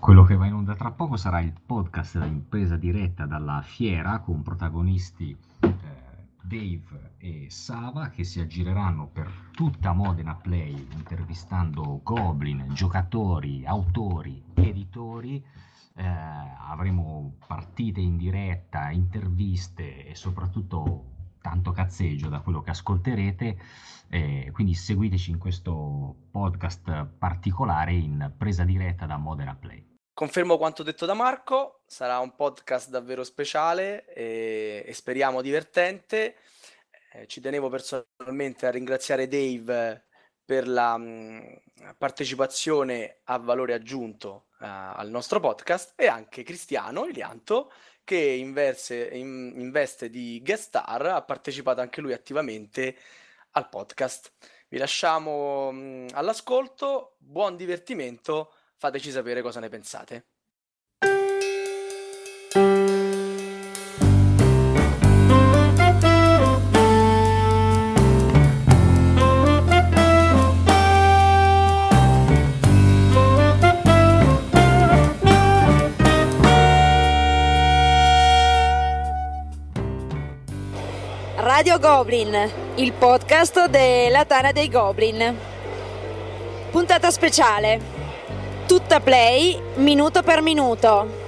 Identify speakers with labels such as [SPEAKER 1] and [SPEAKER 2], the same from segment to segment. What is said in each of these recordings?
[SPEAKER 1] Quello che va in onda tra poco sarà il podcast in presa diretta dalla fiera con protagonisti eh, Dave e Sava che si aggireranno per tutta Modena Play intervistando goblin, giocatori, autori, editori. Eh, avremo partite in diretta, interviste e soprattutto tanto cazzeggio da quello che ascolterete. eh, quindi seguiteci in questo podcast particolare in presa diretta da Modena Play.
[SPEAKER 2] Confermo quanto detto da Marco, sarà un podcast davvero speciale e, e speriamo divertente. Eh, ci tenevo personalmente a ringraziare Dave per la mh, partecipazione a valore aggiunto eh, al nostro podcast e anche Cristiano Ilianto che in, verse- in- in veste di guest star ha partecipato anche lui attivamente al podcast. Vi lasciamo mh, all'ascolto, buon divertimento fateci sapere cosa ne pensate.
[SPEAKER 3] Radio Goblin, il podcast della Tana dei Goblin. Puntata speciale. Tutta play, minuto per minuto.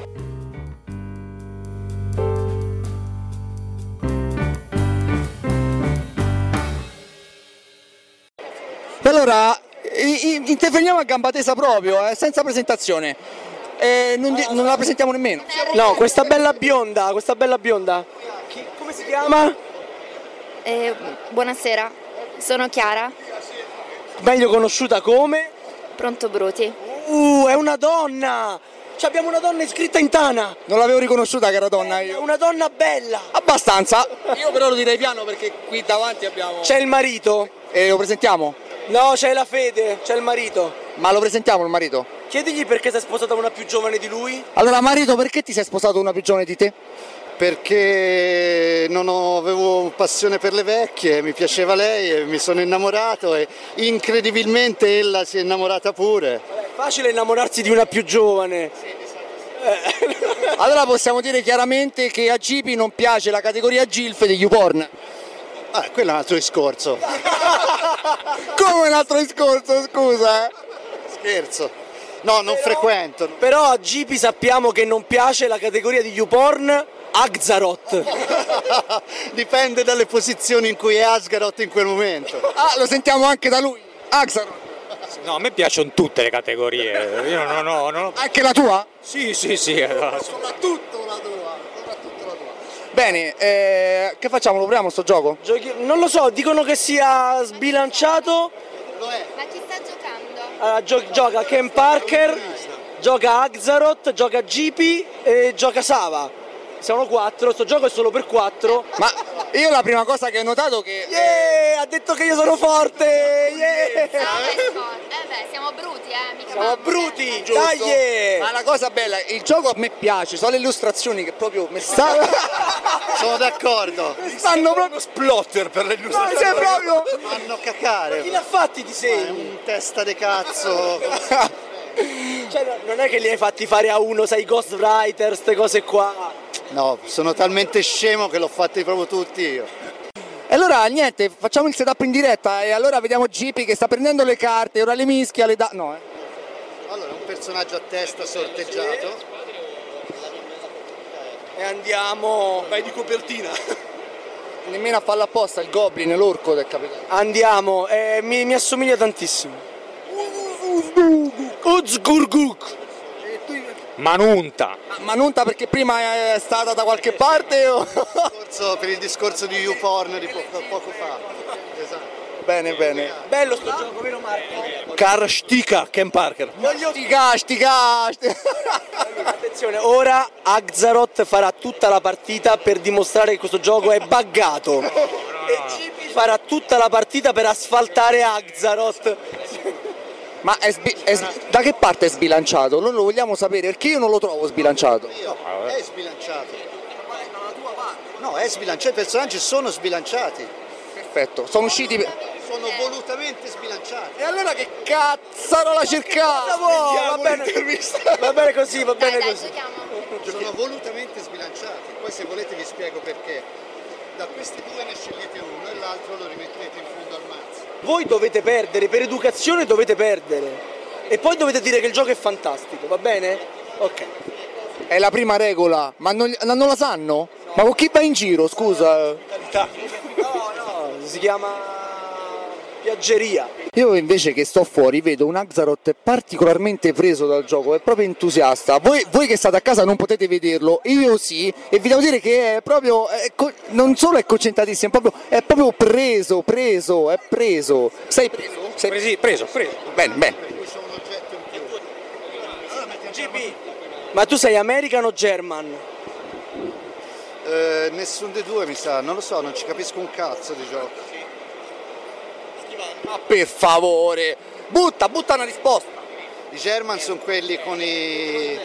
[SPEAKER 4] E allora i- i- interveniamo a gamba tesa proprio, eh, senza presentazione. Eh, non, di- non la presentiamo nemmeno.
[SPEAKER 5] No, questa bella bionda, questa bella bionda. come si chiama?
[SPEAKER 6] Eh, buonasera, sono Chiara,
[SPEAKER 5] Meglio conosciuta come?
[SPEAKER 6] pronto Bruti.
[SPEAKER 5] Uh, è una donna! Ci abbiamo una donna iscritta in Tana!
[SPEAKER 4] Non l'avevo riconosciuta che era donna io.
[SPEAKER 5] Una donna bella!
[SPEAKER 4] Abbastanza. Io però lo direi piano perché qui davanti abbiamo.
[SPEAKER 5] C'è il marito?
[SPEAKER 4] E lo presentiamo?
[SPEAKER 5] No, c'è la fede, c'è il marito.
[SPEAKER 4] Ma lo presentiamo il marito?
[SPEAKER 5] Chiedigli perché si è sposata una più giovane di lui.
[SPEAKER 4] Allora marito perché ti sei sposato una più giovane di te?
[SPEAKER 7] perché non ho- avevo passione per le vecchie, mi piaceva lei e mi sono innamorato e incredibilmente ella si è innamorata pure.
[SPEAKER 5] È facile innamorarsi di una più giovane.
[SPEAKER 4] Allora possiamo dire chiaramente che a Gipi non piace la categoria GILF degli YouPorn.
[SPEAKER 7] Ah, quello è un altro discorso.
[SPEAKER 4] Come un altro discorso, scusa. eh.
[SPEAKER 7] Scherzo. No, non frequento.
[SPEAKER 5] Però a Gipi sappiamo che non piace la categoria di YouPorn Agzarot.
[SPEAKER 7] Dipende dalle posizioni in cui è Asgaroth in quel momento.
[SPEAKER 4] Ah, lo sentiamo anche da lui. Axaron,
[SPEAKER 8] No, a me piacciono tutte le categorie. Io non ho. Non ho...
[SPEAKER 4] anche la tua?
[SPEAKER 8] Sì, sì, sì. allora, sì.
[SPEAKER 7] Soprattutto la tua, soprattutto la tua.
[SPEAKER 4] Bene, eh, che facciamo? Lo proviamo sto gioco?
[SPEAKER 5] Giochi- Non lo so, dicono che sia sbilanciato.
[SPEAKER 7] Lo è.
[SPEAKER 6] Ma chi sta giocando?
[SPEAKER 5] Allora, Ah, gio- gioca Ken Parker, gioca Axaroth, gioca Gipi e gioca Sava. Siamo quattro, sto gioco è solo per quattro.
[SPEAKER 4] Ma io la prima cosa che ho notato che
[SPEAKER 5] Yeah, ha detto che io sono forte! Yeah!
[SPEAKER 6] Eh beh, siamo bruti, eh, mica
[SPEAKER 5] Siamo
[SPEAKER 6] mamma,
[SPEAKER 5] bruti,
[SPEAKER 6] eh.
[SPEAKER 5] dai!
[SPEAKER 4] Ma
[SPEAKER 5] yeah.
[SPEAKER 4] la cosa bella, il gioco a me piace, sono le illustrazioni che proprio mi sta-
[SPEAKER 7] Sono d'accordo.
[SPEAKER 4] mi stanno proprio
[SPEAKER 7] Splotter per le
[SPEAKER 4] No, cioè, proprio-
[SPEAKER 7] Fanno cacare.
[SPEAKER 5] Chi l'ha fatti i
[SPEAKER 7] È
[SPEAKER 5] disegni?
[SPEAKER 7] un testa de cazzo.
[SPEAKER 5] Cioè, no- non è che li hai fatti fare a uno, sai, ghostwriter, queste cose qua.
[SPEAKER 7] No, sono talmente scemo che l'ho fatti proprio tutti io.
[SPEAKER 4] E allora niente, facciamo il setup in diretta e allora vediamo Gipi che sta prendendo le carte, ora le mischia, le dà. No, eh.
[SPEAKER 7] Allora, un personaggio a testa sorteggiato.
[SPEAKER 5] E andiamo. Vai di copertina.
[SPEAKER 4] Nemmeno a farla apposta, il goblin, l'orco del capitano.
[SPEAKER 5] Andiamo, eh, mi, mi assomiglia tantissimo. Uzgurguk!
[SPEAKER 8] Manunta.
[SPEAKER 4] Ma non ta perché prima è stata da qualche parte o...
[SPEAKER 7] Discorso- per il discorso di YouPorn di poco, poco fa. Esatto.
[SPEAKER 4] bene, bene.
[SPEAKER 5] Bello sto gioco, vero Marco? Karstika, Ken Parker. Voglio...
[SPEAKER 4] Stica, stica, stica.
[SPEAKER 5] Attenzione, ora Axaroth farà tutta la partita per dimostrare che questo gioco è buggato. E Gipi farà tutta la partita per asfaltare Axaroth.
[SPEAKER 4] Ma è sbi- è sbi- da che parte è sbilanciato? Noi lo vogliamo sapere perché io non lo trovo sbilanciato.
[SPEAKER 7] È sbilanciato. No, è sbilanciato, i personaggi sono sbilanciati.
[SPEAKER 4] perfetto. Sono usciti. per-
[SPEAKER 6] Eh.
[SPEAKER 7] Sono volutamente sbilanciati.
[SPEAKER 4] E allora che cazzarola cercate?
[SPEAKER 5] va bene, va bene così, va
[SPEAKER 6] Dai,
[SPEAKER 5] bene
[SPEAKER 6] dai,
[SPEAKER 5] così.
[SPEAKER 6] giochiamo.
[SPEAKER 7] Sono volutamente sbilanciati. Poi se volete vi spiego perché. Da questi due ne scegliete uno e l'altro lo rimettete in fondo al mazzo.
[SPEAKER 5] Voi dovete perdere, per educazione dovete perdere. E poi dovete dire che il gioco è fantastico, va bene? Ok.
[SPEAKER 4] È la prima regola, ma non, non la sanno? Ma con chi va in giro, scusa?
[SPEAKER 5] No, no, si chiama piaggeria.
[SPEAKER 4] Io invece che sto fuori vedo un Axaroth particolarmente preso dal gioco, è proprio entusiasta. Voi, voi che state a casa non potete vederlo, io sì, e vi devo dire che è proprio, è co- non solo è concentratissimo, è proprio, è proprio preso, preso, è preso. Sei preso? Sei preso?
[SPEAKER 8] Presi- Preso, preso.
[SPEAKER 4] Bene, bene.
[SPEAKER 5] Ma tu sei American o German?
[SPEAKER 7] Eh, nessun dei due mi sa, non lo so, non ci capisco un cazzo di gioco.
[SPEAKER 4] Ma per favore, butta, butta una risposta.
[SPEAKER 7] I German sono quelli con i.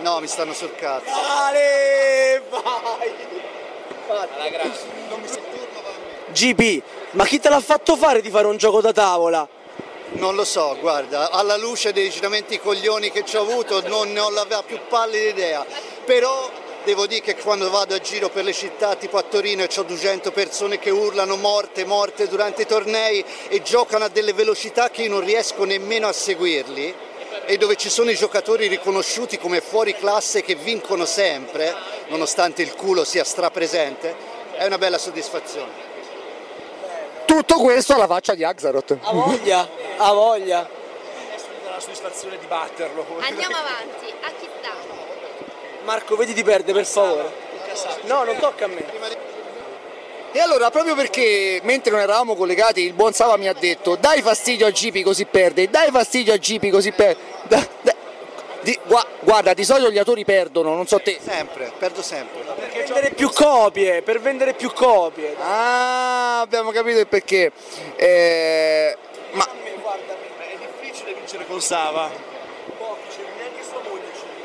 [SPEAKER 7] No, mi stanno sul cazzo.
[SPEAKER 5] Ale, vai! GP, ma chi te l'ha fatto fare di fare un gioco da tavola?
[SPEAKER 7] Non lo so, guarda, alla luce dei giramenti coglioni che ci ho avuto non ne ho la più pallida idea, però devo dire che quando vado a giro per le città tipo a Torino e ho 200 persone che urlano morte, morte durante i tornei e giocano a delle velocità che io non riesco nemmeno a seguirli e dove ci sono i giocatori riconosciuti come fuori classe che vincono sempre, nonostante il culo sia strapresente, è una bella soddisfazione.
[SPEAKER 4] Tutto questo alla faccia di Axaroth.
[SPEAKER 5] Ha voglia, ha voglia.
[SPEAKER 6] Andiamo avanti. A chi sta?
[SPEAKER 5] Marco, vedi di perdere, per favore. No, non tocca a me.
[SPEAKER 4] E allora, proprio perché mentre non eravamo collegati, il buon Sava mi ha detto: Dai fastidio a Gipi così perde, dai fastidio a Gipi così perde. Da- da- di- gua- guarda, di solito gli autori perdono, non so te.
[SPEAKER 7] Sempre, perdo sempre.
[SPEAKER 5] Per vendere più copie, per vendere più copie.
[SPEAKER 4] Ah, abbiamo capito il perché. Eh, ma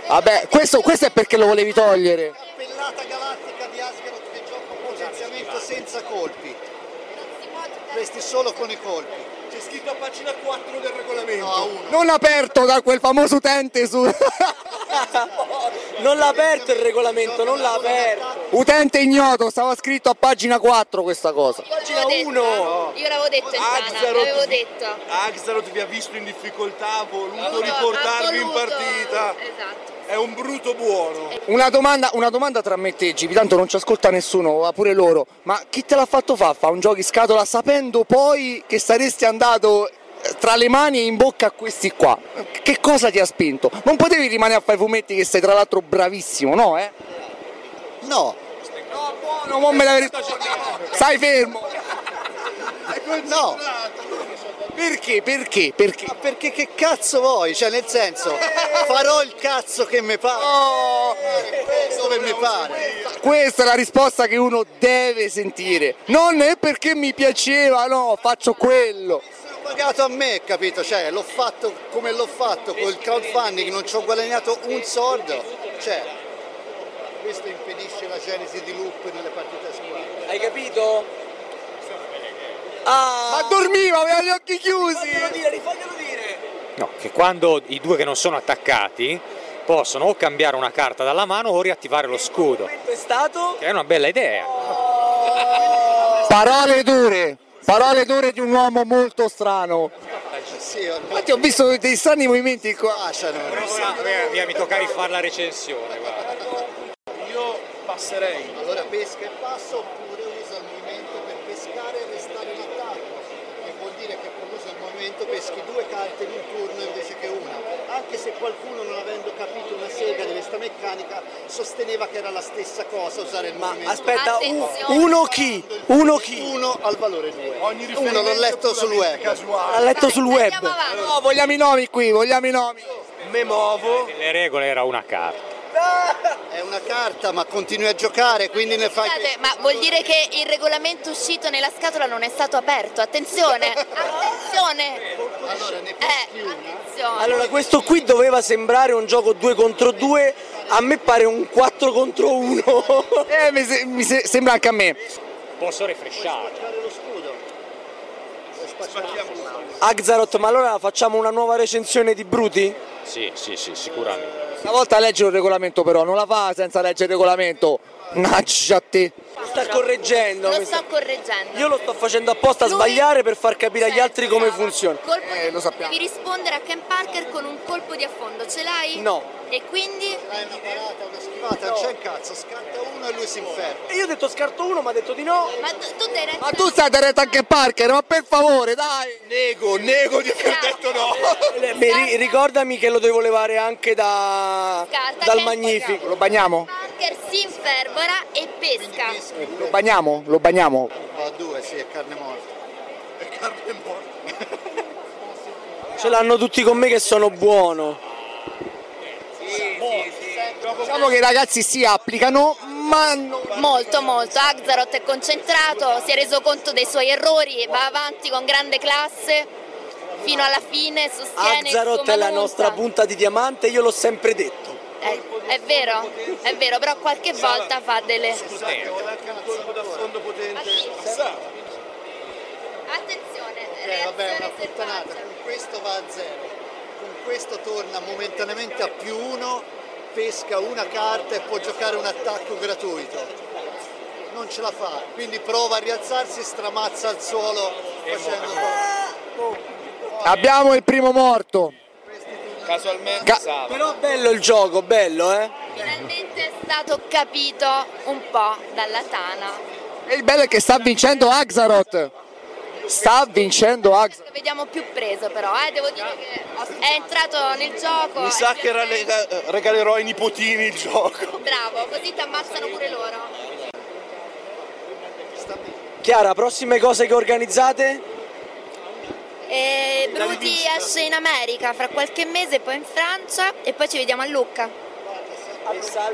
[SPEAKER 4] vabbè, questo, questo è perché lo volevi togliere.
[SPEAKER 7] Cappellata galattica di Asgaroth che gioca un potenziamento senza colpi. Questi solo con i colpi. C'è scritto a pagina 4 del regolamento. No, a 1.
[SPEAKER 4] Non aperto da quel famoso utente su.
[SPEAKER 5] Non l'ha aperto il regolamento, non l'ha aperto.
[SPEAKER 4] utente ignoto, stava scritto a pagina 4 questa cosa.
[SPEAKER 6] Io l'avevo detto, eh. Io l'avevo detto in
[SPEAKER 5] Ah,
[SPEAKER 6] sana, l'avevo detto.
[SPEAKER 9] Axelot vi ha visto in difficoltà, ha voluto
[SPEAKER 6] Assoluto,
[SPEAKER 9] riportarvi in
[SPEAKER 6] assoluto.
[SPEAKER 9] partita.
[SPEAKER 6] Esatto.
[SPEAKER 9] È un brutto buono.
[SPEAKER 4] Una domanda, una domanda tra me e te, Gipi, tanto non ci ascolta nessuno, ma pure loro. Ma chi te l'ha fatto fa? Fa un gioco in scatola sapendo poi che saresti andato eh, tra le mani e in bocca a questi qua. Che cosa ti ha spinto? Non potevi rimanere a fare i fumetti che sei tra l'altro bravissimo, no eh?
[SPEAKER 7] No,
[SPEAKER 4] No, buono, non me l'avete Stai fermo!
[SPEAKER 7] no,
[SPEAKER 4] Perché? Perché? Perché?
[SPEAKER 7] ma perché che cazzo vuoi? Cioè nel senso, farò il cazzo che mi pare,
[SPEAKER 4] Oh,
[SPEAKER 7] dove mi pare.
[SPEAKER 4] questa è la risposta che uno deve sentire. Non è perché mi piaceva, no, faccio quello.
[SPEAKER 7] Sono pagato a me, capito? Cioè l'ho fatto come l'ho fatto col crowdfunding, non ci ho guadagnato un soldo. Cioè, questo impedisce la genesi di loop nelle partite a squadra.
[SPEAKER 5] Hai capito? Ah,
[SPEAKER 4] Ma dormiva, aveva gli occhi chiusi!
[SPEAKER 5] faglielo dire, rifaglielo dire.
[SPEAKER 8] No, che quando i due che non sono attaccati possono o cambiare una carta dalla mano o riattivare lo scudo.
[SPEAKER 5] Questo è stato...
[SPEAKER 8] Che è una bella idea.
[SPEAKER 4] Parole dure, parole dure di un uomo molto strano.
[SPEAKER 7] Sì, ho
[SPEAKER 4] Infatti ho visto dei strani movimenti qua.
[SPEAKER 7] baciano.
[SPEAKER 8] Via, via, mi tocca rifare la recensione, guarda.
[SPEAKER 9] Io passerei.
[SPEAKER 7] Allora pesca e passa oppure usa il movimento per pescare e restare in attacco, che vuol dire che con l'uso del movimento peschi due carte in un turno invece che una, anche se qualcuno non avendo capito una sega di questa meccanica sosteneva che era la stessa cosa usare il
[SPEAKER 5] Ma
[SPEAKER 7] movimento.
[SPEAKER 5] aspetta, u-
[SPEAKER 6] Attenzione.
[SPEAKER 5] uno chi? Uno chi?
[SPEAKER 7] Uno al valore 2.
[SPEAKER 9] Ogni
[SPEAKER 7] Uno l'ho
[SPEAKER 9] riferimento
[SPEAKER 7] letto
[SPEAKER 9] è
[SPEAKER 7] sul
[SPEAKER 9] puramente
[SPEAKER 7] web.
[SPEAKER 9] Casuale.
[SPEAKER 5] L'ha letto
[SPEAKER 6] Dai,
[SPEAKER 5] sul web.
[SPEAKER 6] Andiamo avanti.
[SPEAKER 4] No, vogliamo i nomi qui, vogliamo i nomi.
[SPEAKER 9] Me muovo.
[SPEAKER 8] Le regole era una carta.
[SPEAKER 7] È una carta ma continui a giocare, quindi ne fai
[SPEAKER 6] Scusate, ma vuol dire che il regolamento uscito nella scatola non è stato aperto. Attenzione! Attenzione!
[SPEAKER 7] Allora ne peschi
[SPEAKER 6] Eh,
[SPEAKER 7] una.
[SPEAKER 6] attenzione!
[SPEAKER 5] Allora, questo qui doveva sembrare un gioco 2 contro 2, a me pare un 4 contro 1.
[SPEAKER 4] Eh, mi, se- mi se- sembra anche a me.
[SPEAKER 8] posso
[SPEAKER 7] Puoi
[SPEAKER 8] refresciare.
[SPEAKER 7] spacciare lo scudo. Puoi spacciare lo scudo.
[SPEAKER 5] Agzarot, ma allora facciamo una nuova recensione di Bruti?
[SPEAKER 8] Sì, sì, sì, sicuramente.
[SPEAKER 4] Stavolta legge il regolamento però, non la fa senza leggere il regolamento. Naccia te.
[SPEAKER 5] Mi sta correggendo.
[SPEAKER 6] Lo
[SPEAKER 5] mi sta-
[SPEAKER 6] sto correggendo.
[SPEAKER 5] Io lo sto facendo apposta a
[SPEAKER 6] Lui-
[SPEAKER 5] sbagliare per far capire agli
[SPEAKER 6] Certo,
[SPEAKER 5] altri come
[SPEAKER 6] brava.
[SPEAKER 5] funziona.
[SPEAKER 6] Colpo di-
[SPEAKER 4] Eh, lo sappiamo.
[SPEAKER 6] Devi rispondere a Ken Parker con un colpo di affondo. Ce l'hai?
[SPEAKER 5] No.
[SPEAKER 6] E quindi?
[SPEAKER 7] Hai una parata, una schivata, non c'è un cazzo, scatta uno e lui si inferma.
[SPEAKER 5] E io ho detto scarto uno, ma ha detto di no.
[SPEAKER 6] Ma tu, tu dai
[SPEAKER 4] Ma tu stai diretta anche Parker, ma per favore, dai!
[SPEAKER 9] Nego, nego di aver detto no.
[SPEAKER 5] Eh, beh, ri- ricordami che lo devo levare anche da,
[SPEAKER 6] Scarta
[SPEAKER 5] dal
[SPEAKER 6] che-
[SPEAKER 5] Magnifico.
[SPEAKER 4] Lo bagniamo?
[SPEAKER 6] Parker si infervora e pesca.
[SPEAKER 4] Lo bagniamo? Lo bagniamo?
[SPEAKER 7] Va a Oh, due, sì, è carne morta.
[SPEAKER 9] E carne morta.
[SPEAKER 5] Ce l'hanno tutti con me che sono buono.
[SPEAKER 4] Diciamo che i ragazzi si applicano, ma non...
[SPEAKER 6] Molto molto, Axaroth è concentrato, si è reso conto dei suoi errori, va avanti con grande classe fino alla fine, sostiene il suo
[SPEAKER 5] Azzarot è la
[SPEAKER 6] Manunza.
[SPEAKER 5] nostra punta di diamante, io l'ho sempre detto.
[SPEAKER 6] Eh, è vero, è vero, però qualche volta fa delle
[SPEAKER 9] Passava.
[SPEAKER 6] Attenzione,
[SPEAKER 7] Eh, vabbè, è una
[SPEAKER 6] reazione
[SPEAKER 7] puttanata,
[SPEAKER 6] selvaggia.
[SPEAKER 7] con questo va a zero, con questo torna momentaneamente a più uno, pesca una carta e può giocare un attacco gratuito. Non ce la fa, quindi prova a rialzarsi, stramazza al suolo facendo
[SPEAKER 4] Abbiamo il primo morto.
[SPEAKER 9] Casualmente
[SPEAKER 4] Ca-
[SPEAKER 9] Sava.
[SPEAKER 5] Però bello il gioco, bello eh.
[SPEAKER 6] Finalmente è stato capito un po' dalla Tana.
[SPEAKER 4] E il bello è che sta vincendo Axaroth. Sta vincendo Axaroth.
[SPEAKER 6] Che Vediamo più preso però, eh, devo dire che ho- è entrato nel gioco.
[SPEAKER 9] Mi
[SPEAKER 6] è
[SPEAKER 9] sa
[SPEAKER 6] più
[SPEAKER 9] che
[SPEAKER 6] attento.
[SPEAKER 10] eh,
[SPEAKER 9] rale- regalerò ai nipotini il gioco.
[SPEAKER 6] Bravo, così ti ammazzano pure loro.
[SPEAKER 5] Chiara, prossime cose che organizzate?
[SPEAKER 6] E Bruti esce in America fra qualche mese, poi in Francia e poi ci vediamo a Lucca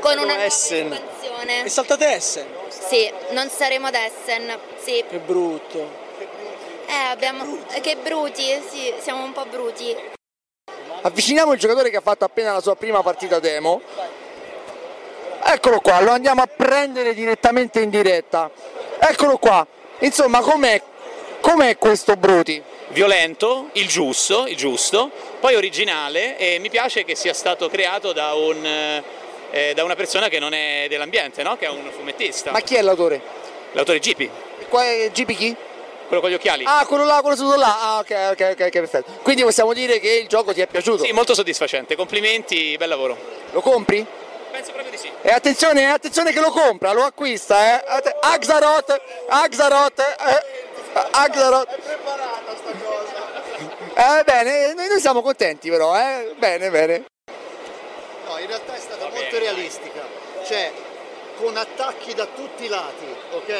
[SPEAKER 6] con una nuova
[SPEAKER 5] Essen.
[SPEAKER 6] espansione.
[SPEAKER 5] E saltate Essen.
[SPEAKER 6] Sì, non saremo ad Essen. Sì,
[SPEAKER 5] Che brutto.
[SPEAKER 6] eh, abbiamo. Che bruti, sì, siamo un po' bruti.
[SPEAKER 4] Avviciniamo il giocatore che ha fatto appena la sua prima partita demo. Eccolo qua, lo andiamo a prendere direttamente in diretta. Eccolo qua. Insomma, com'è, com'è questo Bruti?
[SPEAKER 10] violento, il giusto, il giusto, poi originale e mi piace che sia stato creato da, un, eh, da una persona che non è dell'ambiente, no? che è un fumettista,
[SPEAKER 4] Ma chi è l'autore?
[SPEAKER 10] l'autore Gipi,
[SPEAKER 4] Qua è GP chi?
[SPEAKER 10] quello con gli occhiali.
[SPEAKER 4] Ah, quello là, quello seduto là. Ah, ok, ok, ok, ok, perfetto. Quindi possiamo dire che il gioco ti è piaciuto.
[SPEAKER 10] Sì, molto soddisfacente, complimenti, bel lavoro.
[SPEAKER 4] Lo compri?
[SPEAKER 10] Penso proprio di sì.
[SPEAKER 4] E attenzione, eh, attenzione che lo compra, lo acquista, eh. Att- Axaroth, Axaroth, eh. Axaroth. È preparata sta cosa. Eh bene, noi, noi siamo contenti però, eh. Bene, bene.
[SPEAKER 7] No, in realtà è stata molto realistica, cioè con attacchi da tutti i lati, ok?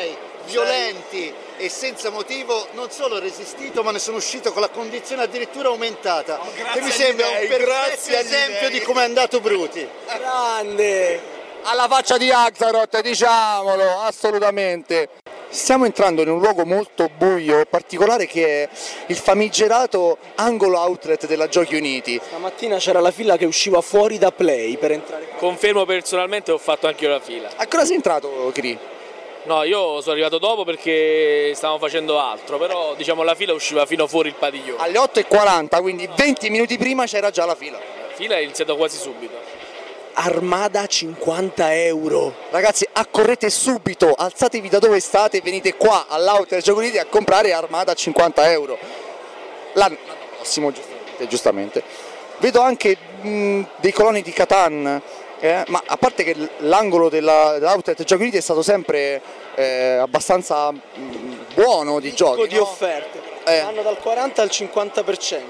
[SPEAKER 7] Violenti e senza motivo, non solo ho resistito, ma ne sono uscito con la condizione addirittura aumentata. che mi
[SPEAKER 9] Oh, agli
[SPEAKER 7] sembra
[SPEAKER 9] dei,
[SPEAKER 7] un perfetto
[SPEAKER 9] grazie agli
[SPEAKER 7] esempio
[SPEAKER 9] dei.
[SPEAKER 7] di come è andato Bruti.
[SPEAKER 5] Grande.
[SPEAKER 4] Alla faccia di Axaroth, diciamolo, assolutamente. Stiamo entrando in un luogo molto buio e particolare che è il famigerato angolo outlet della Giochi Uniti.
[SPEAKER 5] Stamattina c'era la fila che usciva fuori da play per entrare.
[SPEAKER 11] Confermo personalmente ho fatto anche io la fila.
[SPEAKER 4] A che ora sei entrato, Cri?
[SPEAKER 11] No, io sono arrivato dopo perché stavo facendo altro, però diciamo la fila usciva fino fuori il padiglione.
[SPEAKER 4] Alle 8.40, quindi 20 minuti prima c'era già la fila.
[SPEAKER 11] La fila è iniziata quasi subito.
[SPEAKER 5] Armada 50 euro.
[SPEAKER 4] Ragazzi, accorrete subito, alzatevi da dove state e venite qua all'Outer Giaconiti a comprare Armada a 50 euro. L'anno l'anno prossimo, giustamente, giustamente. Vedo anche mh, dei coloni di Catan, eh, ma a parte che l- l'angolo della- dell'Outer Giaconiti è stato sempre eh, abbastanza mh, buono di
[SPEAKER 5] Picco
[SPEAKER 4] giochi.
[SPEAKER 5] di
[SPEAKER 4] no?
[SPEAKER 5] offerte.
[SPEAKER 4] Eh.
[SPEAKER 5] Vanno dal 40 al 50%.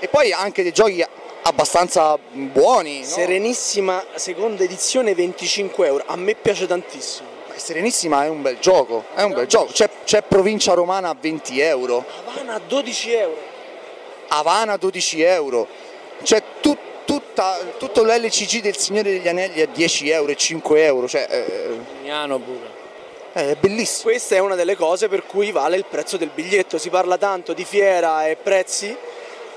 [SPEAKER 4] E poi anche dei giochi abbastanza mh, buoni. no?
[SPEAKER 5] Serenissima seconda edizione 25 euro. A me piace tantissimo.
[SPEAKER 4] Serenissima è un bel gioco, è un bel gioco. C'è, c'è Provincia Romana a 20 euro.
[SPEAKER 5] Havana a 12 euro.
[SPEAKER 4] Havana 12 euro, c'è tu- tutta- tutto l'LCG del Signore degli Anelli a 10 euro e 5 euro, cioè eh,
[SPEAKER 11] Mignano pure.
[SPEAKER 4] eh, è bellissimo.
[SPEAKER 5] Questa è una delle cose per cui vale il prezzo del biglietto. Si parla tanto di fiera e prezzi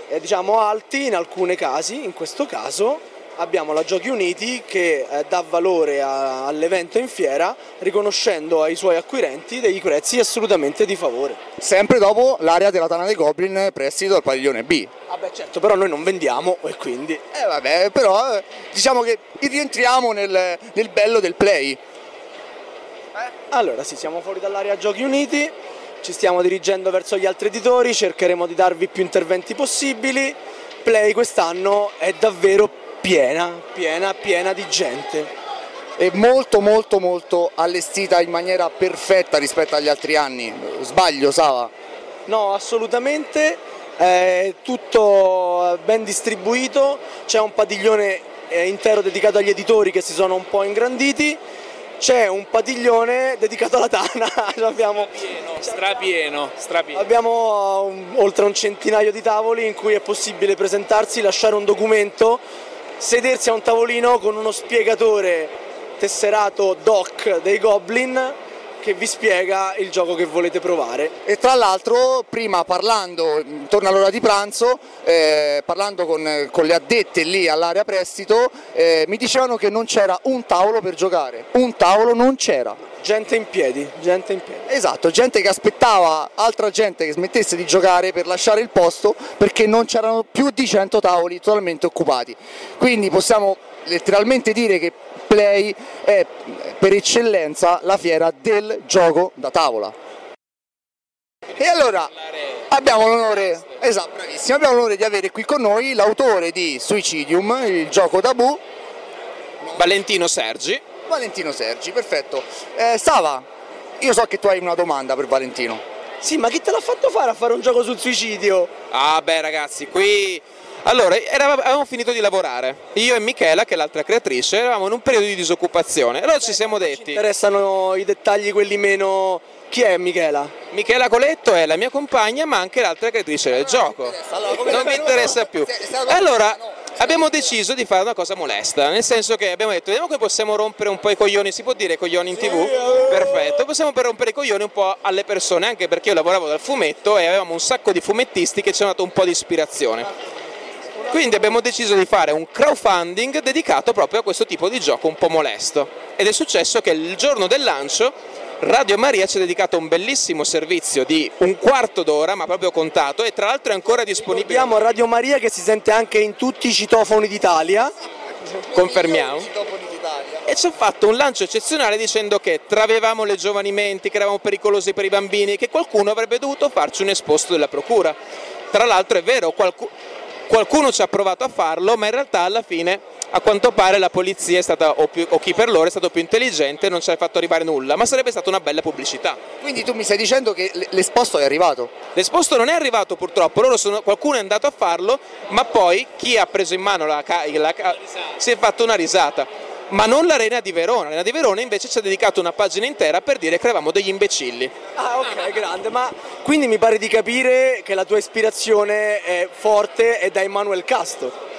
[SPEAKER 5] eh, diciamo alti in alcuni casi, in questo caso abbiamo la Giochi Uniti che eh, dà valore a- all'evento in fiera riconoscendo ai suoi acquirenti dei prezzi assolutamente di favore.
[SPEAKER 4] Sempre dopo l'area della Tana dei Goblin prestito al padiglione B.
[SPEAKER 5] Vabbè certo, però noi non vendiamo e quindi...
[SPEAKER 4] Eh vabbè, però eh, diciamo che rientriamo nel, nel bello del play.
[SPEAKER 5] Eh? Allora sì, siamo fuori dall'area Giochi Uniti, ci stiamo dirigendo verso gli altri editori, cercheremo di darvi più interventi possibili. Play quest'anno è davvero piena, piena, piena di gente.
[SPEAKER 4] È molto molto molto allestita in maniera perfetta rispetto agli altri anni. Sbaglio, Sava.
[SPEAKER 5] No, assolutamente, è tutto eh, ben distribuito, c'è un padiglione eh, intero dedicato agli editori che si sono un po' ingranditi, c'è un padiglione dedicato alla Tana, cioè abbiamo,
[SPEAKER 11] strapieno, strapieno.
[SPEAKER 5] abbiamo um, oltre un centinaio di tavoli in cui è possibile presentarsi, lasciare un documento, sedersi a un tavolino con uno spiegatore tesserato doc dei Goblin che vi spiega il gioco che volete provare.
[SPEAKER 4] E tra l'altro, prima parlando, intorno all'ora di pranzo, eh, parlando con, con le addette lì all'area prestito, eh, mi dicevano che non c'era un tavolo per giocare. Un tavolo non c'era.
[SPEAKER 5] Gente in piedi, gente in piedi.
[SPEAKER 4] Esatto, gente che aspettava altra gente che smettesse di giocare per lasciare il posto perché non c'erano più di 100 tavoli totalmente occupati. Quindi possiamo letteralmente dire che Play è per eccellenza la fiera del gioco da tavola. E allora abbiamo l'onore, esatto, bravissimo, abbiamo l'onore di avere qui con noi l'autore di Suicidium, il gioco tabù,
[SPEAKER 12] Valentino Sergi.
[SPEAKER 4] Valentino Sergi, perfetto. Eh, Sava, io so che tu hai una domanda per Valentino.
[SPEAKER 5] Sì, ma chi te l'ha fatto fare a fare un gioco sul suicidio?
[SPEAKER 12] Ah beh ragazzi, qui... Allora, eravamo- avevamo finito di lavorare. Io e Michela, che è l'altra creatrice, eravamo in un periodo di disoccupazione. Allora ci siamo detti...
[SPEAKER 5] Interessano i dettagli quelli meno... Chi è Michela?
[SPEAKER 12] Michela Coletto è la mia compagna, ma anche l'altra creatrice del gioco. non mi interessa più. Allora, abbiamo deciso di fare una cosa molesta, nel senso che abbiamo detto, vediamo come possiamo rompere un po' i coglioni, si può dire coglioni in tv? Perfetto, possiamo per rompere i coglioni un po' alle persone, anche perché io lavoravo dal fumetto e avevamo un sacco di fumettisti che ci hanno dato un po' di ispirazione. Quindi abbiamo deciso di fare un crowdfunding dedicato proprio a questo tipo di gioco un po' molesto. Ed è successo che il giorno del lancio Radio Maria ci ha dedicato un bellissimo servizio di un quarto d'ora, ma proprio contato, e tra l'altro è ancora disponibile.
[SPEAKER 5] Abbiamo Radio Maria che si sente anche in tutti i citofoni d'Italia.
[SPEAKER 12] Confermiamo. E ci ha fatto un lancio eccezionale dicendo che travevamo le giovani menti, che eravamo pericolosi per i bambini, che qualcuno avrebbe dovuto farci un esposto della procura. Tra l'altro è vero, qualcu- qualcuno ci ha provato a farlo, ma in realtà alla fine, a quanto pare, la polizia è stata, o, più- o chi per loro è stato più intelligente, non ci ha fatto arrivare nulla, ma sarebbe stata una bella pubblicità.
[SPEAKER 4] Quindi tu mi stai dicendo che l- l'esposto è arrivato?
[SPEAKER 12] L'esposto non è arrivato purtroppo, loro sono- qualcuno è andato a farlo, ma poi chi ha preso in mano la, ca- la ca- si è fatto una risata. Ma non l'Arena di Verona, l'Arena di Verona invece ci ha dedicato una pagina intera per dire che eravamo degli imbecilli.
[SPEAKER 5] Ah, ok, grande, ma quindi mi pare di capire che la tua ispirazione è forte e da Immanuel Casto.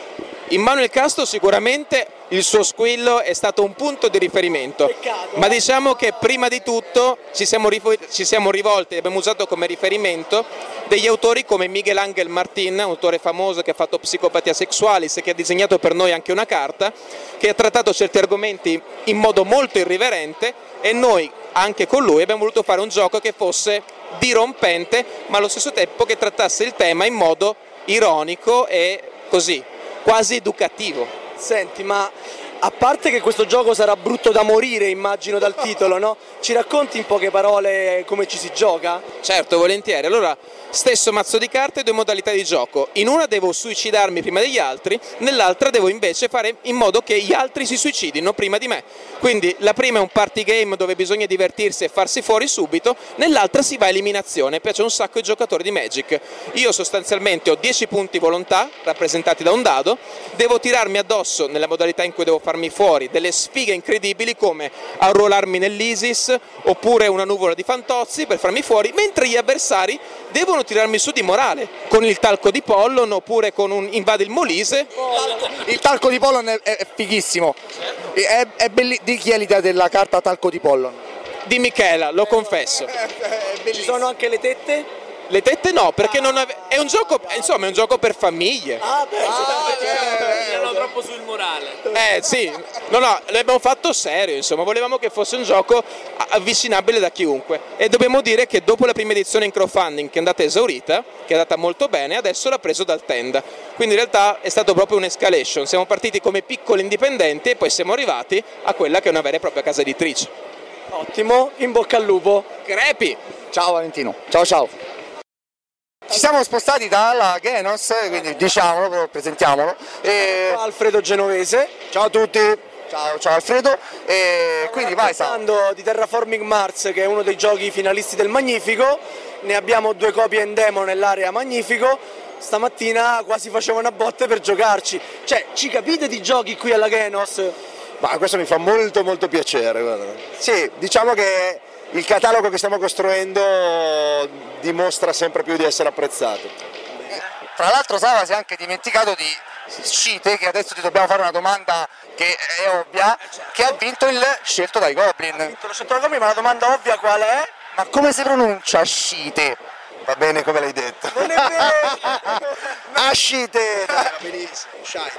[SPEAKER 12] Immanuel Castro sicuramente il suo squillo è stato un punto di riferimento, ma diciamo che prima di tutto ci siamo, rifo- ci siamo rivolti, abbiamo usato come riferimento degli autori come Miguel Ángel Martín, autore famoso che ha fatto Psicopatia Sexualis e che ha disegnato per noi anche una carta, che ha trattato certi argomenti in modo molto irriverente e noi anche con lui abbiamo voluto fare un gioco che fosse dirompente ma allo stesso tempo che trattasse il tema in modo ironico e così quasi educativo.
[SPEAKER 5] Senti, ma a parte che questo gioco sarà brutto da morire, immagino dal titolo, no? Ci racconti in poche parole come ci si gioca?
[SPEAKER 12] Certo, volentieri. Allora, stesso mazzo di carte, due modalità di gioco. In una devo suicidarmi prima degli altri, nell'altra devo invece fare in modo che gli altri si suicidino prima di me. Quindi la prima è un party game dove bisogna divertirsi e farsi fuori subito, nell'altra si va a eliminazione. Piace un sacco ai giocatori di Magic. Io sostanzialmente ho 10 punti volontà, rappresentati da un dado, devo tirarmi addosso, nella modalità in cui devo farmi fuori, delle sfighe incredibili come arruolarmi nell'ISIS oppure una nuvola di fantozzi per farmi fuori, mentre gli avversari devono tirarmi su di morale, con il talco di Pollon oppure con un invade il Molise.
[SPEAKER 4] Il talco di Pollon è, è- è fighissimo. È- è belli- di chi è l'idea della carta talco di Pollon?
[SPEAKER 12] Di Michela, lo confesso.
[SPEAKER 5] Ci sono anche le tette?
[SPEAKER 12] Le tette
[SPEAKER 5] eh,
[SPEAKER 12] no, perché non ave- è un gioco, insomma, è un gioco per famiglie.
[SPEAKER 5] Ah, beh,
[SPEAKER 11] troppo sul morale.
[SPEAKER 12] Eh sì, no no, l'abbiamo fatto serio insomma, volevamo che fosse un gioco a- avvicinabile da chiunque e dobbiamo dire che dopo la prima edizione in crowdfunding che è andata esaurita, che è andata molto bene, adesso l'ha preso dal tenda, quindi in realtà è stato proprio un'escalation, siamo partiti come piccoli indipendenti e poi siamo arrivati a quella che è una vera e propria casa editrice.
[SPEAKER 5] Ottimo, in bocca al lupo.
[SPEAKER 12] Crepi!
[SPEAKER 4] Ciao Valentino, ciao ciao. Ci siamo spostati dalla Genos, quindi diciamolo, presentiamolo. E...
[SPEAKER 5] Alfredo Genovese.
[SPEAKER 4] Ciao a tutti. Ciao, ciao Alfredo. E quindi vai Sa.
[SPEAKER 5] Parlando di Terraforming Mars, che è uno dei giochi finalisti del Magnifico, ne abbiamo due copie in demo nell'area Magnifico. Stamattina quasi facevo una botte per giocarci. Cioè, ci capite di giochi qui alla Genos?
[SPEAKER 13] Ma questo mi fa molto molto piacere. guarda. Sì, diciamo che il catalogo che stiamo costruendo dimostra sempre più di essere apprezzato.
[SPEAKER 4] Tra l'altro Sava si è anche dimenticato di Scite, che adesso ti dobbiamo fare una domanda che è ovvia, che ha vinto il scelto dai Goblin. Ha vinto
[SPEAKER 5] lo scelto dai Goblin, ma la domanda ovvia qual è?
[SPEAKER 4] Ma come si pronuncia Scite?
[SPEAKER 13] Va bene come l'hai detto.
[SPEAKER 5] Non è vero!
[SPEAKER 4] Ascite! Ah,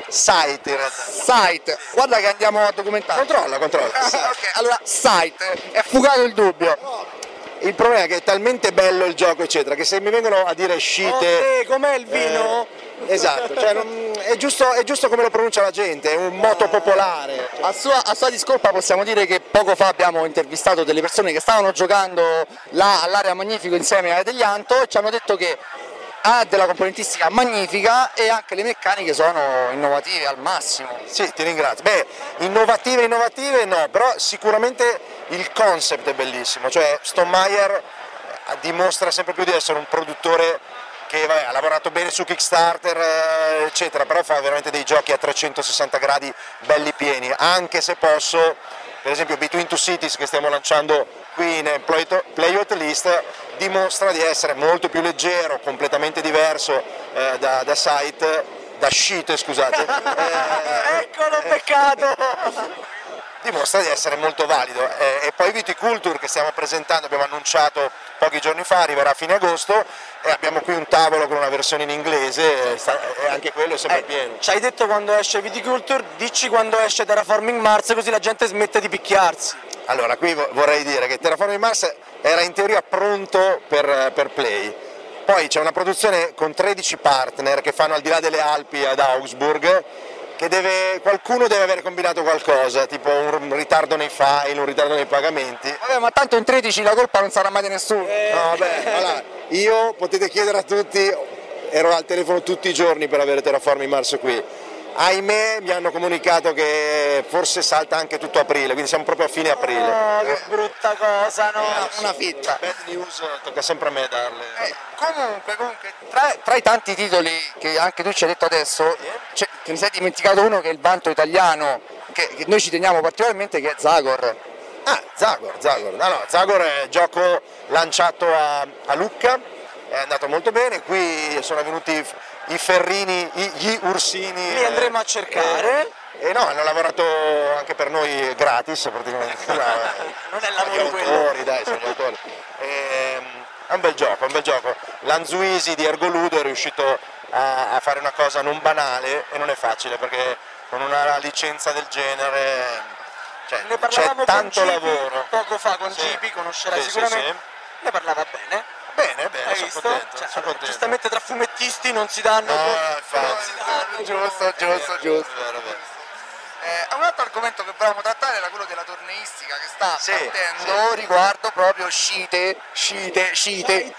[SPEAKER 4] Site in realtà. Site. Guarda che andiamo a documentare.
[SPEAKER 13] Controlla, controlla.
[SPEAKER 4] ok, allora site. È fugato il dubbio.
[SPEAKER 13] Il problema è che è talmente bello il gioco, eccetera, che se mi vengono a dire scite.
[SPEAKER 5] Eh, com'è il vino?
[SPEAKER 13] esatto, cioè, non- è, giusto, è giusto come lo pronuncia la gente, è un moto popolare.
[SPEAKER 4] A sua, a sua discolpa possiamo dire che poco fa abbiamo intervistato delle persone che stavano giocando là all'area Magnifico insieme a Deglianto e ci hanno detto che ha della componentistica magnifica e anche le meccaniche sono innovative al massimo.
[SPEAKER 13] Sì, ti ringrazio. Beh, innovative, innovative no, però sicuramente il concept è bellissimo, cioè Stonemeyer eh, dimostra sempre più di essere un produttore che vabbè, ha lavorato bene su Kickstarter, eh, eccetera, però fa veramente dei giochi a 360 gradi belli pieni, anche se posso, per esempio Between Two Cities che stiamo lanciando qui in Play- Playout List dimostra di essere molto più leggero, completamente diverso eh, da, da site, da scite scusate,
[SPEAKER 5] Eccolo, Ecco, peccato!
[SPEAKER 13] dimostra di essere molto valido. Eh, E, poi Viticulture che stiamo presentando, abbiamo annunciato pochi giorni fa, arriverà a fine agosto e abbiamo qui un tavolo con una versione in inglese e, sta- e anche quello è sempre pieno.
[SPEAKER 5] Eh, Ci hai detto quando esce Viticulture, dici quando esce Terraforming Mars, così la gente smette di picchiarsi.
[SPEAKER 13] Allora, qui vo- vorrei dire che Terraforming Mars era in teoria pronto per, per play. Poi c'è una produzione con 13 partner che fanno al di là delle Alpi ad Augsburg che deve- qualcuno deve aver combinato qualcosa, tipo un ritardo nei file, un ritardo nei pagamenti.
[SPEAKER 4] Vabbè, ma tanto in 13 la colpa non sarà mai di nessuno.
[SPEAKER 13] No, vabbè, allora, io potete chiedere a tutti, ero al telefono tutti i giorni per avere Terraforming Mars qui. Ahimè mi hanno comunicato che forse salta anche tutto aprile, quindi siamo proprio a fine aprile.
[SPEAKER 5] Oh, che brutta cosa, no?
[SPEAKER 4] Una fitta.
[SPEAKER 13] Bad news, tocca sempre a me darle.
[SPEAKER 4] Comunque, comunque, tra, tra i tanti titoli che anche tu ci hai detto adesso, c'è- te ne sei dimenticato uno che è il vanto italiano, che, che noi ci teniamo particolarmente, che è Zagor.
[SPEAKER 13] Ah, Zagor, Zagor. No, no, Zagor è gioco lanciato a, a Lucca, è andato molto bene, qui sono venuti i, i Ferrini, i- gli Ursini. eh,
[SPEAKER 5] Li andremo a cercare.
[SPEAKER 13] E no, hanno lavorato anche per noi gratis praticamente.
[SPEAKER 5] non è
[SPEAKER 13] gli
[SPEAKER 5] lavoro quello.
[SPEAKER 13] autori, dai, sono gli autori. Ehm, è un bel gioco, è un bel gioco. Lanzuisi di Ergoludo è riuscito a, a fare una cosa non banale e non è facile perché con una licenza del genere cioè,
[SPEAKER 5] Ne
[SPEAKER 13] c'è
[SPEAKER 5] parlavamo con
[SPEAKER 13] tanto
[SPEAKER 5] Gibi
[SPEAKER 13] lavoro.
[SPEAKER 5] poco fa con
[SPEAKER 13] Sì.
[SPEAKER 5] Gibi, conoscerai
[SPEAKER 13] Sì, sì,
[SPEAKER 5] sicuramente.
[SPEAKER 13] sì.
[SPEAKER 5] Ne parlava bene.
[SPEAKER 13] Bene, bene,
[SPEAKER 5] Hai
[SPEAKER 13] sono
[SPEAKER 5] visto?
[SPEAKER 13] contento,
[SPEAKER 5] Cioè,
[SPEAKER 13] sono contento.
[SPEAKER 5] Giustamente tra fumettisti non si danno.
[SPEAKER 13] No, Ah, infatti.
[SPEAKER 4] Giusto, giusto, giusto.
[SPEAKER 13] Vero, vero.
[SPEAKER 4] Eh, un altro argomento che volevamo trattare era quello della torneistica che sta
[SPEAKER 13] Sì,
[SPEAKER 4] partendo
[SPEAKER 13] sì.
[SPEAKER 4] riguardo proprio scite, scite, scite.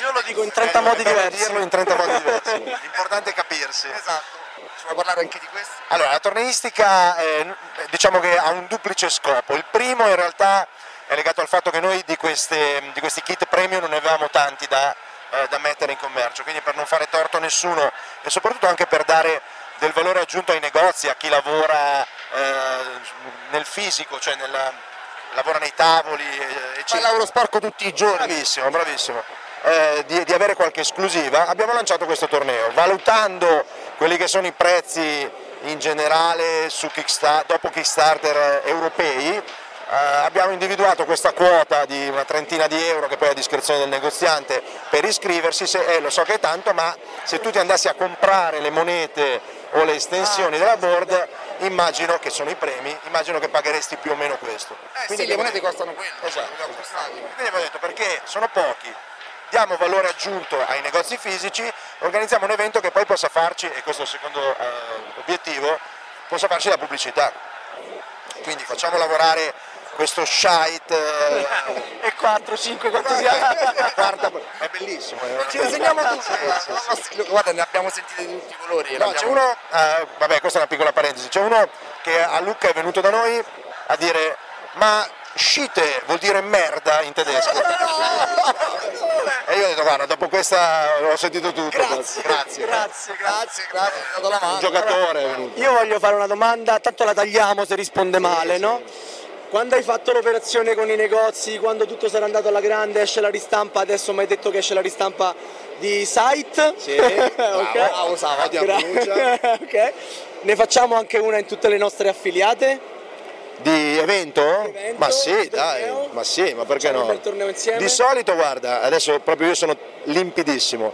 [SPEAKER 5] Io lo dico in
[SPEAKER 13] Eh,
[SPEAKER 5] 30 modi
[SPEAKER 13] dobbiamo
[SPEAKER 5] diversi.
[SPEAKER 13] dirlo in 30 modi diversi. L'importante è capirsi.
[SPEAKER 4] Esatto. Ci vuoi parlare anche di questo?
[SPEAKER 13] Allora, la torneistica eh, diciamo che ha un duplice scopo. Il primo in realtà è legato al fatto che noi di, queste- di questi kit premium non ne avevamo tanti da, eh, da mettere in commercio, quindi per non fare torto a nessuno e soprattutto anche per dare del valore aggiunto ai negozi, a chi lavora eh, nel fisico, cioè nella- lavora nei tavoli, eh, eccetera.
[SPEAKER 4] Fa il lavoro sporco tutti i giorni.
[SPEAKER 13] Bravissimo, bravissimo. Eh, di, di avere qualche esclusiva, abbiamo lanciato questo torneo valutando quelli che sono i prezzi in generale su Kickstar- dopo Kickstarter eh, europei. eh, abbiamo individuato questa quota di una trentina di euro che poi è a discrezione del negoziante per iscriversi, se, eh, lo so che è tanto, ma se tu ti andassi a comprare le monete o le estensioni della board, immagino che sono i premi, immagino che pagheresti più o meno questo.
[SPEAKER 4] sì, le monete costano quello.
[SPEAKER 13] Esatto. Quindi abbiamo detto perché sono pochi, diamo valore aggiunto ai negozi fisici, organizziamo un evento che poi possa farci, e questo è il secondo eh, obiettivo, possa farci la pubblicità. Quindi facciamo lavorare questo shite eh,
[SPEAKER 4] E 4, 5, quanto
[SPEAKER 13] Guarda, è bellissimo. eh.
[SPEAKER 4] Ci disegniamo tutti. Guarda, ne abbiamo sentite di tutti i colori.
[SPEAKER 13] No, c'è uno, eh, vabbè questa è una piccola parentesi, c'è uno che a Lucca è venuto da noi a dire ma scite vuol dire merda in tedesco. e io ho detto guarda, dopo questa ho sentito tutto. Grazie, grazie.
[SPEAKER 4] Grazie, grazie, grazie, mi hai dato la mano.
[SPEAKER 13] Un giocatore è venuto.
[SPEAKER 5] eh, Io voglio fare una domanda, tanto la tagliamo se risponde male, no? Quando hai fatto l'operazione con i negozi, quando tutto sarà andato alla grande, esce la ristampa, adesso mi hai detto che esce la ristampa di site.
[SPEAKER 4] Sì,
[SPEAKER 5] ok.
[SPEAKER 4] bravo, bravo, Sava, ti
[SPEAKER 5] Gra-
[SPEAKER 4] annuncia.
[SPEAKER 5] ok. Ne facciamo anche una in tutte le nostre affiliate?
[SPEAKER 13] Di evento? Ma sì, dai, ma sì, ma perché
[SPEAKER 5] Facciamo un
[SPEAKER 13] no?
[SPEAKER 5] bel torneo insieme?
[SPEAKER 13] Di solito, guarda, adesso proprio io sono limpidissimo.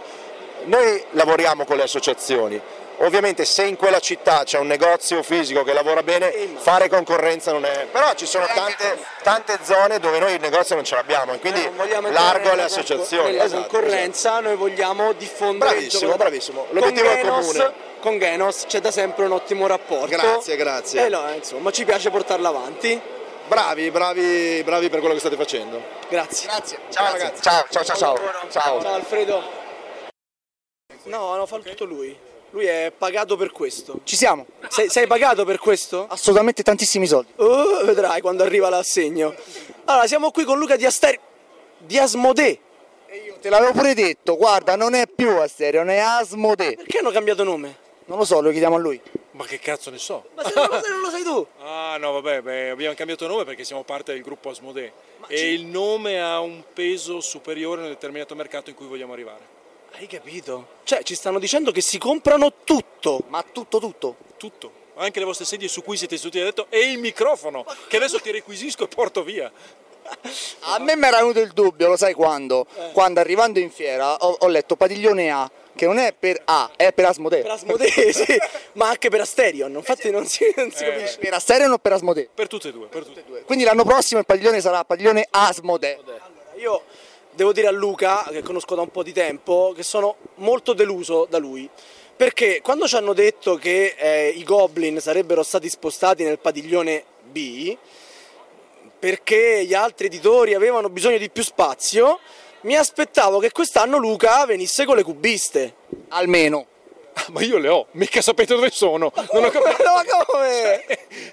[SPEAKER 13] Noi lavoriamo con le associazioni. Ovviamente se in quella città c'è un negozio fisico che lavora bene, fare concorrenza non è. Però ci sono tante, tante zone dove noi il negozio non ce l'abbiamo e quindi
[SPEAKER 5] Eh, Vogliamo entrare
[SPEAKER 13] largo alle
[SPEAKER 5] nella concor-
[SPEAKER 13] associazioni.
[SPEAKER 5] Nella
[SPEAKER 13] Esatto,
[SPEAKER 5] concorrenza noi vogliamo diffondere il
[SPEAKER 13] Bravissimo,
[SPEAKER 5] gioco.
[SPEAKER 13] bravissimo. L'obiettivo
[SPEAKER 5] con
[SPEAKER 13] è
[SPEAKER 5] Genos,
[SPEAKER 13] comune.
[SPEAKER 5] Con Genos c'è da sempre un ottimo rapporto.
[SPEAKER 13] Grazie, grazie.
[SPEAKER 5] E no, eh, insomma, ci piace portarlo avanti.
[SPEAKER 13] Bravi, bravi, bravi per quello che state facendo.
[SPEAKER 5] Grazie.
[SPEAKER 13] Ciao ragazzi. Ciao, ciao, ciao, ciao. Ciao.
[SPEAKER 5] Ciao Alfredo. No, no, fa tutto lui. Lui è pagato per questo.
[SPEAKER 4] Ci siamo.
[SPEAKER 5] Sei, sei pagato per questo?
[SPEAKER 4] Assolutamente tantissimi soldi.
[SPEAKER 5] Oh, vedrai quando arriva l'assegno. Allora, siamo qui con Luca di Aster... di Asmodee.
[SPEAKER 4] Te l'avevo pure detto, guarda, non è più Asterio, non è Asmodee.
[SPEAKER 5] Perché hanno cambiato nome?
[SPEAKER 4] Non lo so, lo chiediamo a lui.
[SPEAKER 14] Ma che cazzo ne so?
[SPEAKER 5] Ma se non lo, se non lo sai tu?
[SPEAKER 14] Ah no vabbè, beh, abbiamo cambiato nome perché siamo parte del gruppo Asmodee e il nome ha un peso superiore a un determinato mercato in cui vogliamo arrivare.
[SPEAKER 5] Hai capito? Cioè, ci stanno dicendo che si comprano tutto.
[SPEAKER 4] Ma tutto, tutto?
[SPEAKER 14] Tutto, anche le vostre sedie su cui siete seduti ha detto e il microfono che adesso ti requisisco e porto via.
[SPEAKER 4] A me mi era venuto il dubbio, lo sai quando? Quando arrivando in fiera ho, ho letto padiglione A, che non è per A, è per Asmodee. Per
[SPEAKER 5] Asmodee, sì, ma anche per Asterion, infatti non si, non si capisce.
[SPEAKER 4] Eh, Per Asterion o per Asmodee?
[SPEAKER 14] Per tutte e due, per tutte e due.
[SPEAKER 4] Quindi l'anno prossimo il padiglione sarà padiglione Asmodee.
[SPEAKER 5] Io devo dire a Luca, che conosco da un po' di tempo, che sono molto deluso da lui. Perché quando ci hanno detto che eh, i Goblin sarebbero stati spostati nel padiglione B, perché gli altri editori avevano bisogno di più spazio, mi aspettavo che quest'anno Luca venisse con le cubiste. Ah,
[SPEAKER 4] Almeno.
[SPEAKER 14] Ma io le ho, mica sapete dove sono. Non ho capito.
[SPEAKER 5] Ma come?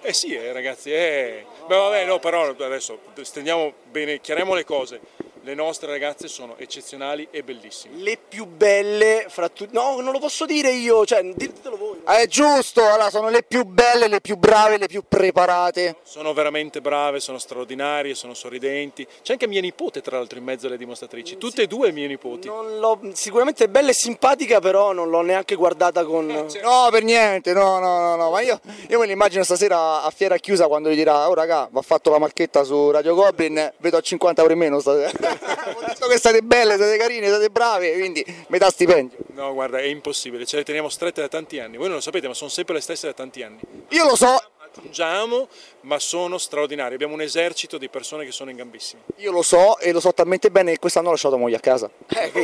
[SPEAKER 14] Eh sì, eh, ragazzi, eh. Beh, vabbè, no, però adesso stendiamo bene, chiariamo le cose. Le nostre ragazze sono eccezionali e bellissime.
[SPEAKER 5] Le più belle fra tutte. No, non lo posso dire io, cioè, ditelo voi.
[SPEAKER 4] Ah, È giusto, allora sono le più belle, le più brave, le più preparate.
[SPEAKER 14] Sono veramente brave, sono straordinarie, sono sorridenti. C'è anche mia nipote, tra l'altro, in mezzo alle dimostratrici. Tutte e due mie nipoti.
[SPEAKER 5] Non l'ho- sicuramente è bella e simpatica, però non l'ho neanche guardata con.
[SPEAKER 4] No, per niente, no, no, no, no, ma io, io me l'immagino stasera a fiera chiusa quando gli dirà, oh raga, va fatto la marchetta su Radio Goblin, vedo a 50 euro in meno stasera. Ho detto che state belle, siete carine, siete brave, quindi metà stipendio.
[SPEAKER 14] No, guarda, è impossibile. Ce le teniamo strette da tanti anni. Voi non lo sapete, ma sono sempre le stesse da tanti anni.
[SPEAKER 4] Io lo so,
[SPEAKER 14] Aggiungiamo, ma sono straordinarie. Abbiamo un esercito di persone che sono in gambissimi.
[SPEAKER 4] io lo so e lo so talmente bene che quest'anno ho lasciato moglie a casa.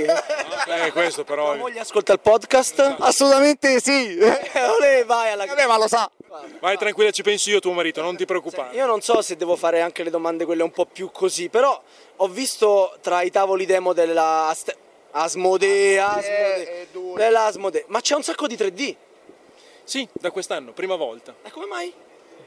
[SPEAKER 14] Eh, questo però. è-
[SPEAKER 5] moglie ascolta il podcast?
[SPEAKER 4] Assolutamente sì.
[SPEAKER 5] Olè, vai
[SPEAKER 14] Eh,
[SPEAKER 5] alla
[SPEAKER 4] Vabbè, ma lo sa.
[SPEAKER 14] Vai tranquilla, ci penso io, tuo marito, non ti preoccupare.
[SPEAKER 5] Io non so se devo fare anche le domande quelle un po' più così, però ho visto tra i tavoli demo della Ast- Asmodee, Asmodee, della Asmodee, ma c'è un sacco di 3D.
[SPEAKER 14] Sì, da quest'anno, prima volta.
[SPEAKER 5] Ma come mai?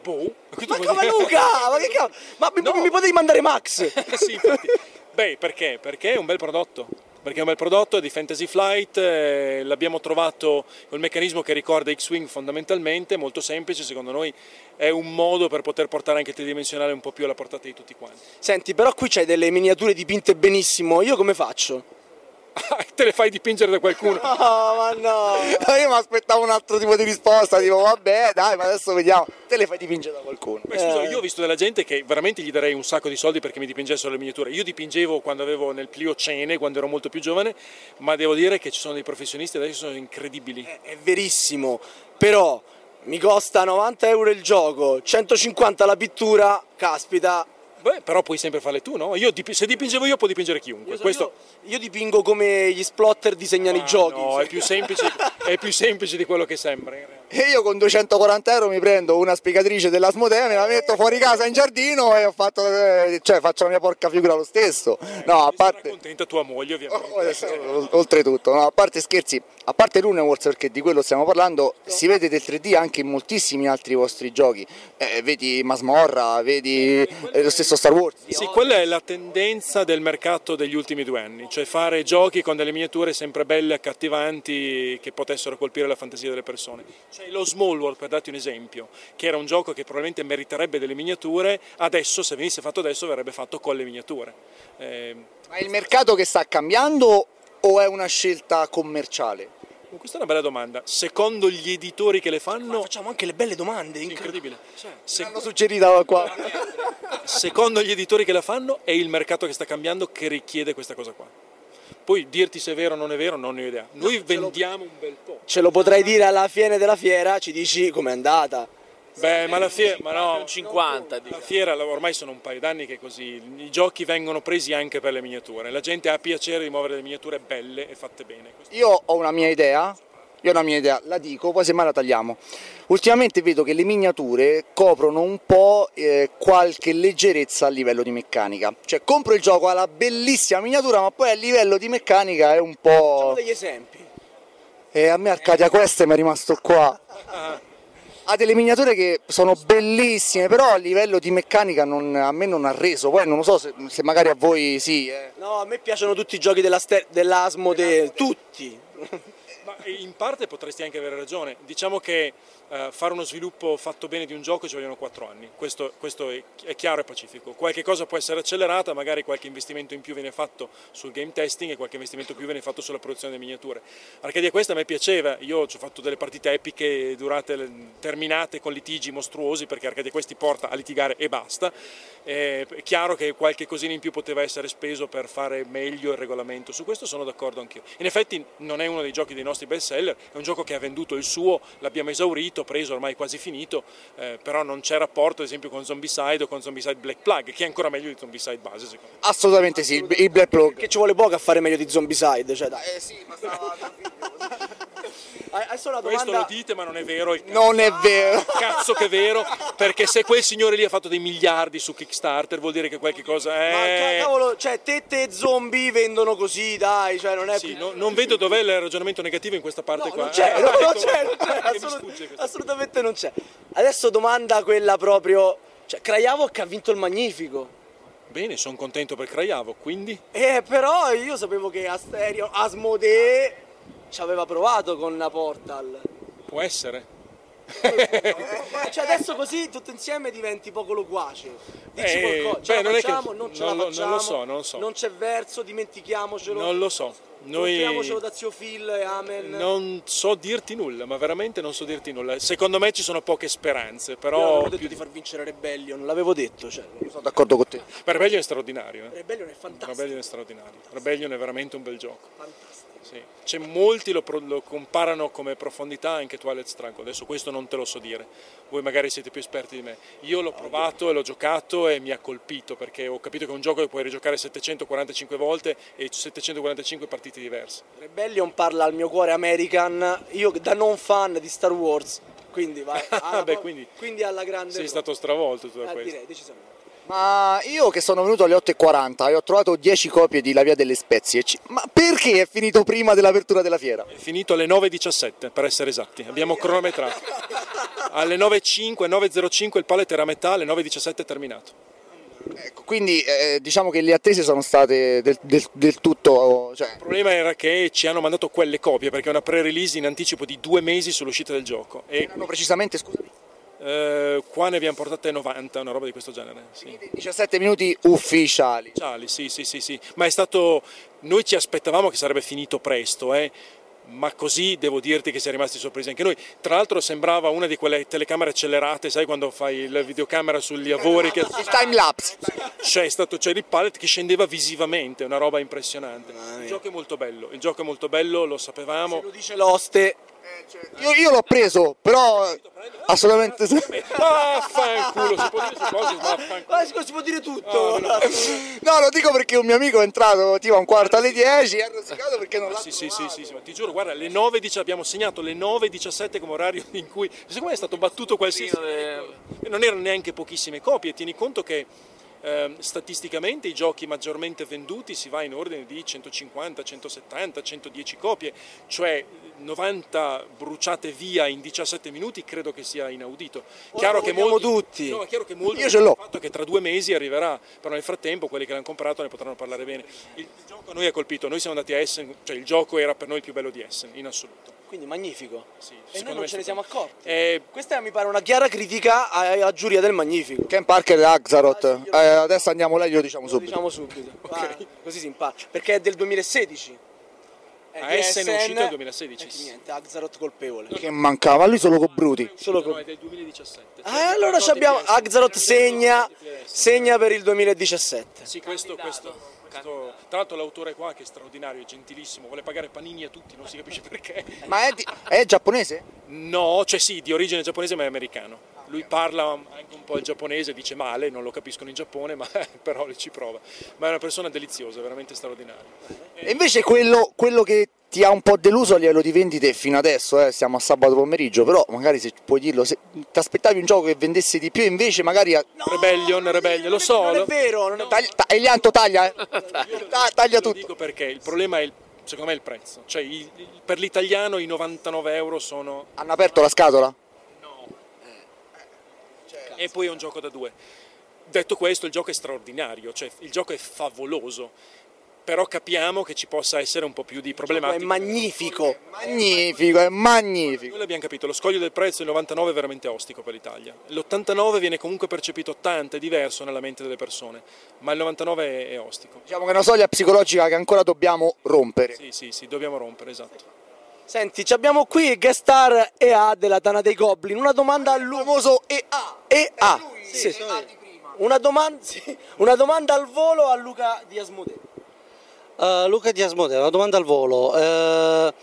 [SPEAKER 14] Boh.
[SPEAKER 5] Ma come Luca? Ma che cavolo? Ma mi, mi potevi mandare Max?
[SPEAKER 14] sì, infatti. Beh, perché? Perché è un bel prodotto. Perché è un bel prodotto, è di Fantasy Flight, eh, l'abbiamo trovato con il meccanismo che ricorda X-Wing fondamentalmente, molto semplice, secondo noi è un modo per poter portare anche il tridimensionale un po' più alla portata di tutti quanti.
[SPEAKER 5] Senti, però qui c'hai delle miniature dipinte benissimo, io come faccio?
[SPEAKER 14] te le fai dipingere da qualcuno.
[SPEAKER 4] No, Oh, ma no. Io mi aspettavo un altro tipo di risposta, tipo vabbè dai, ma adesso vediamo. Te le fai dipingere da qualcuno.
[SPEAKER 14] Beh, scusa, io ho visto della gente che veramente gli darei un sacco di soldi perché mi dipingessero le miniature. Io dipingevo quando avevo nel pliocene, quando ero molto più giovane, ma devo dire che ci sono dei professionisti adesso che sono incredibili.
[SPEAKER 5] È verissimo, però mi costa 90 euro il gioco, 150 la pittura, caspita.
[SPEAKER 14] Beh, però puoi sempre farle tu, no? Io dip- se dipingevo io può dipingere chiunque. Questo...
[SPEAKER 5] Io dipingo come gli splotter disegnano i giochi.
[SPEAKER 14] No, è più, semplice, è più semplice di quello che sembra. in realtà.
[SPEAKER 4] E io con 240 euro mi prendo una spiegatrice dell'Asmodea, me la metto fuori casa in giardino e ho fatto, eh, cioè, faccio la mia porca figura lo stesso. No, a parte,
[SPEAKER 14] Contenta tua moglie, ovviamente.
[SPEAKER 4] o- oltretutto, no, a parte scherzi, a parte Runeworks perché di quello stiamo parlando, si vede del 3D anche in moltissimi altri vostri giochi. Eh, vedi Masmorra, vedi eh, lo stesso Star Wars.
[SPEAKER 14] Sì, quella è la tendenza del mercato degli ultimi due anni, cioè fare giochi con delle miniature sempre belle, accattivanti, che potessero colpire la fantasia delle persone. C'è lo Small World, per darti un esempio, che era un gioco che probabilmente meriterebbe delle miniature, adesso, se venisse fatto adesso, verrebbe fatto con le miniature. Eh,
[SPEAKER 4] Ma è il mercato che sta cambiando o è una scelta commerciale?
[SPEAKER 14] questa è una bella domanda. Secondo gli editori che le fanno... facciamo
[SPEAKER 5] anche le belle domande, cioè,
[SPEAKER 14] incredibile. Se-
[SPEAKER 4] L'hanno suggerita qua.
[SPEAKER 14] secondo gli editori che la fanno, è il mercato che sta cambiando che richiede questa cosa qua. Poi dirti se è vero o non è vero, non ne ho idea. Noi vendiamo un bel po'.
[SPEAKER 5] Ce lo potrai dire alla fine della fiera, ci dici com'è andata.
[SPEAKER 14] Beh, ma la fiera, ma no, 50, la fiera la- ormai sono un paio d'anni che è così. I giochi vengono presi anche per le miniature. La gente ha piacere di muovere le miniature belle e fatte bene.
[SPEAKER 4] Io ho una mia idea, io ho una mia idea, la dico, poi semmai la tagliamo. Ultimamente vedo che le miniature coprono un po' eh, qualche leggerezza a livello di meccanica. Cioè compro il gioco alla bellissima miniatura, ma poi a livello di meccanica è un po'...
[SPEAKER 5] Degli esempi.
[SPEAKER 4] E a me Arcadia Quest mi è rimasto qua. Ha delle miniature che sono bellissime, però a livello di meccanica non- a me non ha reso. Poi non lo so se, se magari a voi sì. eh.
[SPEAKER 5] No, a me piacciono tutti i giochi della Ste- dell'Asmode, tutti.
[SPEAKER 14] Ma in parte potresti anche avere ragione. Diciamo che eh, fare uno sviluppo fatto bene di un gioco ci vogliono 4 anni. Questo, questo è, è chiaro e pacifico. Qualche cosa può essere accelerata, magari qualche investimento in più viene fatto sul game testing e qualche investimento in più viene fatto sulla produzione delle miniature. Arcadia questa a me piaceva. Io ci ho fatto delle partite epiche durate, le- terminate con litigi mostruosi perché Arcadia Quest ti porta a litigare e basta. Eh, è chiaro che qualche cosina in più poteva essere speso per fare meglio il regolamento, su questo sono d'accordo anch'io. In effetti non è uno dei giochi dei nostri best seller, è un gioco che ha venduto il suo, l'abbiamo esaurito, preso ormai quasi finito, eh, però non c'è rapporto ad esempio con Zombicide o con Zombicide Black Plug, che è ancora meglio di Zombicide base secondo me.
[SPEAKER 4] Assolutamente sì, il- il Black Plug.
[SPEAKER 5] Che ci vuole poco a fare meglio di Zombicide, cioè dai.
[SPEAKER 4] sì, ma
[SPEAKER 5] Adesso la
[SPEAKER 14] Questo
[SPEAKER 5] domanda...
[SPEAKER 14] lo dite ma non è vero, il
[SPEAKER 4] Non è vero.
[SPEAKER 14] cazzo che è vero, perché se quel signore lì ha fatto dei miliardi su Kickstarter vuol dire che qualche cosa è...
[SPEAKER 5] Ma ca- cavolo, cioè tette e zombie vendono così, dai, cioè non è
[SPEAKER 14] Sì,
[SPEAKER 5] più...
[SPEAKER 14] no- non vedo dov'è il ragionamento negativo in questa parte qua.
[SPEAKER 5] Non c'è,
[SPEAKER 14] Eh,
[SPEAKER 5] no,
[SPEAKER 14] ecco,
[SPEAKER 5] non c'è, non c'è,
[SPEAKER 14] che mi
[SPEAKER 5] assolut-
[SPEAKER 14] sfugge questa.
[SPEAKER 5] assolutamente non c'è. Adesso domanda quella proprio, cioè Krajavok ha vinto il Magnifico.
[SPEAKER 14] Bene, sono contento per Craiavo, quindi...
[SPEAKER 5] Eh, però io sapevo che Asterio, Asmodee ci aveva provato con la Portal.
[SPEAKER 14] Può essere.
[SPEAKER 5] Cioè adesso così tutto insieme diventi poco loquace. Dici
[SPEAKER 14] Eh,
[SPEAKER 5] qualcosa, ce
[SPEAKER 14] beh,
[SPEAKER 5] la
[SPEAKER 14] non è che-
[SPEAKER 5] facciamo, non ce
[SPEAKER 14] non
[SPEAKER 5] la
[SPEAKER 14] lo- non
[SPEAKER 5] facciamo.
[SPEAKER 14] lo so, non lo so.
[SPEAKER 5] Non c'è verso, dimentichiamocelo.
[SPEAKER 14] Non lo so.
[SPEAKER 5] Compriamocelo
[SPEAKER 14] Noi
[SPEAKER 5] da zio Phil e Amen.
[SPEAKER 14] non so dirti nulla, ma veramente non so dirti nulla. Secondo me ci sono poche speranze,
[SPEAKER 5] Io avevo
[SPEAKER 14] però
[SPEAKER 5] detto
[SPEAKER 14] più
[SPEAKER 5] di far vincere Rebellion, l'avevo detto. Cioè.
[SPEAKER 4] Sono d'accordo con te.
[SPEAKER 14] Beh, Rebellion è straordinario. eh.
[SPEAKER 5] Rebellion è fantastico.
[SPEAKER 14] Rebellion è straordinario. Rebellion è veramente un bel gioco. Sì. C'è molti lo, pro- lo comparano come profondità anche Twilight Struggle. Adesso questo non te lo so dire. Voi magari siete più esperti di me. Io l'ho provato e l'ho giocato e mi ha colpito perché ho capito che è un gioco che puoi rigiocare 745 volte e 745 partite diverse.
[SPEAKER 5] Rebellion parla al mio cuore American, io da non fan di Star Wars, quindi vai. alla-
[SPEAKER 14] Beh, quindi
[SPEAKER 5] quindi alla grande.
[SPEAKER 14] sei stato stravolto tu da
[SPEAKER 5] Eh,
[SPEAKER 14] questo.
[SPEAKER 5] direi, decisamente.
[SPEAKER 4] Ma io che sono venuto alle 8.40 e ho trovato 10 copie di La Via delle Spezie, ci- ma perché è finito prima dell'apertura della fiera? Ecco,
[SPEAKER 14] È finito alle 9.17 per essere esatti,
[SPEAKER 5] Ah,
[SPEAKER 14] abbiamo cronometrato. Alle 9.05, 9.05 il pallet era a metà, alle 9.17 è terminato.
[SPEAKER 4] Quindi eh, diciamo che le attese sono state del, del- del tutto... Cioè,
[SPEAKER 14] Il problema era che ci hanno mandato quelle copie perché è una pre-release in anticipo di due mesi sull'uscita del gioco. E
[SPEAKER 4] erano precisamente, scusami,
[SPEAKER 14] eh, qua ne abbiamo portate 90, una roba di questo genere. Sì.
[SPEAKER 4] 17 minuti ufficiali.
[SPEAKER 14] Ufficiali, sì, sì, sì, sì. Ma è stato. Noi ci aspettavamo che sarebbe finito presto, eh, Ma così devo dirti che siamo rimasti sorpresi anche noi. Tra l'altro sembrava una di quelle telecamere accelerate, sai quando fai la videocamera sugli lavori che
[SPEAKER 4] Il time lapse.
[SPEAKER 14] c'è stato c'era il pallet che scendeva visivamente, una roba impressionante. Il gioco è molto bello, il gioco è molto bello, lo sapevamo. lo dice l'oste.
[SPEAKER 4] Eh, cioè, Io, io l'ho preso, però eh, assolutamente
[SPEAKER 14] Vaffanculo, si può dire su cose, vaffanculo. Ah,
[SPEAKER 5] Ma Ah, si può dire tutto.
[SPEAKER 4] No, lo dico perché un mio amico è entrato tipo a un quarto alle 10 e ha rosicato perché non l'ha
[SPEAKER 14] Sì, sì, sì, sì, sì, ma ti giuro, guarda, le 9:10 abbiamo segnato le 9.17 come orario in cui, secondo me è stato battuto qualsiasi... Non erano neanche pochissime copie, tieni conto che ehm, statisticamente i giochi maggiormente venduti si va in ordine di 150, 170, 110 copie, cioè 90 bruciate via in 17 minuti credo che sia inaudito. Chiaro che,
[SPEAKER 4] vogliamo
[SPEAKER 14] molti,
[SPEAKER 4] tutti.
[SPEAKER 14] No, è chiaro che molti
[SPEAKER 4] Io ce l'ho.
[SPEAKER 14] il fatto che tra due mesi arriverà, però nel frattempo quelli che l'hanno comprato ne potranno parlare bene. Il gioco a noi ha colpito, noi siamo andati a Essen, cioè il gioco era per noi il più bello di Essen, in assoluto.
[SPEAKER 5] Quindi magnifico. e
[SPEAKER 14] secondo
[SPEAKER 5] noi
[SPEAKER 14] me
[SPEAKER 5] non ce
[SPEAKER 14] sì.
[SPEAKER 5] ne siamo accorti.
[SPEAKER 14] Eh,
[SPEAKER 5] Questa mi pare una chiara critica a- alla giuria del magnifico.
[SPEAKER 4] Ken Parker e Axaroth. Eh, adesso andiamo là, glielo diciamo
[SPEAKER 5] Lo
[SPEAKER 4] subito.
[SPEAKER 5] diciamo subito. Ah, così si impara. Perché è del 2016. È
[SPEAKER 14] A
[SPEAKER 5] di
[SPEAKER 14] Essen Ah, è uscito nel
[SPEAKER 5] Essen.
[SPEAKER 14] 2016.
[SPEAKER 5] Ecco, Niente, Axaroth colpevole.
[SPEAKER 4] Che mancava lui solo con Bruti.
[SPEAKER 5] Solo con...
[SPEAKER 14] è del 2017.
[SPEAKER 5] Ah, allora ci abbiamo Axaroth segna, segna per il 2017.
[SPEAKER 14] Ah. Sì, questo, questo, questo- Tra l'altro l'autore qua che è straordinario, è gentilissimo, vuole pagare panini a tutti, non si capisce perché.
[SPEAKER 4] Ma è, di- è giapponese?
[SPEAKER 14] No, cioè sì, di origine giapponese ma è americano. Lui parla anche un po' il giapponese, dice male, non lo capiscono in Giappone, ma però lui ci prova. Ma è una persona deliziosa, veramente straordinaria.
[SPEAKER 4] E invece quello, quello che ti ha un po' deluso a livello di vendite fino adesso, eh, siamo a sabato pomeriggio, però magari se puoi dirlo, se ti aspettavi un gioco che vendesse di più, invece magari... A...
[SPEAKER 14] Rebellion, Rebellion, lo so. Non è
[SPEAKER 5] vero, non è
[SPEAKER 4] Tagli- ta- Elianto taglia, eh. Ta- taglia tutto.
[SPEAKER 14] Dico perché il problema è, il- secondo me, il prezzo. Cioè, i- i- per l'italiano i 99 euro sono...
[SPEAKER 4] Hanno aperto la scatola?
[SPEAKER 14] Eh, e poi è un gioco da due. Detto questo, il gioco è straordinario, cioè il gioco è favoloso, però capiamo che ci possa essere un po' più di problematiche.
[SPEAKER 5] È magnifico.
[SPEAKER 4] Magnifico, è magnifico.
[SPEAKER 14] Noi l'abbiamo capito, lo scoglio del prezzo, il 99 è veramente ostico per l'Italia. L'89 viene comunque percepito 80, è diverso nella mente delle persone, ma il 99 è ostico.
[SPEAKER 4] Diciamo che è una soglia psicologica che ancora dobbiamo rompere.
[SPEAKER 14] Sì, sì, sì, dobbiamo rompere, esatto.
[SPEAKER 5] Senti, ci abbiamo qui il guest star EA della Tana dei Goblin. Una domanda al famoso EA. EA. Sì, Una, domanda, sì. una domanda al volo a Luca di Asmodeo.
[SPEAKER 15] Eh, Luca Di Asmodeo, una domanda al volo. Eh,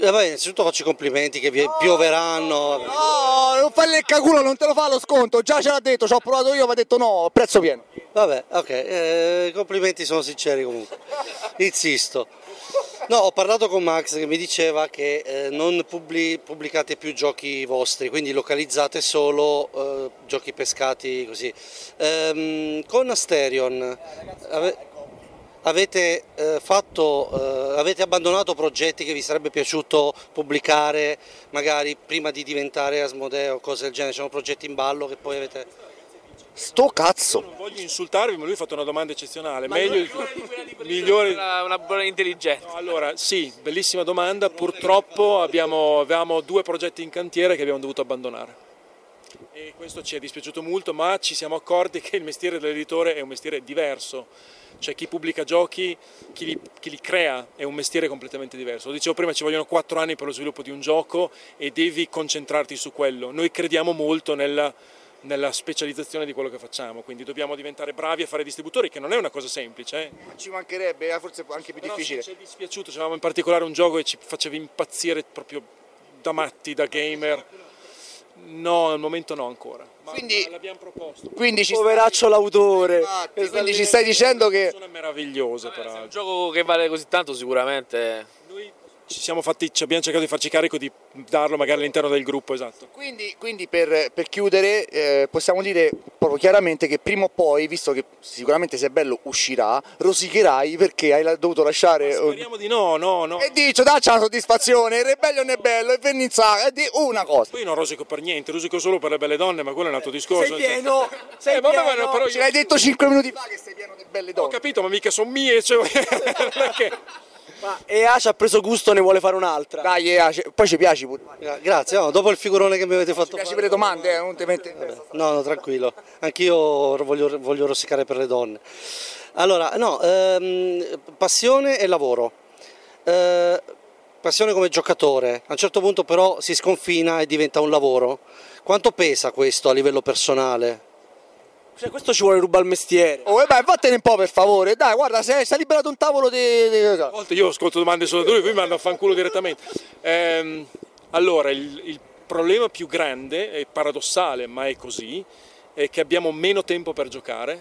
[SPEAKER 15] eh, vabbè, innanzitutto faccio i complimenti che vi pioveranno.
[SPEAKER 4] No, non farle il caculo, non te lo fa lo sconto, già ce l'ha detto, ci ho provato io, mi ha detto no, prezzo pieno.
[SPEAKER 15] Vabbè, ok, eh, i complimenti sono sinceri comunque. Insisto. No, ho parlato con Max che mi diceva che eh, non publi- pubblicate più giochi vostri, quindi localizzate solo eh, giochi pescati così. Ehm, con Asterion ave- avete, eh, fatto, eh, avete abbandonato progetti che vi sarebbe piaciuto pubblicare magari prima di diventare Asmodeo, cose del genere, c'erano progetti in ballo che poi avete...
[SPEAKER 4] Sto cazzo!
[SPEAKER 14] Non voglio insultarvi, ma lui ha fatto una domanda eccezionale.
[SPEAKER 11] Ma
[SPEAKER 14] Meglio
[SPEAKER 11] migliore di quella di prima.
[SPEAKER 14] migliore-
[SPEAKER 11] Una, una buona intelligenza.
[SPEAKER 14] Allora, sì, bellissima domanda. Purtroppo abbiamo, avevamo due progetti in cantiere che abbiamo dovuto abbandonare. E questo ci è dispiaciuto molto, ma ci siamo accorti che il mestiere dell'editore è un mestiere diverso. Cioè chi pubblica giochi, chi li, chi li crea è un mestiere completamente diverso. Lo dicevo prima, ci vogliono quattro anni per lo sviluppo di un gioco e devi concentrarti su quello. Noi crediamo molto nella, nella specializzazione di quello che facciamo, quindi dobbiamo diventare bravi a fare distributori, che non è una cosa semplice. eh.
[SPEAKER 4] Ci mancherebbe, eh, forse anche più
[SPEAKER 14] Però sì,
[SPEAKER 4] difficile.
[SPEAKER 14] ci è dispiaciuto, c'avevamo in particolare un gioco che ci faceva impazzire proprio da matti, da gamer. No, al momento no ancora. Ma
[SPEAKER 4] Quindi,
[SPEAKER 14] l'abbiamo proposto.
[SPEAKER 4] quindi ci
[SPEAKER 5] Poveraccio l'autore. Esatto.
[SPEAKER 4] quindi ci stai dicendo che...
[SPEAKER 14] Meraviglioso però.
[SPEAKER 11] Un gioco che vale così tanto sicuramente.
[SPEAKER 14] Ci siamo fatti, ci abbiamo cercato di farci carico di darlo magari all'interno del gruppo, esatto.
[SPEAKER 4] Quindi, quindi per, per chiudere eh, possiamo dire proprio chiaramente che prima o poi, visto che sicuramente se è bello uscirà, rosicherai perché hai la- dovuto lasciare...
[SPEAKER 14] Speriamo di no, no, no.
[SPEAKER 4] E dici, dacci la soddisfazione, il Rebellion è bello, il Vernizzare è di una cosa.
[SPEAKER 14] Poi io non rosico per niente, rosico solo per le belle donne, ma quello è un
[SPEAKER 11] Eh,
[SPEAKER 14] altro discorso.
[SPEAKER 4] sei pieno, sei
[SPEAKER 14] Eh, vabbè,
[SPEAKER 4] pieno.
[SPEAKER 14] ma però
[SPEAKER 4] Ce l'hai detto cinque minuti fa che sei pieno di belle
[SPEAKER 14] Ho
[SPEAKER 4] donne.
[SPEAKER 14] capito, ma mica sono mie, cioè... non è che-
[SPEAKER 5] EA ci ha preso gusto, ne vuole fare un'altra.
[SPEAKER 4] Dai, EA, poi ci piaci pure.
[SPEAKER 15] Grazie, no, dopo il figurone che mi avete fatto.
[SPEAKER 4] Piaci per le domande, eh, non ti metti.
[SPEAKER 15] No, no, tranquillo. Anch'io voglio, voglio rossicare per le donne. Allora, no, ehm, passione e lavoro. Eh, passione come giocatore, a un certo punto però si sconfina e diventa un lavoro. Quanto pesa questo a livello personale?
[SPEAKER 5] Cioè, questo ci vuole rubare il mestiere.
[SPEAKER 4] Oh, e beh, vattene un po' per favore. Dai, guarda, si è liberato un tavolo di.
[SPEAKER 14] A volte io ascolto domande solo da lui, poi mi mandano a fanculo direttamente. Ehm, allora, il, il problema più grande, e paradossale, ma è così, è che abbiamo meno tempo per giocare.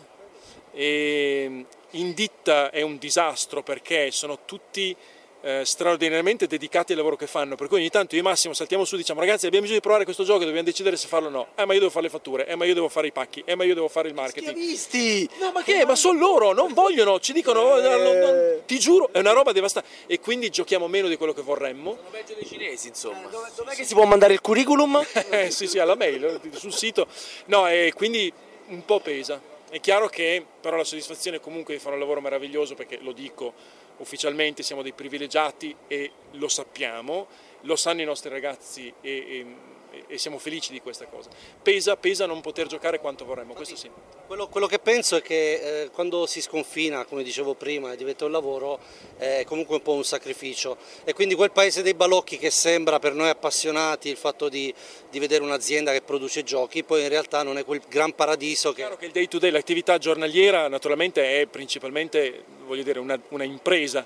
[SPEAKER 14] E in ditta è un disastro perché sono tutti eh, straordinariamente dedicati al lavoro che fanno, per cui ogni tanto io e Massimo saltiamo su e diciamo ragazzi abbiamo bisogno di provare questo gioco, dobbiamo decidere se farlo o no, eh ma io devo fare le fatture, eh ma io devo fare i pacchi, eh ma io devo fare il marketing.
[SPEAKER 5] Visti!
[SPEAKER 14] No, ma che? Ma sono loro, non vogliono, ci dicono, "Oh, "No, no,
[SPEAKER 5] Eh.
[SPEAKER 14] no", ti giuro, è una roba devastante. E quindi giochiamo meno di quello che vorremmo. Sono peggio dei cinesi, insomma. Dov'è
[SPEAKER 5] Eh, che si può mandare il curriculum?
[SPEAKER 14] eh, sì, sì, alla mail, sul sito. No, e quindi un po' pesa. È chiaro che però la soddisfazione comunque di fare un lavoro meraviglioso, perché lo dico ufficialmente, siamo dei privilegiati e lo sappiamo, lo sanno i nostri ragazzi e, e- e siamo felici di questa cosa. Pesa, pesa non poter giocare quanto vorremmo, questo sì.
[SPEAKER 15] Quello, quello che penso è che eh, quando si sconfina, come dicevo prima, e diventa un lavoro, è comunque un po' un sacrificio. E quindi quel paese dei balocchi che sembra per noi appassionati il fatto di, di vedere un'azienda che produce giochi, poi in realtà non è quel gran paradiso che...
[SPEAKER 14] Chiaro che il day to day, l'attività giornaliera naturalmente è principalmente voglio dire, una, una impresa.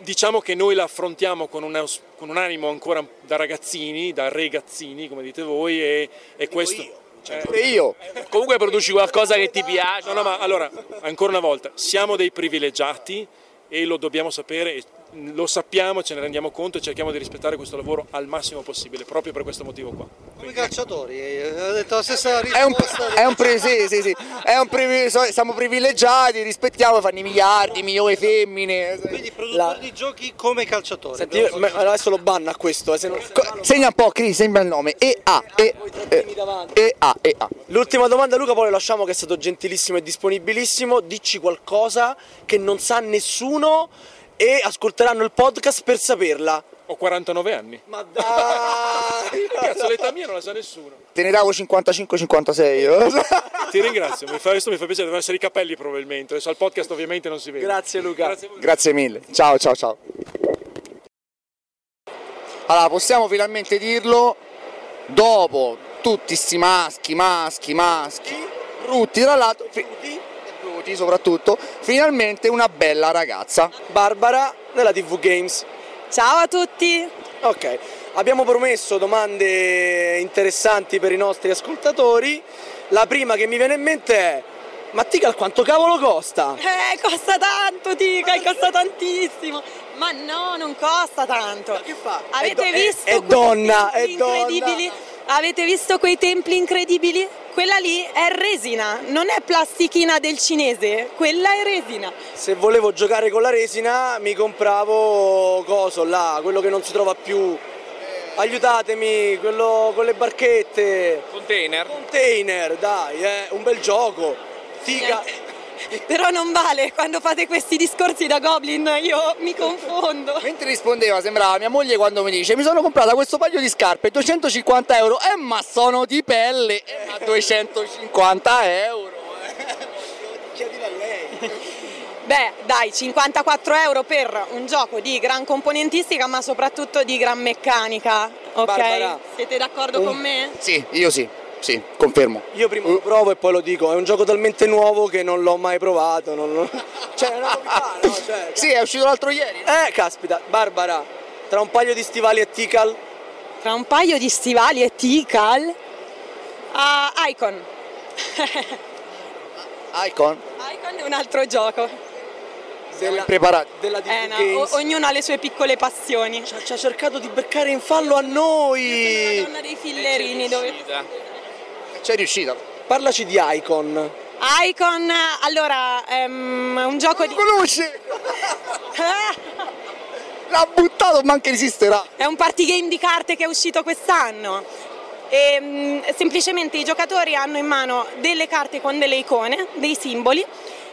[SPEAKER 14] Diciamo che noi la affrontiamo con, una- con un animo ancora da ragazzini, da regazzini come dite voi e, e questo... Cioè,
[SPEAKER 4] io.
[SPEAKER 14] Comunque produci qualcosa che ti piace. No, no, ma allora, ancora una volta, siamo dei privilegiati e lo dobbiamo sapere, e lo sappiamo, ce ne rendiamo conto e cerchiamo di rispettare questo lavoro al massimo possibile, proprio per questo motivo qua.
[SPEAKER 15] Come i calciatori, eh, ho detto la stessa
[SPEAKER 4] È un,
[SPEAKER 15] risposta.
[SPEAKER 4] è un pri- sì, sì, sì. È un privi- so- siamo privilegiati, rispettiamo, fanno i miliardi, milioni di femmine.
[SPEAKER 15] Quindi produttori di giochi come calciatori.
[SPEAKER 5] Senti, io- ma- adesso lo banna questo, eh, se non...
[SPEAKER 4] Segna un po', Cris, segna il nome. E A, E, E, E, A, E, A.
[SPEAKER 5] L'ultima domanda Luca, poi lo lasciamo che è stato gentilissimo e disponibilissimo, dici qualcosa che non sa nessuno e ascolteranno il podcast per saperla.
[SPEAKER 14] Ho 49 anni.
[SPEAKER 5] Ma dai!
[SPEAKER 14] Cazzo, l'età mia non la sa nessuno.
[SPEAKER 4] Te ne davo 55-56.
[SPEAKER 14] Ti ringrazio, mi fa, questo mi fa piacere, devono essere i capelli probabilmente. Adesso al podcast ovviamente non si vede.
[SPEAKER 5] Grazie Luca.
[SPEAKER 4] Grazie mille. Ciao, ciao, ciao. Allora, possiamo finalmente dirlo dopo tutti sti maschi, maschi, maschi, brutti tra l'altro, fi- brutti soprattutto, finalmente una bella ragazza.
[SPEAKER 5] Barbara della TV Games.
[SPEAKER 3] Ciao a tutti!
[SPEAKER 5] Ok, abbiamo promesso domande interessanti per i nostri ascoltatori. La prima che mi viene in mente è: Ma Tical quanto cavolo costa?
[SPEAKER 16] Eh, costa tanto, Tica, costa tantissimo. Ma no, non costa tanto. Ma che fa? Avete
[SPEAKER 5] È do- è-
[SPEAKER 16] visto
[SPEAKER 5] è
[SPEAKER 16] quei
[SPEAKER 5] donna,
[SPEAKER 16] templi
[SPEAKER 5] è donna.
[SPEAKER 16] incredibili? Avete visto quei templi incredibili? Quella lì è resina, non è plastichina del cinese, quella è resina.
[SPEAKER 5] Se volevo giocare con la resina, mi compravo coso là, quello che non si trova più. Aiutatemi, quello con le barchette.
[SPEAKER 11] Container.
[SPEAKER 5] Container, dai, eh, un bel gioco. Tica.
[SPEAKER 16] Però non vale, quando fate questi discorsi da goblin io mi confondo.
[SPEAKER 4] Mentre rispondeva sembrava mia moglie quando mi dice mi sono comprata questo paio di scarpe 250 euro, eh ma sono di pelle, eh, ma 250 euro.
[SPEAKER 16] Beh, dai, 54 euro per un gioco di gran componentistica, ma soprattutto di gran meccanica. Ok?
[SPEAKER 5] Barbara.
[SPEAKER 16] Siete d'accordo
[SPEAKER 5] Un-
[SPEAKER 16] con me?
[SPEAKER 4] Sì, io sì, sì, confermo.
[SPEAKER 5] Io prima lo provo e poi lo dico, è un gioco talmente nuovo che non l'ho mai provato. Non, non- Cioè, è una novità, no? Cioè,
[SPEAKER 4] sì, è uscito l'altro ieri.
[SPEAKER 5] Eh, caspita, Barbara, tra un paio di stivali e Tical.
[SPEAKER 16] Tra un paio di stivali e Tical a Ah, Icon.
[SPEAKER 4] Icon,
[SPEAKER 16] Icon è un altro gioco.
[SPEAKER 5] Della,
[SPEAKER 4] preparati.
[SPEAKER 5] della TV
[SPEAKER 16] Eh, no,
[SPEAKER 5] Games.
[SPEAKER 16] o- ognuno ha le sue piccole passioni.
[SPEAKER 5] Ci ha, cercato di beccare in fallo a noi.
[SPEAKER 16] La donna dei fillerini dove
[SPEAKER 4] C'è riuscita.
[SPEAKER 5] Parlaci di Icon.
[SPEAKER 16] Icon, allora, ehm, un gioco di...
[SPEAKER 4] conosce! L'ha buttato, ma anche resisterà.
[SPEAKER 16] È un party game di carte che è uscito quest'anno. Ehm, E, mm, semplicemente i giocatori hanno in mano delle carte con delle icone, dei simboli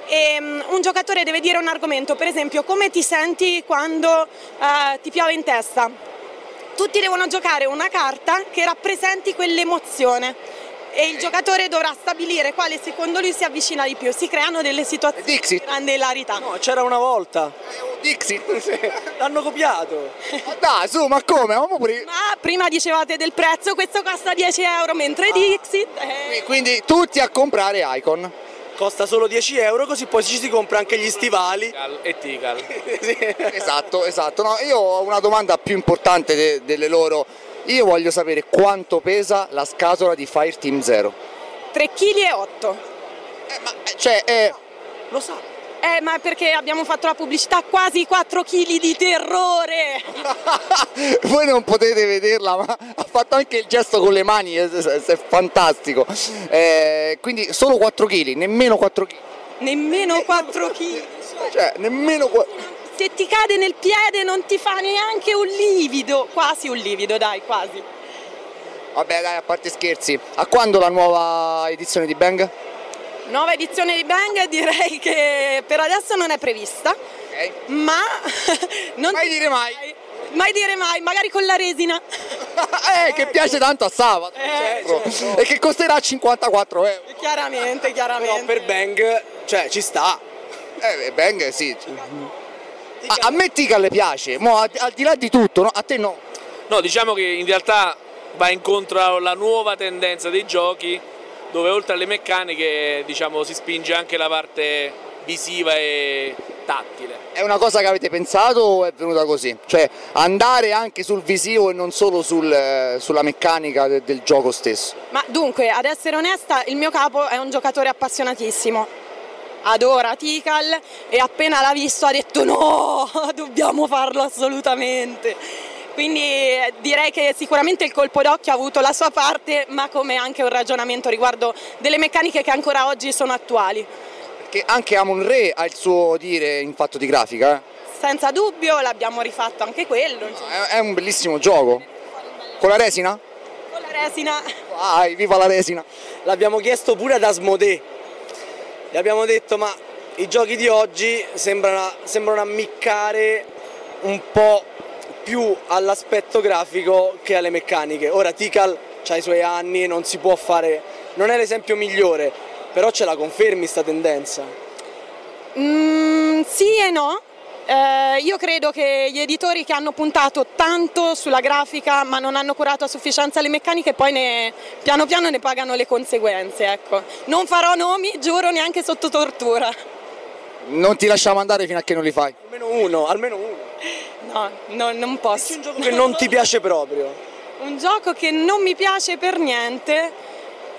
[SPEAKER 16] e mm, un giocatore deve dire un argomento, per esempio come ti senti quando eh, ti piove in testa. Tutti devono giocare una carta che rappresenti quell'emozione e il giocatore dovrà stabilire quale secondo lui si avvicina di più. Si creano delle situazioni di grande hilarità.
[SPEAKER 5] No, c'era una volta.
[SPEAKER 4] Dixit.
[SPEAKER 5] L'hanno copiato.
[SPEAKER 4] Dai, su, ma come? Avevamo pure-
[SPEAKER 16] Ma prima dicevate del prezzo, questo costa 10 euro, mentre Dixit... è-
[SPEAKER 4] Ah. Quindi tutti a comprare Icon.
[SPEAKER 5] Costa solo 10 euro così poi ci si compra anche gli stivali.
[SPEAKER 11] E Tigal.
[SPEAKER 4] Esatto, esatto. No, io ho una domanda più importante de- delle loro. Io voglio sapere quanto pesa la scatola di Fire Team Zero.
[SPEAKER 16] 3,8 kg.
[SPEAKER 4] Eh, Cioè, è
[SPEAKER 5] Lo sa.
[SPEAKER 16] Eh, ma perché abbiamo fatto la pubblicità quasi 4 kg di terrore.
[SPEAKER 4] Ah, voi non potete vederla, ma ha fatto anche il gesto con le mani, è, è- è fantastico. Eh, quindi solo 4 kg, nemmeno 4 kg.
[SPEAKER 16] Nemmeno 4 kg.
[SPEAKER 4] Eh, Cioè, nemmeno... qua-
[SPEAKER 16] Se ti cade nel piede non ti fa neanche un livido. Quasi un livido, dai, quasi.
[SPEAKER 4] Vabbè dai, a parte scherzi, a quando la nuova edizione di Bang?
[SPEAKER 16] Nuova edizione di Bang direi che per adesso non è prevista. Ma non mai
[SPEAKER 4] dire mai.
[SPEAKER 16] Mai dire mai, magari con la resina.
[SPEAKER 4] eh, che piace tanto a Sabato e che costerà 54 euro.
[SPEAKER 16] Chiaramente, chiaramente.
[SPEAKER 5] Però per Bang, cioè, ci sta.
[SPEAKER 4] Eh, Bang sì. A, a me Tical le piace, mo, al, al di là di tutto, no? a te no.
[SPEAKER 11] No, diciamo che in realtà va incontro alla nuova tendenza dei giochi dove oltre alle meccaniche diciamo, si spinge anche la parte visiva e tattile.
[SPEAKER 4] È una cosa che avete pensato o è venuta così? Cioè andare anche sul visivo e non solo sul, eh, sulla meccanica de- del gioco stesso.
[SPEAKER 16] Ma dunque, ad essere onesta, il mio capo è un giocatore appassionatissimo. Adora Tikal e appena l'ha visto ha detto no, dobbiamo farlo assolutamente. Quindi eh, direi che sicuramente il colpo d'occhio ha avuto la sua parte, ma come anche un ragionamento riguardo delle meccaniche che ancora oggi sono attuali.
[SPEAKER 4] Perché anche Amon Re ha il suo dire in fatto di grafica. eh.
[SPEAKER 16] Senza dubbio l'abbiamo rifatto anche quello, insomma,
[SPEAKER 4] È, è un bellissimo gioco. Con la resina?
[SPEAKER 16] con la resina.
[SPEAKER 4] Vai, viva la resina!
[SPEAKER 5] L'abbiamo chiesto pure ad Asmodee. Gli abbiamo detto, ma i giochi di oggi sembrano, sembrano ammiccare un po' più all'aspetto grafico che alle meccaniche. Ora Tikal ha i suoi anni, non si può fare... Non è l'esempio migliore, però ce la confermi sta tendenza.
[SPEAKER 16] Mm, sì e no. Eh, io credo che gli editori che hanno puntato tanto sulla grafica ma non hanno curato a sufficienza le meccaniche poi ne- piano piano ne pagano le conseguenze. Ecco. Non farò nomi, giuro, neanche sotto tortura.
[SPEAKER 4] Non ti lasciamo andare fino a che non li fai.
[SPEAKER 5] Almeno uno, almeno uno.
[SPEAKER 16] No, no, non posso.
[SPEAKER 5] Un gioco che non ti piace proprio.
[SPEAKER 16] Un gioco che non mi piace per niente.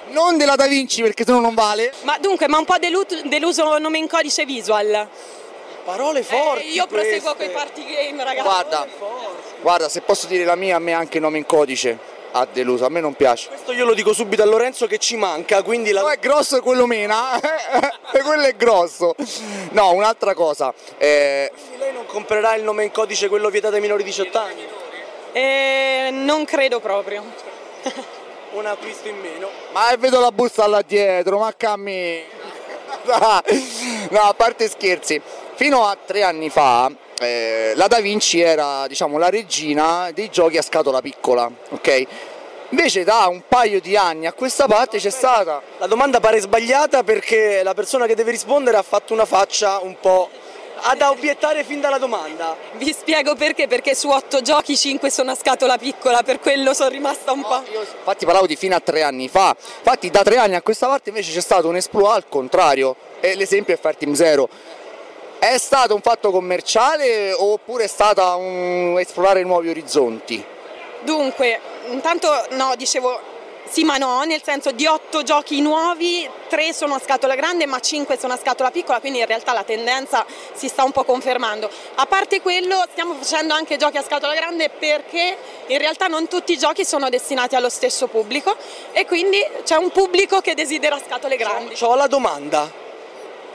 [SPEAKER 4] Non della Da Vinci perché sennò non vale.
[SPEAKER 16] Ma dunque, ma un po' delu- deluso nome in codice visual. Eh,
[SPEAKER 5] Parole forti.
[SPEAKER 16] io proseguo
[SPEAKER 5] queste.
[SPEAKER 16] coi party game, ragazzi.
[SPEAKER 4] Guarda, guarda, se posso dire la mia, a me anche il nome in codice ha deluso, a me non piace.
[SPEAKER 5] Questo io lo dico subito a Lorenzo che ci manca, quindi la...
[SPEAKER 4] No, è grosso e quello mena, e quello è grosso. No, un'altra cosa, eh,
[SPEAKER 5] lei non comprerà il nome in codice quello vietato ai minori di 18 anni.
[SPEAKER 16] Eh, non credo proprio.
[SPEAKER 5] Un acquisto in meno.
[SPEAKER 4] ma vedo la busta là dietro, ma cammi. No, a parte scherzi, fino a tre anni fa eh, la Da Vinci era diciamo la regina dei giochi a scatola piccola, ok? Invece da un paio di anni a questa parte c'è stata...
[SPEAKER 5] La domanda pare sbagliata perché la persona che deve rispondere ha fatto una faccia un po' ad obiettare fin dalla domanda.
[SPEAKER 16] Vi spiego perché, perché su otto giochi cinque sono a scatola piccola, per quello sono rimasta un po'.
[SPEAKER 4] Infatti parlavo di fino a tre anni fa, infatti da tre anni a questa parte invece c'è stato un esploit al contrario e l'esempio è Fire Team Zero. È stato un fatto commerciale oppure è stata un esplorare nuovi orizzonti?
[SPEAKER 16] Dunque, intanto no, dicevo sì ma no, nel senso di otto giochi nuovi, tre sono a scatola grande ma cinque sono a scatola piccola, quindi in realtà la tendenza si sta un po' confermando. A parte quello, stiamo facendo anche giochi a scatola grande perché in realtà non tutti i giochi sono destinati allo stesso pubblico e quindi c'è un pubblico che desidera scatole grandi.
[SPEAKER 5] C'ho la domanda.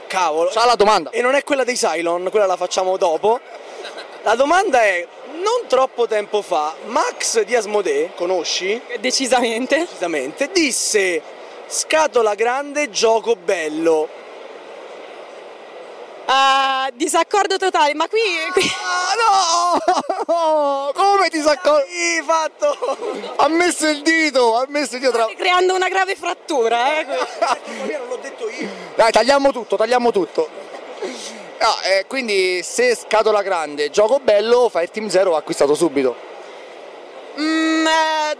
[SPEAKER 5] Cavolo.
[SPEAKER 4] C'ha la domanda.
[SPEAKER 5] E non è quella dei Cylon, quella la facciamo dopo. La domanda è, non troppo tempo fa, Max di Asmodee, conosci?
[SPEAKER 16] Decisamente.
[SPEAKER 5] Decisamente, disse scatola grande, gioco bello.
[SPEAKER 16] Eh, disaccordo totale, ma qui... qui...
[SPEAKER 4] Ah, no! Come disaccordo?
[SPEAKER 5] Sì, fatto!
[SPEAKER 4] Ha messo il dito, ha messo il dito tra...
[SPEAKER 16] State creando una grave frattura, eh?
[SPEAKER 5] non l'ho detto io.
[SPEAKER 4] Dai, tagliamo tutto, tagliamo tutto. Ah, eh, quindi se scatola grande, gioco bello, Fire Team Zero va acquistato subito.
[SPEAKER 16] Mm, eh,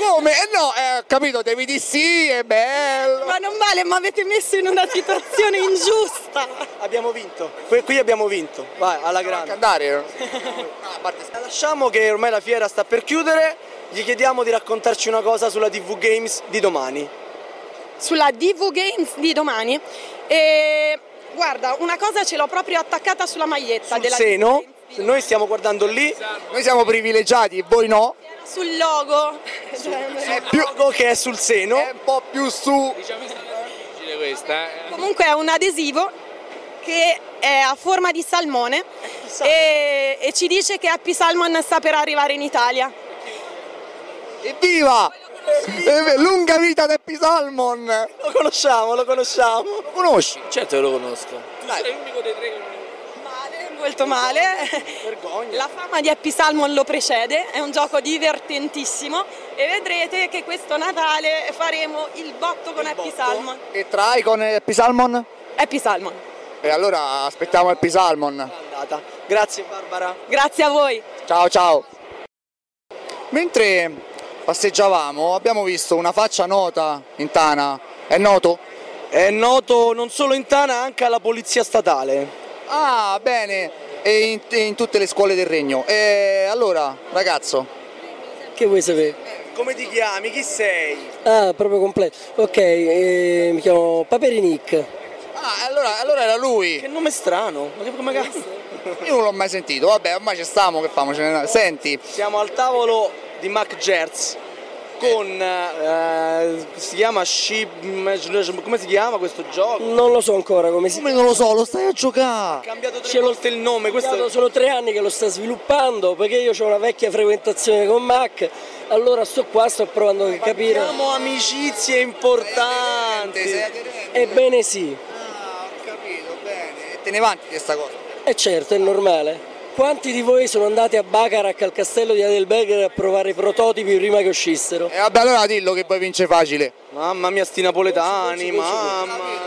[SPEAKER 4] Come? Eh no, eh, ho capito, devi dire sì, è bello.
[SPEAKER 16] ma non vale, mi avete messo in una situazione ingiusta.
[SPEAKER 5] Abbiamo vinto, qui, qui abbiamo vinto, vai alla grande. Ah,
[SPEAKER 4] andare.
[SPEAKER 5] Lasciamo che ormai la fiera sta per chiudere, gli chiediamo di raccontarci una cosa sulla TV Games di domani.
[SPEAKER 16] sulla DV Games di domani. E guarda, una cosa ce l'ho proprio attaccata sulla maglietta
[SPEAKER 5] Sul
[SPEAKER 16] della
[SPEAKER 5] seno, noi stiamo guardando lì,
[SPEAKER 4] Noi siamo privilegiati, voi no.
[SPEAKER 16] sul logo.
[SPEAKER 5] è più che è sul seno,
[SPEAKER 4] È un po' più su.
[SPEAKER 11] Difficile questa, eh.
[SPEAKER 16] Comunque è un adesivo che è a forma di salmone e, e ci dice che Happy Salmon sta per arrivare in Italia.
[SPEAKER 4] Evviva! Eh, Ah, Lunga vita del Pisalmon!
[SPEAKER 5] lo conosciamo, lo conosciamo.
[SPEAKER 4] Lo conosci?
[SPEAKER 11] Certo che lo conosco.
[SPEAKER 16] Molto male. La fama di Happy Salmon lo precede, è un gioco divertentissimo e vedrete che questo Natale faremo il botto con Happy Salmon.
[SPEAKER 4] E trai con il Pisalmon?
[SPEAKER 16] Happy Salmon.
[SPEAKER 4] E allora aspettiamo il Pisalmon.
[SPEAKER 5] Grazie Barbara.
[SPEAKER 16] Grazie a voi.
[SPEAKER 4] Ciao ciao. Mentre passeggiavamo abbiamo visto una faccia nota in Tana. È noto?
[SPEAKER 5] È noto non solo in Tana, anche alla Polizia Statale.
[SPEAKER 4] Ah, bene. E in, e in tutte le scuole del regno. E allora, ragazzo.
[SPEAKER 17] Che vuoi sapere?
[SPEAKER 5] Come ti chiami? Chi sei?
[SPEAKER 17] Ah, proprio completo. Ok, eh, mi chiamo Paperinic.
[SPEAKER 4] Ah, allora, allora era lui.
[SPEAKER 5] Che nome strano. Ma che, come cazzo?
[SPEAKER 4] Io non l'ho mai sentito. Vabbè, ormai ci stiamo, che famo? Ce ne- Senti.
[SPEAKER 5] Siamo al tavolo di Mac Gertz con eh, si chiama Shib come si chiama questo gioco?
[SPEAKER 17] Non lo so ancora come si
[SPEAKER 4] Come non lo so, lo stai a giocare.
[SPEAKER 5] cambiato tre volte il nome, questo
[SPEAKER 17] Sono- Sono tre anni che lo sta sviluppando perché io ho una vecchia frequentazione con Mac, allora sto qua, sto provando a capire.
[SPEAKER 5] Abbiamo amicizie importanti.
[SPEAKER 17] Ebbene sì,
[SPEAKER 4] Ah, E te ne vanti di questa cosa.
[SPEAKER 17] e certo, è normale. Quanti di voi sono andati a Bacharach al castello di Adelberger a provare i prototipi prima che uscissero?
[SPEAKER 4] E Eh, vabbè, allora dillo che poi vince facile.
[SPEAKER 5] Mamma mia, sti napoletani, mamma.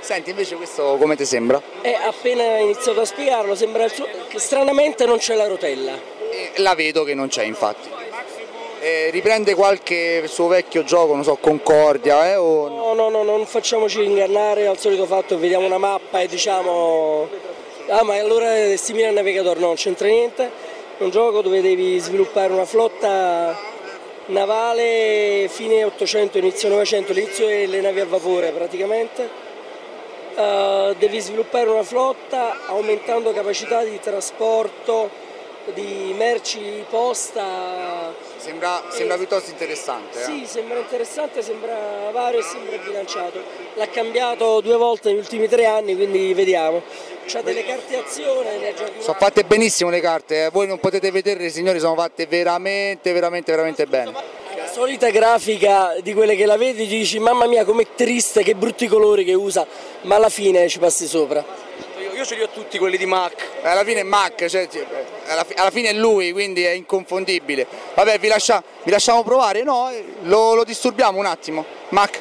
[SPEAKER 4] Senti, invece questo come ti sembra?
[SPEAKER 17] E appena iniziato a spiegarlo sembra il suo- che stranamente non c'è la rotella.
[SPEAKER 4] Eh, La vedo che non c'è, infatti. Eh, riprende qualche suo vecchio gioco, non so, Concordia, eh, o
[SPEAKER 17] No, no, no, non facciamoci ingannare al solito fatto, vediamo una mappa e diciamo ah ma allora è simile al Navigator, no, non c'entra niente, è un gioco dove devi sviluppare una flotta navale fine 800, inizio 900, l'inizio e le navi a vapore praticamente. Eh, devi sviluppare una flotta aumentando capacità di trasporto di merci posta.
[SPEAKER 4] Sembra, sembra piuttosto interessante. eh.
[SPEAKER 17] Sì, sembra interessante, sembra vario e sembra bilanciato. L'ha cambiato due volte negli ultimi tre anni, quindi vediamo. C'ha delle carte azione, ne ha giochi
[SPEAKER 4] Sono fatte benissimo le carte, eh. voi non potete vederle, signori, sono fatte veramente, veramente, veramente bene.
[SPEAKER 17] una solita grafica di quelle che la vedi dici mamma mia com'è triste, che brutti colori che usa, ma alla fine ci passi sopra.
[SPEAKER 5] Io, io ce li ho tutti quelli di Mac.
[SPEAKER 4] Eh, Alla fine è Mac, cioè, ti- alla, fi- alla fine è lui, quindi è inconfondibile. Vabbè, vi, lascia- vi lasciamo provare? No, eh, lo, lo disturbiamo un attimo. Mac.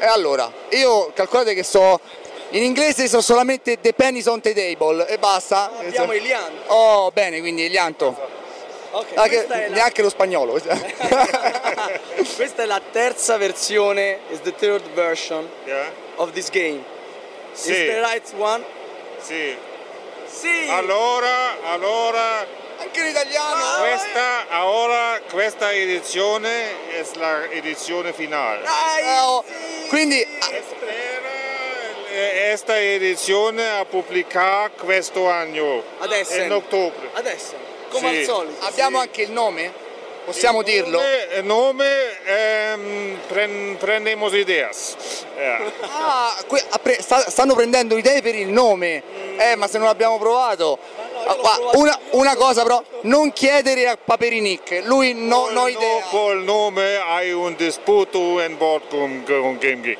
[SPEAKER 4] E allora, io calcolate che so... In inglese so solamente The Pennies on the Table e basta.
[SPEAKER 5] Abbiamo Ilian.
[SPEAKER 4] Oh, bene, quindi Elianto.
[SPEAKER 5] Ok,
[SPEAKER 4] Anche-
[SPEAKER 5] questa è la
[SPEAKER 4] neanche lo spagnolo.
[SPEAKER 5] Questa è la terza versione, is the third version of this game.
[SPEAKER 9] Sì.
[SPEAKER 5] Is the right one?
[SPEAKER 9] Sì.
[SPEAKER 5] Sì.
[SPEAKER 9] Allora, allora, Ah,
[SPEAKER 4] Anche l'italiano.
[SPEAKER 9] questa, ora, questa edizione è la edizione finale.
[SPEAKER 5] Ah.
[SPEAKER 4] Eh, oh, Quindi ah,
[SPEAKER 9] Eh, Questa edizione ha pubblicato questo anno.
[SPEAKER 5] Adesso.
[SPEAKER 9] In ottobre.
[SPEAKER 5] Adesso. Come
[SPEAKER 9] Sì.
[SPEAKER 5] al solito.
[SPEAKER 4] abbiamo anche il nome? Possiamo
[SPEAKER 9] Il
[SPEAKER 4] dirlo?
[SPEAKER 9] nome- Il nome, ehm, pren- prendiamo ideas. Eh.
[SPEAKER 4] Ah, que- ah, pre- sta- stanno prendendo idee per il nome.
[SPEAKER 9] Mm.
[SPEAKER 4] Eh, ma se non l'abbiamo provato. Ah, ma una, una cosa però, non chiedere a Paperinic, lui no, no idea.
[SPEAKER 9] Col nome hai un disputo in board con, con Game Geek.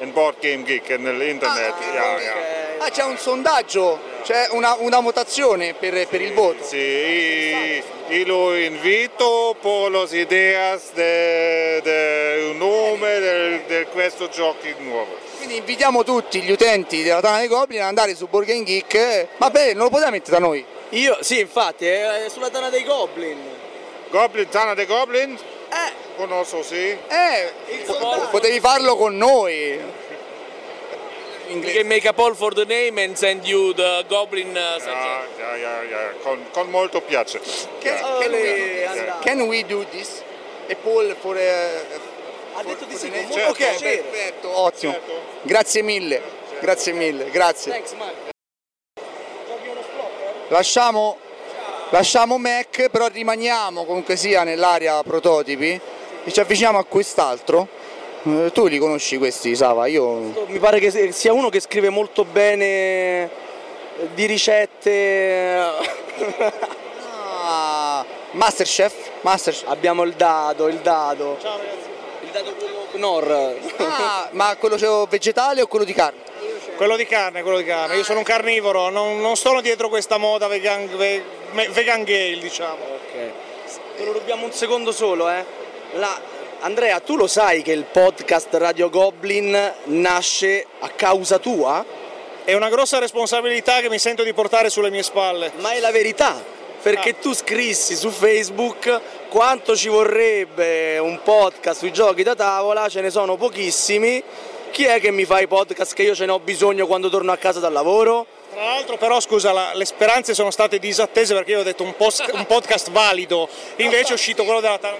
[SPEAKER 9] In board Game Geek nell'internet. ja, ja.
[SPEAKER 4] Ah, c'è un sondaggio, c'è una, una votazione per, per il voto.
[SPEAKER 9] Sí, y, y lo invito por las ideas de, de un nome del- de questo gioco nuovo.
[SPEAKER 4] Quindi invitiamo tutti gli utenti della Tana dei Goblin ad andare su Burger King Geek. eh, Ma beh, non lo poteva mettere da noi.
[SPEAKER 5] Io, sì, infatti, è sulla Tana dei Goblin.
[SPEAKER 9] Goblin, Tana de Goblin? Eh. Conosco, sì.
[SPEAKER 4] Eh, potevi farlo con noi.
[SPEAKER 11] You can make a poll for the name and send you the goblin uh,
[SPEAKER 9] Ah, ja, ja, ja, con, con molto piacere.
[SPEAKER 4] Can,
[SPEAKER 9] Ja.
[SPEAKER 4] can
[SPEAKER 9] Eh,
[SPEAKER 4] we,
[SPEAKER 9] andate.
[SPEAKER 4] can we do this? E Paul for, eh,
[SPEAKER 5] Ha detto di sì, con molto
[SPEAKER 4] Certo, ok,
[SPEAKER 5] piacere.
[SPEAKER 4] perfetto, ottimo. Grazie mille, grazie mille, grazie.
[SPEAKER 5] Thanks, Mark.
[SPEAKER 4] Lasciamo, lasciamo Mac, però rimaniamo comunque sia nell'area prototipi e ci avviciniamo a quest'altro. Eh, Tu li conosci questi, Sava? Io
[SPEAKER 5] Mi pare che sia uno che scrive molto bene eh, di ricette.
[SPEAKER 4] Masterchef, Masterchef.
[SPEAKER 5] Abbiamo il dado, il dado.
[SPEAKER 4] Il dato quello Nor. Ah, ma quello c'è vegetale o quello di carne?
[SPEAKER 18] Quello di carne, quello di carne. Io sono un carnivoro, non, non sono dietro questa moda vegan, ve- me- vegan gale, diciamo.
[SPEAKER 5] Te lo rubiamo un secondo solo, eh. La- Andrea, tu lo sai che il podcast Radio Goblin nasce a causa tua?
[SPEAKER 18] È una grossa responsabilità che mi sento di portare sulle mie spalle. Ah.
[SPEAKER 5] Ma è la verità, perché tu scrissi su Facebook quanto ci vorrebbe un podcast sui giochi da tavola, ce ne sono pochissimi. Chi è che mi fa i podcast che io ce ne ho bisogno quando torno a casa dal lavoro?
[SPEAKER 18] Tra l'altro però scusa, la- le speranze sono state disattese perché io ho detto un, post- un podcast valido, invece è uscito quello della Tana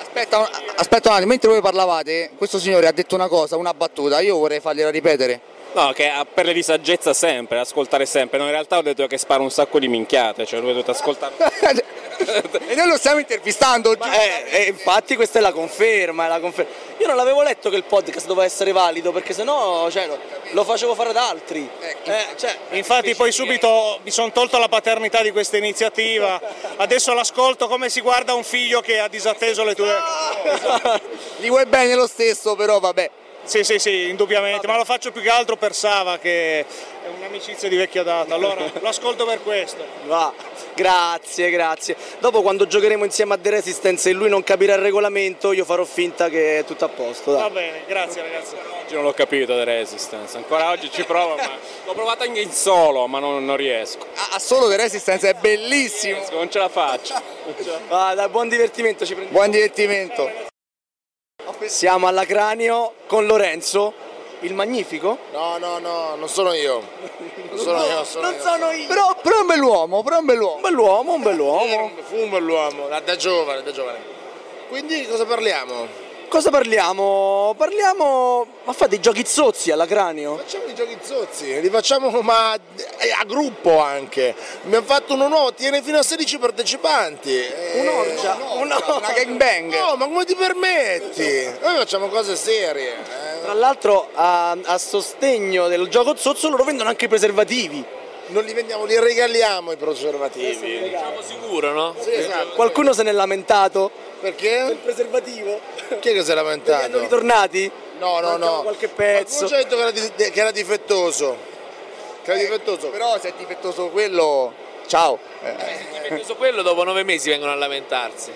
[SPEAKER 4] Aspetta, un- aspetta un attimo, mentre voi parlavate, questo signore ha detto una cosa, una battuta, io vorrei fargliela ripetere.
[SPEAKER 19] No, che ha- per le disaggezza sempre, ascoltare sempre. No, in realtà ho detto che spara un sacco di minchiate, cioè lui ha detto ascoltare.
[SPEAKER 4] e noi lo stiamo intervistando oggi.
[SPEAKER 5] eh, infatti questa è la conferma, è la conferma. Io non l'avevo letto che il podcast doveva essere valido, perché sennò cioè, lo- lo facevo fare ad altri.
[SPEAKER 4] Ecco.
[SPEAKER 5] Eh, cioè,
[SPEAKER 18] Infatti poi subito mi sono tolto la paternità di questa iniziativa, adesso l'ascolto come si guarda un figlio che ha disatteso le tue...
[SPEAKER 4] Gli vuoi bene lo stesso però vabbè.
[SPEAKER 18] Sì sì sì, indubbiamente, ma lo faccio più che altro per Sava che
[SPEAKER 5] Eh,
[SPEAKER 18] è un'amicizia di vecchia data, allora lo ascolto per questo.
[SPEAKER 5] Va, grazie, grazie. Dopo quando giocheremo insieme a The Resistance e lui non capirà il regolamento, io farò finta che è tutto a posto.
[SPEAKER 18] Va
[SPEAKER 5] Dai.
[SPEAKER 18] bene, grazie ragazzi.
[SPEAKER 19] Oggi non l'ho capito The Resistance, ancora oggi ci provo, ma l'ho provato anche in solo, ma non, non riesco.
[SPEAKER 4] Ah, ah, solo The Resistance è bellissimo.
[SPEAKER 18] Eh,
[SPEAKER 19] Non ce la faccio.
[SPEAKER 5] Va, dai, buon divertimento, ci prendiamo.
[SPEAKER 4] Buon divertimento.
[SPEAKER 5] Siamo alla cranio con Lorenzo, il magnifico.
[SPEAKER 20] No, no, no, non sono io. Non sono io, sono
[SPEAKER 5] non
[SPEAKER 20] io.
[SPEAKER 5] sono io.
[SPEAKER 4] Però, però è un bell'uomo, però è un bell'uomo. Eh, Un
[SPEAKER 5] bell'uomo, un bell'uomo.
[SPEAKER 20] Fu un bell'uomo, da, da giovane, da giovane. Quindi cosa parliamo?
[SPEAKER 5] Cosa parliamo? Parliamo. Ma fate i giochi zozzi alla cranio?
[SPEAKER 20] Facciamo i giochi zozzi, li facciamo ma eh, a gruppo anche. Abbiamo fatto uno nuovo, tiene fino a 16 partecipanti. Eh, Un'orgia,
[SPEAKER 5] una gangbang.
[SPEAKER 20] No, ma come ti permetti? Noi facciamo cose serie. eh.
[SPEAKER 5] Tra l'altro, a, a sostegno del gioco zozzo loro vendono anche i preservativi.
[SPEAKER 20] Non li vendiamo, li regaliamo i preservativi.
[SPEAKER 11] Siamo
[SPEAKER 14] diciamo
[SPEAKER 11] sicuro, no?
[SPEAKER 20] Sì, esatto.
[SPEAKER 5] Qualcuno se n'è lamentato?
[SPEAKER 20] Perché? Il
[SPEAKER 5] preservativo.
[SPEAKER 20] Chi è che si è lamentato?
[SPEAKER 5] Perché hanno ritornati?
[SPEAKER 20] No, no,
[SPEAKER 5] Mancava
[SPEAKER 20] no.
[SPEAKER 5] qualche pezzo. Eh,
[SPEAKER 20] Qualcuno ci ha detto che era, di- che era difettoso. Che era difettoso. Eh,
[SPEAKER 4] Però se è difettoso quello, ciao.
[SPEAKER 5] Eh,
[SPEAKER 11] Perché su quello dopo nove mesi vengono a lamentarsi.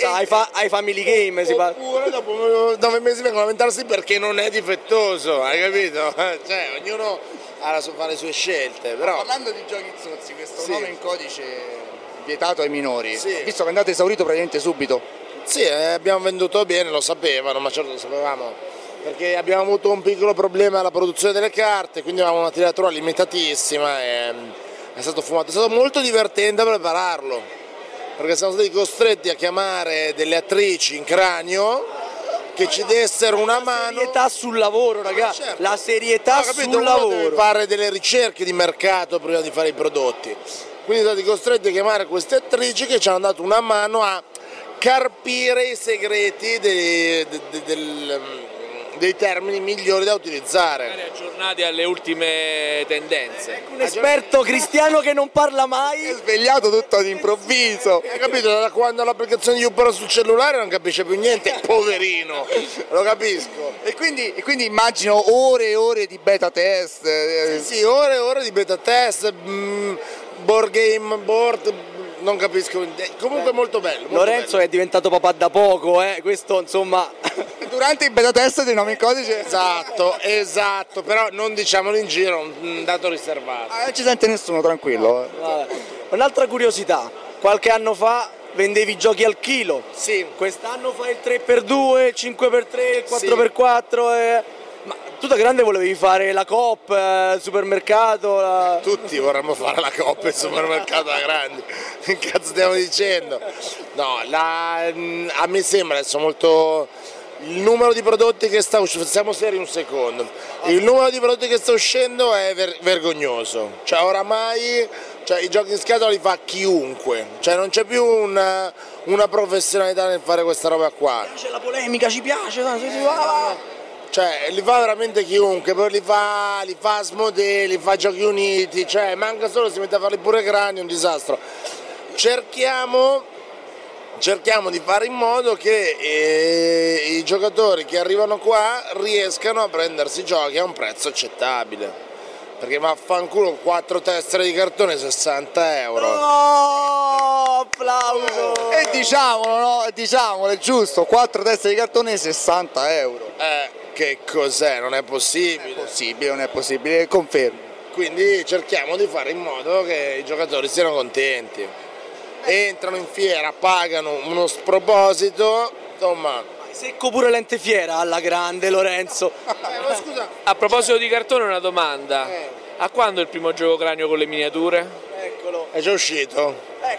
[SPEAKER 5] Sa, ai, fa- ai family game si parla.
[SPEAKER 20] eh, Oppure dopo nove mesi vengono a lamentarsi perché non è difettoso, hai capito? Cioè, ognuno ha la sua- fa le sue scelte,
[SPEAKER 4] Però...
[SPEAKER 20] però...
[SPEAKER 4] Parlando di giochi zozzi, questo
[SPEAKER 20] Sì.
[SPEAKER 4] nome in codice vietato ai minori.
[SPEAKER 20] Sì.
[SPEAKER 4] Ho visto che è andato esaurito praticamente subito.
[SPEAKER 20] Sì, eh, abbiamo venduto bene, lo sapevano, ma certo lo sapevamo. Perché abbiamo avuto un piccolo problema alla produzione delle carte, quindi avevamo una tiratura limitatissima e mm, è stato fumato. È stato molto divertente prepararlo, perché siamo stati costretti a chiamare delle attrici in cranio che ci dessero una mano. La serietà
[SPEAKER 5] sul lavoro,
[SPEAKER 20] Eh,
[SPEAKER 5] ragazzi.
[SPEAKER 20] certo.
[SPEAKER 5] La serietà sul lavoro.
[SPEAKER 20] Deve fare delle ricerche di mercato prima di fare i prodotti. Quindi siamo stati costretti a chiamare queste attrici che ci hanno dato una mano a carpire i segreti dei- de- de- del, mm, dei termini migliori da utilizzare.
[SPEAKER 11] Magari aggiornati alle ultime tendenze.
[SPEAKER 20] Ecco
[SPEAKER 5] Un esperto cristiano che non parla mai. È
[SPEAKER 20] svegliato tutto all'improvviso. Hai capito? Da quando l'applicazione di Ubera sul cellulare non capisce più niente, poverino. Lo capisco.
[SPEAKER 4] E quindi, e quindi immagino ore e ore di beta test. eh,
[SPEAKER 20] Sì, ore e ore di beta test, mm, board game, board, non capisco. Comunque molto bello. molto
[SPEAKER 5] Lorenzo è diventato papà da poco, eh. Questo insomma.
[SPEAKER 4] Durante il beta test dei nomi in codice.
[SPEAKER 20] Esatto, esatto, però non diciamolo in giro, un dato riservato.
[SPEAKER 4] Ah, Non ci sente nessuno, tranquillo. eh.
[SPEAKER 5] Vabbè. Un'altra curiosità, qualche anno fa vendevi i giochi al chilo.
[SPEAKER 20] Sì.
[SPEAKER 5] Quest'anno fai il 3x2, il 5x3, il 4x4. eh. Ma tu da grande volevi fare la Coop, eh, il supermercato. la-
[SPEAKER 20] Tutti vorremmo fare la coppa in supermercato da grandi. Che cazzo stiamo dicendo? No, la- a me sembra adesso molto. Il numero di prodotti che sta uscendo, siamo seri un secondo, il numero di prodotti che sta uscendo è ver- vergognoso, cioè oramai cioè, i giochi in scatola li fa chiunque, cioè non c'è più una, una professionalità nel fare questa roba qua.
[SPEAKER 5] C'è la polemica, ci piace. no? Sì, sì, va, va.
[SPEAKER 20] Cioè, li fa veramente chiunque, poi li fa, li fa Asmodee, li fa Giochi Uniti, cioè manca solo si mette a farli pure Crani, è un disastro. Cerchiamo, cerchiamo di fare in modo che eh, i giocatori che arrivano qua riescano a prendersi i giochi a un prezzo accettabile. Perché vaffanculo quattro tessere di cartone 60 euro.
[SPEAKER 5] Oh, applauso!
[SPEAKER 4] E diciamolo, no? Diciamolo, è giusto. Quattro teste di cartone 60 euro.
[SPEAKER 20] Eh, che cos'è? Non è possibile.
[SPEAKER 4] Possibile, non è possibile, confermo.
[SPEAKER 20] Quindi cerchiamo di fare in modo che i giocatori siano contenti. Entrano in fiera, pagano uno sproposito, insomma.
[SPEAKER 5] Secco pure l'entefiera alla grande Lorenzo.
[SPEAKER 20] Eh, scusa.
[SPEAKER 11] A proposito di cartone, una domanda. A quando il primo gioco cranio con le miniature?
[SPEAKER 5] Eccolo.
[SPEAKER 20] È già uscito? eh,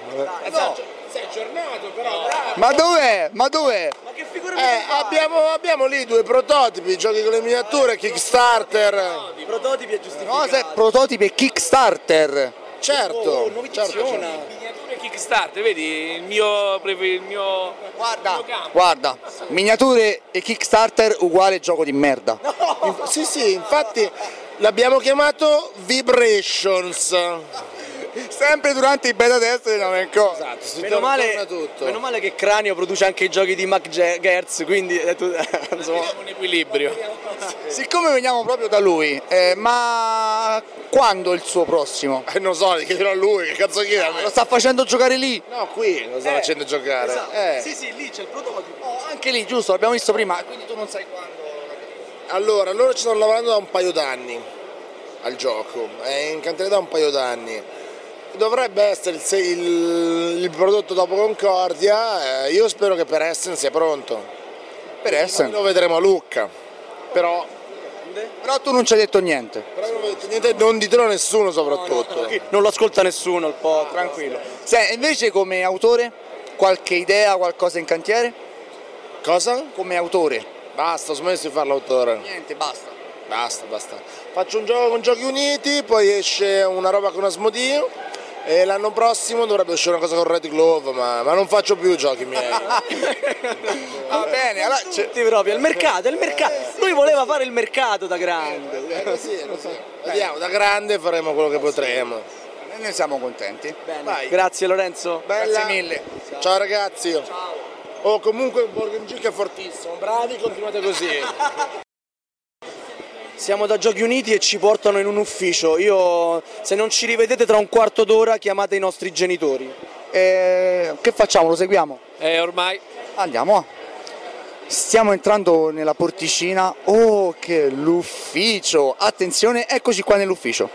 [SPEAKER 5] Sei aggiornato
[SPEAKER 20] però,
[SPEAKER 4] Eh, Ma dov'è? Ma dov'è?
[SPEAKER 20] Eh, abbiamo, abbiamo lì due prototipi, giochi con le miniature, Kickstarter.
[SPEAKER 5] I prototipi è giustificato.
[SPEAKER 4] No, se prototipi e Kickstarter.
[SPEAKER 20] Certo, certo, certo.
[SPEAKER 11] Miniature Kickstarter, vedi il mio. pre- Il mio Guarda,
[SPEAKER 4] Guarda, miniature e Kickstarter uguale gioco di merda.
[SPEAKER 20] Inf- Sì, sì, infatti l'abbiamo chiamato Vibrations.
[SPEAKER 4] Sempre durante i beta test di Namenco.
[SPEAKER 20] Esatto, si
[SPEAKER 5] Meno
[SPEAKER 20] torna-
[SPEAKER 5] male,
[SPEAKER 20] torna tutto.
[SPEAKER 5] meno male che Cranio produce anche i giochi di Mac Ge- Gertz, quindi è tu- insomma,
[SPEAKER 11] un equilibrio.
[SPEAKER 4] Siccome veniamo proprio da lui, eh, ma quando il suo prossimo?
[SPEAKER 20] Eh, non so, chiedilo a lui, che cazzo chiede a me?
[SPEAKER 4] Lo sta facendo giocare lì.
[SPEAKER 20] No, qui lo sta
[SPEAKER 4] Eh,
[SPEAKER 20] facendo giocare.
[SPEAKER 4] esatto.
[SPEAKER 20] Eh.
[SPEAKER 5] Sì, sì, lì c'è il prototipo.
[SPEAKER 4] Anche lì, giusto, l'abbiamo visto prima, quindi tu non sai quando.
[SPEAKER 20] Allora, loro ci stanno lavorando da un paio d'anni al gioco, è in cantiere da un paio d'anni. Dovrebbe essere il, se- il- il prodotto dopo Concordia, eh, io spero che per Essen sia pronto. Per Essen? Lo vedremo a Lucca, però...
[SPEAKER 4] Però tu non ci hai detto niente.
[SPEAKER 20] però non, vedete niente, non ditelo a nessuno soprattutto.
[SPEAKER 5] Non lo ascolta nessuno il po', tranquillo.
[SPEAKER 4] Se, invece come autore, qualche idea, qualcosa in cantiere?
[SPEAKER 20] Cosa?
[SPEAKER 4] Come autore.
[SPEAKER 20] Basta, ho smesso di fare l'autore.
[SPEAKER 4] Niente, basta.
[SPEAKER 20] Basta, basta. Faccio un gioco con Giochi Uniti, poi esce una roba con Asmodee e l'anno prossimo dovrebbe uscire una cosa con Red Glove, ma, ma non faccio più giochi miei.
[SPEAKER 4] Va bene, allora c'è-
[SPEAKER 5] Tutti proprio, il mercato, il mercato.
[SPEAKER 20] Eh,
[SPEAKER 5] Lui voleva fare il mercato da grande.
[SPEAKER 20] Vediamo, da grande faremo quello che potremo.
[SPEAKER 4] Noi siamo contenti.
[SPEAKER 20] Vai.
[SPEAKER 5] Grazie Lorenzo.
[SPEAKER 20] Bella.
[SPEAKER 4] Grazie mille.
[SPEAKER 20] Ciao ragazzi. Oh, comunque Borgen Gic è fortissimo. Bravi, continuate così.
[SPEAKER 5] Siamo da Giochi Uniti e ci portano in un ufficio. Io, se non ci rivedete tra un quarto d'ora, chiamate i nostri genitori.
[SPEAKER 4] Eh, che facciamo? Lo seguiamo?
[SPEAKER 11] Eh, ormai.
[SPEAKER 4] Andiamo. Stiamo entrando nella porticina. Oh, che l'ufficio! Attenzione, eccoci qua nell'ufficio.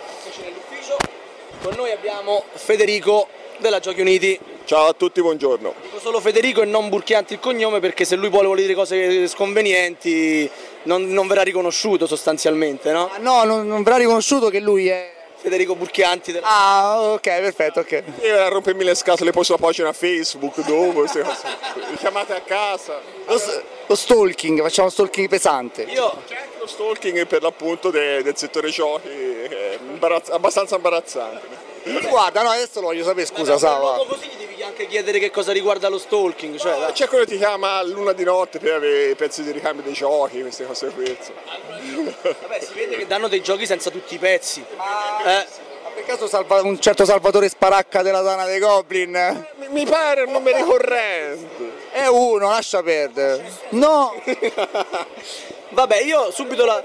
[SPEAKER 5] Con noi abbiamo Federico della Giochi Uniti.
[SPEAKER 21] Ciao a tutti, buongiorno.
[SPEAKER 5] Dico solo Federico e non Burchianti il cognome perché se lui poi vuole dire cose sconvenienti non, non verrà riconosciuto sostanzialmente, no?
[SPEAKER 4] No, non, non verrà riconosciuto che lui è.
[SPEAKER 5] Federico Burchianti. della-
[SPEAKER 4] Ah, ok, perfetto, ok.
[SPEAKER 21] E rompermi le scatole poi sulla pagina Facebook, dopo, queste cose. Mi chiamate a casa.
[SPEAKER 4] Lo, s- lo stalking, facciamo stalking pesante.
[SPEAKER 21] Io c'è anche lo stalking per l'appunto de- del settore giochi, che è imbarazz- abbastanza imbarazzante.
[SPEAKER 4] Guarda, no, adesso lo voglio sapere, scusa, Sava.
[SPEAKER 5] Così gli devi anche anche chiedere che cosa riguarda lo stalking. Cioè, dai.
[SPEAKER 21] C'è quello che ti chiama a luna di notte per avere i pezzi di ricambio dei giochi, queste cose qui. insomma.
[SPEAKER 5] Vabbè, si vede che danno dei giochi senza tutti i pezzi.
[SPEAKER 21] Ah,
[SPEAKER 5] Eh.
[SPEAKER 4] Per caso salva- un certo Salvatore Sparacca della Tana dei Goblin?
[SPEAKER 21] Mi, mi pare un nome ricorrente.
[SPEAKER 4] È uno, lascia perdere. No!
[SPEAKER 5] Vabbè, io subito la,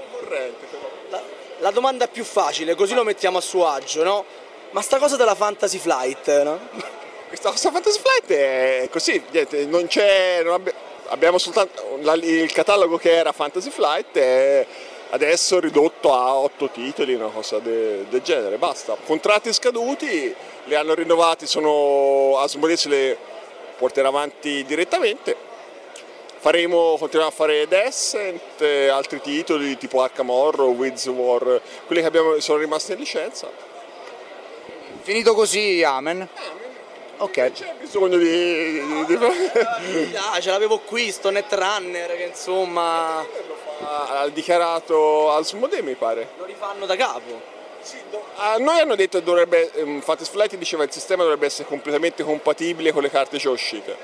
[SPEAKER 5] la- la domanda più facile, così lo mettiamo a suo agio, no? Ma sta cosa della Fantasy Flight, no?
[SPEAKER 21] Questa cosa Fantasy Flight è Eh, così, niente, non c'è. non abbi- abbiamo soltanto la- il catalogo che era Fantasy Flight è adesso ridotto a otto titoli, una cosa de- del genere, basta. Contratti scaduti, li hanno rinnovati, sono Asmodeus le porterà avanti direttamente. Faremo, continuiamo a fare Descent, eh, altri titoli tipo Arkham Horror, Wiz War, quelli che abbiamo, sono rimasti in licenza.
[SPEAKER 4] Finito così, amen. Ah, Ok.
[SPEAKER 21] C'è bisogno di- di- di...
[SPEAKER 5] Ah, ce l'avevo qui, sto Netrunner, che insomma...
[SPEAKER 21] ha ha dichiarato al Sumodè mi pare.
[SPEAKER 5] Lo rifanno da capo.
[SPEAKER 21] A noi hanno detto che dovrebbe, ehm, Fantasy Flight diceva che il sistema dovrebbe essere completamente compatibile con le carte già uscite.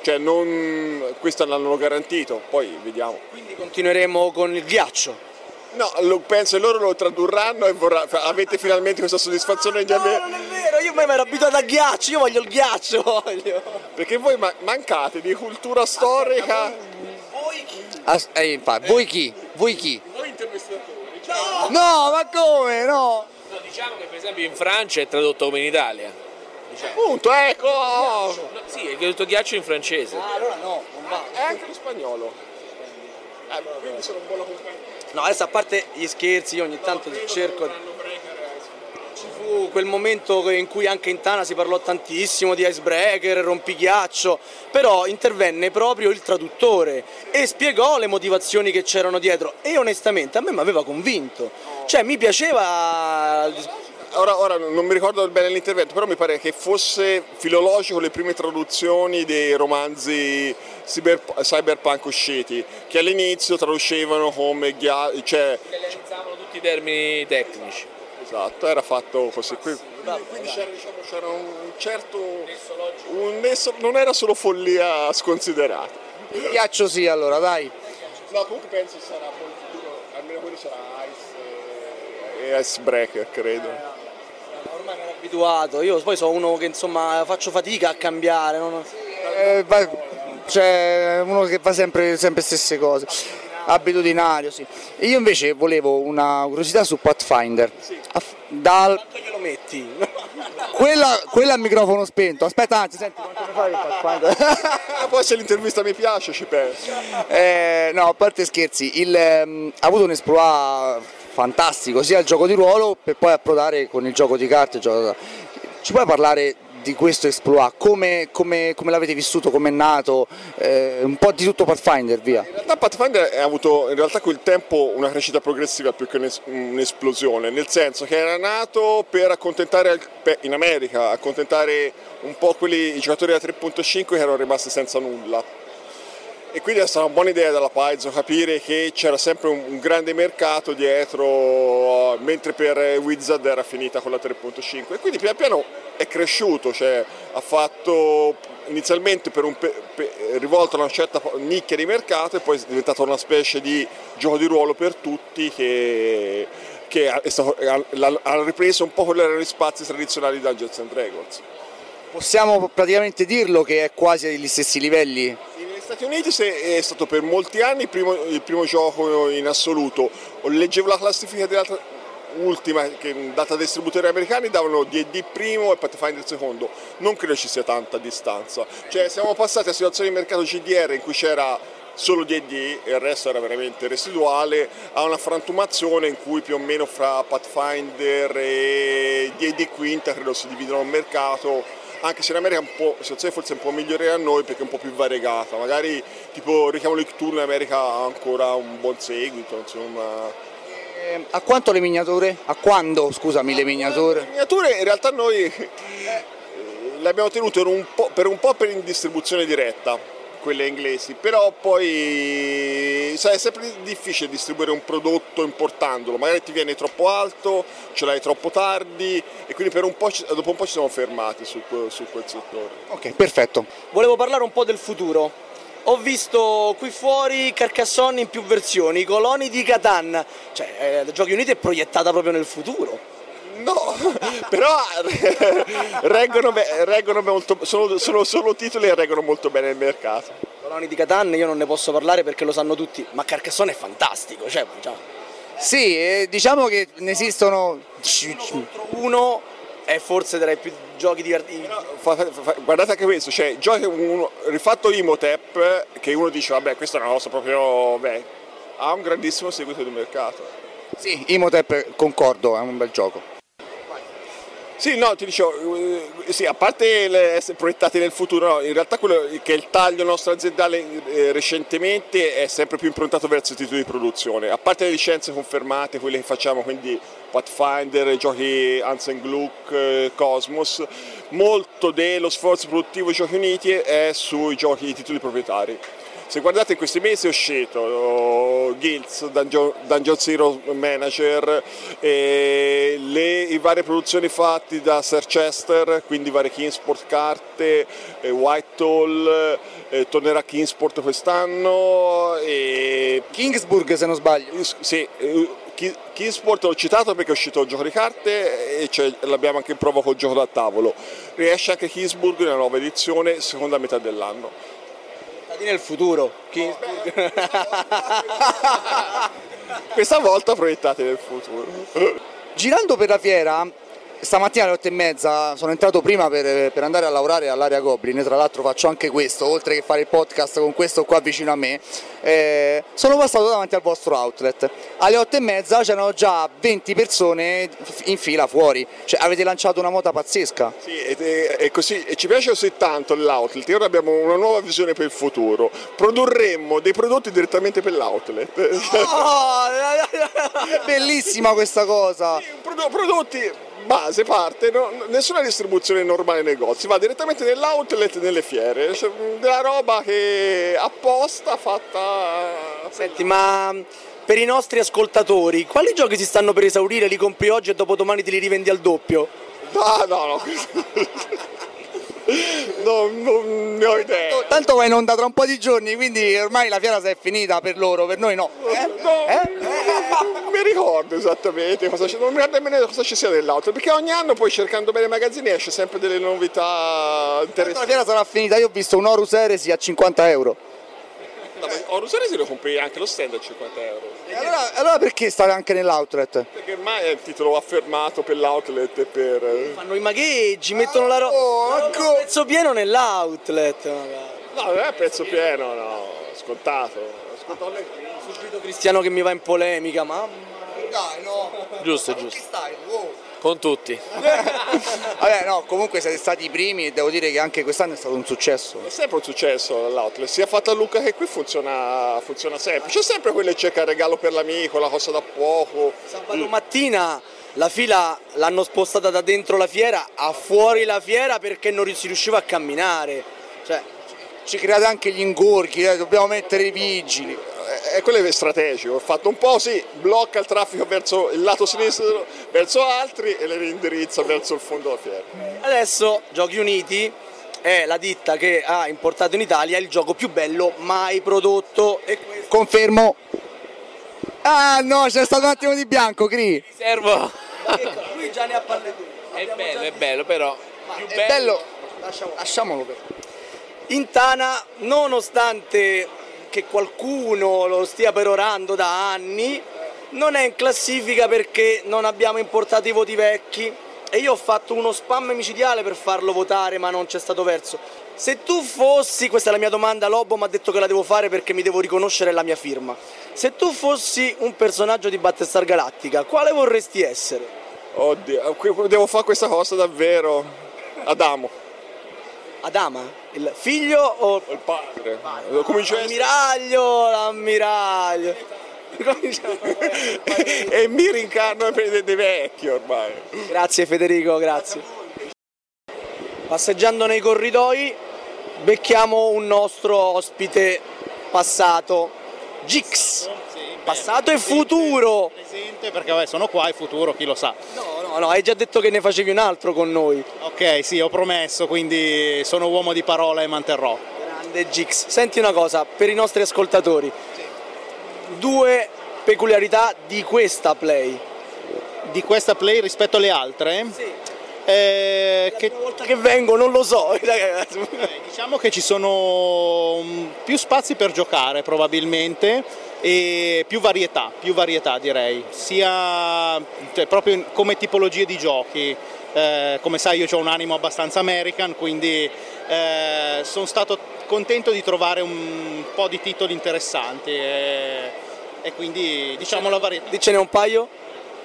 [SPEAKER 21] Cioè non, questo l'hanno garantito, poi vediamo.
[SPEAKER 5] Quindi continueremo con il ghiaccio.
[SPEAKER 21] No, lo, penso che loro lo tradurranno e vorrà, fa- avete finalmente questa soddisfazione di avere...
[SPEAKER 5] Vero, io mi ero abituato al ghiaccio, io voglio il ghiaccio, voglio.
[SPEAKER 21] Perché voi ma- mancate di cultura storica...
[SPEAKER 4] As- eh, infatti, voi chi? Voi chi?
[SPEAKER 21] Voi intervistatori.
[SPEAKER 4] No, ma come? No!
[SPEAKER 11] Diciamo che per esempio in Francia è tradotto come cioè, in Italia.
[SPEAKER 21] Punto, ecco! Ah,
[SPEAKER 11] No, sì, è tradotto ghiaccio in francese.
[SPEAKER 5] Ah, allora no, non va.
[SPEAKER 21] È anche lo spagnolo. Eh, quindi sono un buono compagno.
[SPEAKER 5] No, adesso a parte gli scherzi, io ogni tanto cerco. Ci fu quel momento in cui anche in Tana si parlò tantissimo di icebreaker, rompighiaccio, però intervenne proprio il traduttore e spiegò le motivazioni che c'erano dietro e onestamente a me mi aveva convinto. Cioè mi piaceva
[SPEAKER 21] Ora, ora non mi ricordo bene l'intervento, però mi pare che fosse filologico le prime traduzioni dei romanzi cyber- cyberpunk usciti, che all'inizio traducevano come ghia- cioè,
[SPEAKER 11] Tutti i termini tecnici.
[SPEAKER 21] esatto, era fatto così qui. Quindi c'era, diciamo, c'era un certo un nesso- non era solo follia sconsiderata.
[SPEAKER 4] Il ghiaccio sì, allora, dai.
[SPEAKER 21] No, comunque penso sarà poi il futuro, almeno quello sarà Ice e Icebreaker, Eh, credo.
[SPEAKER 5] ormai mi ero abituato, io poi sono uno che insomma faccio fatica a cambiare. non-
[SPEAKER 4] Eh, va- c'è uno che fa sempre, sempre stesse cose. Abitudinario, sì. Io invece volevo una curiosità su Pathfinder. Aff- Dal...
[SPEAKER 5] glielo metti?
[SPEAKER 4] Quella, quella a microfono spento. Aspetta, anzi, senti, quanto ne fai di Pathfinder?
[SPEAKER 21] Ah, poi se l'intervista mi piace ci penso.
[SPEAKER 4] Eh, no, a parte scherzi, il, ehm, ha avuto un esploit fantastico sia al gioco di ruolo per poi approdare con il gioco di carte. il gioco- Ci puoi parlare di questo esploit? Come, come- come l'avete vissuto? Come è nato? Eh, un po' di tutto Pathfinder, via.
[SPEAKER 21] In realtà Pathfinder ha avuto in realtà col tempo una crescita progressiva più che un'es- un'esplosione, nel senso che era nato per accontentare al- per- in America, accontentare un po' quelli, i giocatori da 3.5 che erano rimasti senza nulla. E quindi è stata una buona idea della Paizo capire che c'era sempre un, un grande mercato dietro, eh, mentre per Wizard era finita con la 3.5. E quindi pian piano è cresciuto, cioè ha fatto inizialmente per un pe- pe- rivolto a una certa po- nicchia di mercato e poi è diventato una specie di gioco di ruolo per tutti che, che ha- è stato- ha- l'ha- ha ripreso un po' quelli che erano gli spazi tradizionali di Dungeons and Dragons.
[SPEAKER 4] Possiamo praticamente dirlo che è quasi agli stessi livelli?
[SPEAKER 21] Negli Stati Uniti se- è stato per molti anni il primo, il primo gioco in assoluto. Leggevo la classifica dell'altra ultima che mm, data dai distributori americani davano D&D primo e Pathfinder secondo non credo ci sia tanta distanza cioè siamo passati a situazioni di mercato CDR in cui c'era solo D&D e il resto era veramente residuale a una frantumazione in cui più o meno fra Pathfinder e D&D quinta credo si dividono il mercato anche se in America è un po', la situazione forse è un po' migliore a noi perché è un po' più variegata, magari tipo richiamo di Cthulhu in America ha ancora un buon seguito, insomma.
[SPEAKER 4] Eh, a quanto le miniature? A quando, scusami, le miniature?
[SPEAKER 21] miniature in realtà noi eh, le abbiamo tenute per un po' per, un po' per in distribuzione diretta. quelle inglesi, però poi sai, è sempre difficile distribuire un prodotto importandolo, magari ti viene troppo alto, ce l'hai troppo tardi e quindi per un po' ci- dopo un po' ci siamo fermati su, que- su quel settore.
[SPEAKER 4] Ok, perfetto.
[SPEAKER 5] Volevo parlare un po' del futuro. Ho visto qui fuori Carcassonne in più versioni, Coloni di Catan. Cioè, eh, Giochi Uniti è proiettata proprio nel futuro.
[SPEAKER 21] No, però reggono, be- reggono molto, sono, sono solo titoli e reggono molto bene il mercato.
[SPEAKER 5] Coloni di Catan io non ne posso parlare perché lo sanno tutti, ma Carcassonne è fantastico, cioè, mangiamo.
[SPEAKER 4] Sì, eh, diciamo che ne esistono...
[SPEAKER 5] Uno è forse tra i più giochi divertiti.
[SPEAKER 21] Eh Fa- fa- fa- guardate anche questo, cioè, gioca uno, rifatto Imotep, che uno dice, vabbè, questa è una cosa proprio, beh, ha un grandissimo seguito di mercato.
[SPEAKER 4] Sì, Imotep, concordo, è un bel gioco.
[SPEAKER 21] Sì, no, ti dicevo, eh, sì, a parte le- essere proiettati nel futuro, no, in realtà quello che il taglio nostro aziendale eh, recentemente è sempre più improntato verso i titoli di produzione, a parte le licenze confermate, quelle che facciamo, quindi Pathfinder, giochi Hans Gluck, eh, Cosmos, molto dello sforzo produttivo dei Giochi Uniti è sui giochi i titoli proprietari. Se guardate in questi mesi è uscito oh, Guilds, Dungeon, Dungeon Zero Manager, eh, le, i varie produzioni fatte da Sir Chester, quindi varie Kingsport carte, eh, Whitehall, eh, tornerà Kingsport quest'anno. E...
[SPEAKER 4] Kingsburg se non sbaglio.
[SPEAKER 21] Sì, eh, Ki- Kingsport l'ho citato perché è uscito il gioco di carte e c'è- l'abbiamo anche in prova col gioco da tavolo. Riesce anche Kingsburg nella nuova edizione, seconda metà dell'anno.
[SPEAKER 5] Nel futuro.
[SPEAKER 21] Oh, Questa volta proiettate nel futuro.
[SPEAKER 4] Girando per la fiera, stamattina alle otto e mezza sono entrato prima per, per andare a lavorare all'area Goblin, tra l'altro faccio anche questo, oltre che fare il podcast con questo qua vicino a me, eh, sono passato davanti al vostro outlet. Alle otto e mezza c'erano già 20 persone in fila fuori, cioè avete lanciato una mota pazzesca.
[SPEAKER 21] Sì, ed è, è così, e ci piace così tanto l'outlet, e ora abbiamo una nuova visione per il futuro. Produrremmo dei prodotti direttamente per l'outlet.
[SPEAKER 4] Oh, Bellissima questa cosa!
[SPEAKER 21] Prodo- prodotti base, parte, no- nessuna distribuzione normale nei negozi, va direttamente nell'outlet e nelle fiere. Cioè, mh, della roba che apposta fatta.
[SPEAKER 5] Senti, ma per i nostri ascoltatori, quali giochi si stanno per esaurire? Li compri oggi e dopodomani te li rivendi al doppio?
[SPEAKER 21] No, no, no. non, non ne ho idea.
[SPEAKER 4] Tanto va in onda tra un po' di giorni, quindi ormai la fiera si è finita per loro, per noi no.
[SPEAKER 21] No, non mi ricordo esattamente cosa c'è, non mi ricordo nemmeno cosa ci sia nell'outlet, perché ogni anno poi cercando bene i magazzini esce sempre delle novità
[SPEAKER 4] La
[SPEAKER 21] interessanti.
[SPEAKER 4] fiera sarà finita, io ho visto un Horus Heresy a 50 euro.
[SPEAKER 21] No, ma Horus Heresy lo compri anche lo stand a 50 euro.
[SPEAKER 4] Allora, allora perché stare anche nell'outlet?
[SPEAKER 21] Perché ormai è il titolo affermato per l'outlet e per... eh,
[SPEAKER 5] Fanno i magheggi, mettono la roba. Il pezzo pieno nell'outlet. magari.
[SPEAKER 21] No, non è prezzo pieno, no, scontato. Scontato
[SPEAKER 5] Subito Cristiano che mi va in polemica, ma.
[SPEAKER 4] Dai, no.
[SPEAKER 11] Giusto,
[SPEAKER 4] Ma
[SPEAKER 11] giusto.
[SPEAKER 4] Che stai? Wow.
[SPEAKER 11] Con tutti.
[SPEAKER 4] Vabbè, no, comunque siete stati i primi e devo dire che anche quest'anno è stato un successo.
[SPEAKER 21] È sempre un successo l'outlet, sia fatta a Luca che qui funziona, funziona sempre. C'è sempre quello che cerca il regalo per l'amico, la cosa da poco. Mm.
[SPEAKER 5] Sabato mattina la fila l'hanno spostata da dentro la fiera a fuori la fiera perché non si riusciva a camminare. Cioè,
[SPEAKER 4] ci create anche gli ingorghi, eh, dobbiamo mettere i vigili.
[SPEAKER 21] E Eh, quello è strategico, è fatto un po' sì, blocca il traffico verso il lato sinistro, verso altri e le rindirizza verso il fondo della fiera.
[SPEAKER 5] Adesso Giochi Uniti è la ditta che ha importato in Italia il gioco più bello mai prodotto e questo
[SPEAKER 4] Confermo. Ah no, c'è stato un attimo di bianco, Cri.
[SPEAKER 11] Servo.
[SPEAKER 5] Ecco, lui già ne ha parlato. È
[SPEAKER 11] bello, è bello, però.
[SPEAKER 5] più
[SPEAKER 4] È bello. Lasciamolo per.
[SPEAKER 5] In Tana, nonostante che qualcuno lo stia perorando da anni, non è in classifica perché non abbiamo importato i voti vecchi e io ho fatto uno spam micidiale per farlo votare ma non c'è stato verso. Se tu fossi, questa è la mia domanda, Lobo mi ha detto che la devo fare perché mi devo riconoscere la mia firma, se tu fossi un personaggio di Battlestar Galactica, quale vorresti essere?
[SPEAKER 21] Oddio, que- devo fare questa cosa davvero. Adamo.
[SPEAKER 5] Adama? Il figlio o
[SPEAKER 21] il padre? Comincia a essere-
[SPEAKER 5] Ammiraglio, l'ammiraglio.
[SPEAKER 21] e mi rincarno per dei vecchi ormai.
[SPEAKER 5] Grazie Federico, grazie. Passeggiando nei corridoi becchiamo un nostro ospite passato, Gix. Passato e futuro.
[SPEAKER 1] Presente perché vabbè, sono qua e futuro chi lo sa.
[SPEAKER 5] No, no, hai già detto che ne facevi un altro con noi.
[SPEAKER 1] Ok, sì, ho promesso, quindi sono uomo di parola e manterrò.
[SPEAKER 5] Grande Gix. Senti una cosa, per i nostri ascoltatori, due peculiarità di questa play.
[SPEAKER 1] Di questa play rispetto alle altre? Sì. che...
[SPEAKER 5] volta Eh, che vengo non lo so.
[SPEAKER 1] Diciamo che ci sono mm, più spazi per giocare probabilmente e più varietà, più varietà direi, sia cioè, proprio in- come tipologie di giochi. Eh, come sai io ho un animo abbastanza American, quindi eh, sono stato contento di trovare un po' di titoli interessanti e, e quindi diciamo la varietà.
[SPEAKER 5] Dicene un paio?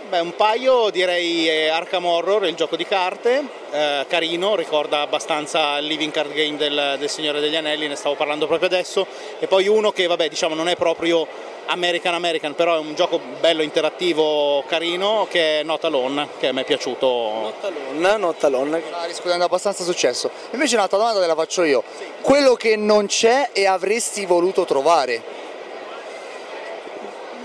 [SPEAKER 1] Beh, un paio direi eh, Arkham Horror, il gioco di carte, eh, carino, ricorda abbastanza il living card game del, del Signore degli Anelli, ne stavo parlando proprio adesso, e poi uno che vabbè diciamo non è proprio American American, però è un gioco bello, interattivo, carino, che è Not Alone, che mi è piaciuto.
[SPEAKER 5] Alone, Not Alone.
[SPEAKER 4] Sta Ah, riscuotendo abbastanza successo. Invece un'altra domanda te la faccio io. Quello che non c'è e avresti voluto trovare?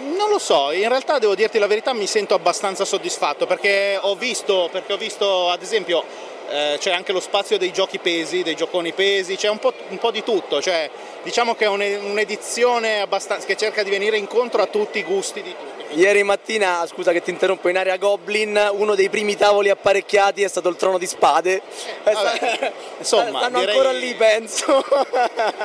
[SPEAKER 1] Non lo so, in realtà devo dirti la verità, mi sento abbastanza soddisfatto perché ho visto, perché ho visto ad esempio eh, c'è anche lo spazio dei giochi pesi, dei gioconi pesi, c'è un po', un po' di tutto, cioè, diciamo che è un- un'edizione abbastanza, che cerca di venire incontro a tutti i gusti di tutti.
[SPEAKER 5] Ieri mattina, ah, scusa che ti interrompo, in area Goblin uno dei primi tavoli apparecchiati è stato il trono di spade. Eh,
[SPEAKER 1] Insomma,
[SPEAKER 5] stanno
[SPEAKER 1] direi-
[SPEAKER 5] ancora lì, penso.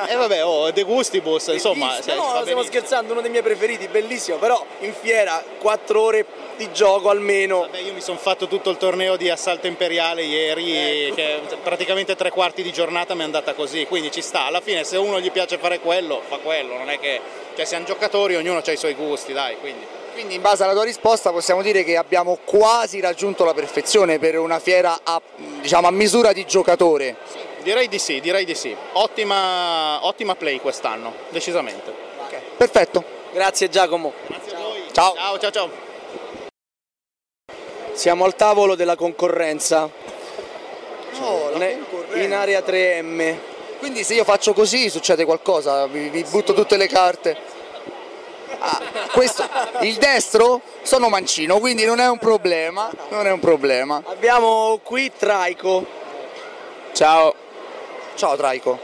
[SPEAKER 1] E vabbè, oh, De Gustibus, insomma,
[SPEAKER 5] Bellissimo,
[SPEAKER 1] cioè,
[SPEAKER 5] no,
[SPEAKER 1] va
[SPEAKER 5] stiamo
[SPEAKER 1] benissimo.
[SPEAKER 5] scherzando, uno dei miei preferiti, bellissimo, però in fiera 4 ore di gioco almeno.
[SPEAKER 1] Vabbè, io mi sono fatto tutto il torneo di assalto imperiale ieri,
[SPEAKER 5] Ecco.
[SPEAKER 1] e che praticamente tre quarti di giornata mi è andata così, quindi ci sta. Alla fine se uno gli piace fare quello, fa quello, non è che... Cioè siamo giocatori, ognuno ha i suoi gusti, dai, quindi...
[SPEAKER 4] Quindi in base alla tua risposta possiamo dire che abbiamo quasi raggiunto la perfezione per una fiera a, diciamo, a misura di giocatore.
[SPEAKER 1] Direi di sì, direi di sì. Ottima, ottima play quest'anno, decisamente.
[SPEAKER 4] Perfetto.
[SPEAKER 5] Grazie Giacomo.
[SPEAKER 4] Ciao.
[SPEAKER 1] Ciao, ciao, ciao.
[SPEAKER 5] Siamo al tavolo della concorrenza. Ne- In area 3M.
[SPEAKER 4] Quindi se io faccio così succede qualcosa, vi, vi butto tutte le carte. Ah, questo, il destro sono mancino, quindi non è un problema, non è un problema.
[SPEAKER 5] Abbiamo qui Traico.
[SPEAKER 4] Ciao. Ciao Traico.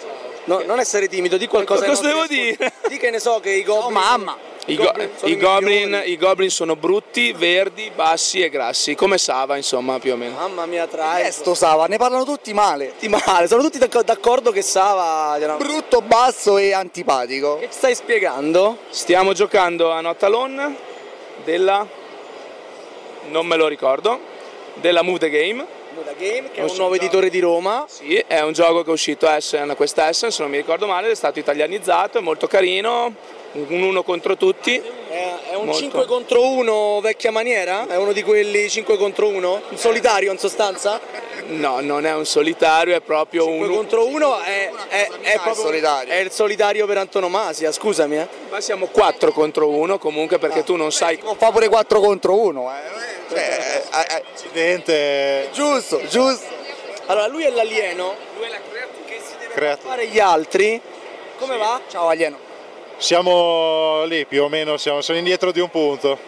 [SPEAKER 5] No, non essere timido, di qualcosa.
[SPEAKER 4] Cosa
[SPEAKER 5] ai
[SPEAKER 4] devo
[SPEAKER 5] nostri ascol- Di che ne so che i goblin. mamma!
[SPEAKER 22] I, go- i goblin, i goblin sono brutti, verdi, bassi e grassi, come Sava insomma più o meno.
[SPEAKER 5] Mamma mia, Traico.
[SPEAKER 4] Sto Sava, ne parlano tutti male.
[SPEAKER 5] Tutti male, sono tutti d'acc- d'accordo che Sava
[SPEAKER 4] brutto, basso e antipatico.
[SPEAKER 5] Che stai spiegando?
[SPEAKER 22] Stiamo giocando a Notalon della... non me lo ricordo, della Move the Game.
[SPEAKER 5] Da Game, che è
[SPEAKER 22] Non
[SPEAKER 5] un
[SPEAKER 22] so
[SPEAKER 5] nuovo
[SPEAKER 22] già.
[SPEAKER 5] editore di Roma.
[SPEAKER 22] Sì, è un gioco che è uscito a Essen, questa Essen, se non mi ricordo male, è stato italianizzato, è molto carino, un uno contro tutti.
[SPEAKER 5] È un
[SPEAKER 22] Molto.
[SPEAKER 5] 5 contro 1 vecchia maniera? È uno di quelli 5 contro 1? Un solitario in sostanza?
[SPEAKER 22] No, non è un solitario, è proprio un...
[SPEAKER 5] 5 contro 1 è, è, è
[SPEAKER 22] Ah,
[SPEAKER 5] proprio
[SPEAKER 4] solitario.
[SPEAKER 5] È il solitario per antonomasia, scusami. Eh. Ah.
[SPEAKER 22] Ma siamo 4 contro 1 comunque perché tu non sai...
[SPEAKER 4] Fa pure 4 contro 1,
[SPEAKER 5] cioè, eh,
[SPEAKER 1] Accidente.
[SPEAKER 4] Giusto, giusto.
[SPEAKER 5] Allora, lui è l'alieno. Lui è la che si deve fare gli altri. Come va?
[SPEAKER 4] Ciao alieno.
[SPEAKER 1] Siamo lì più o meno, siamo, sono indietro di un punto.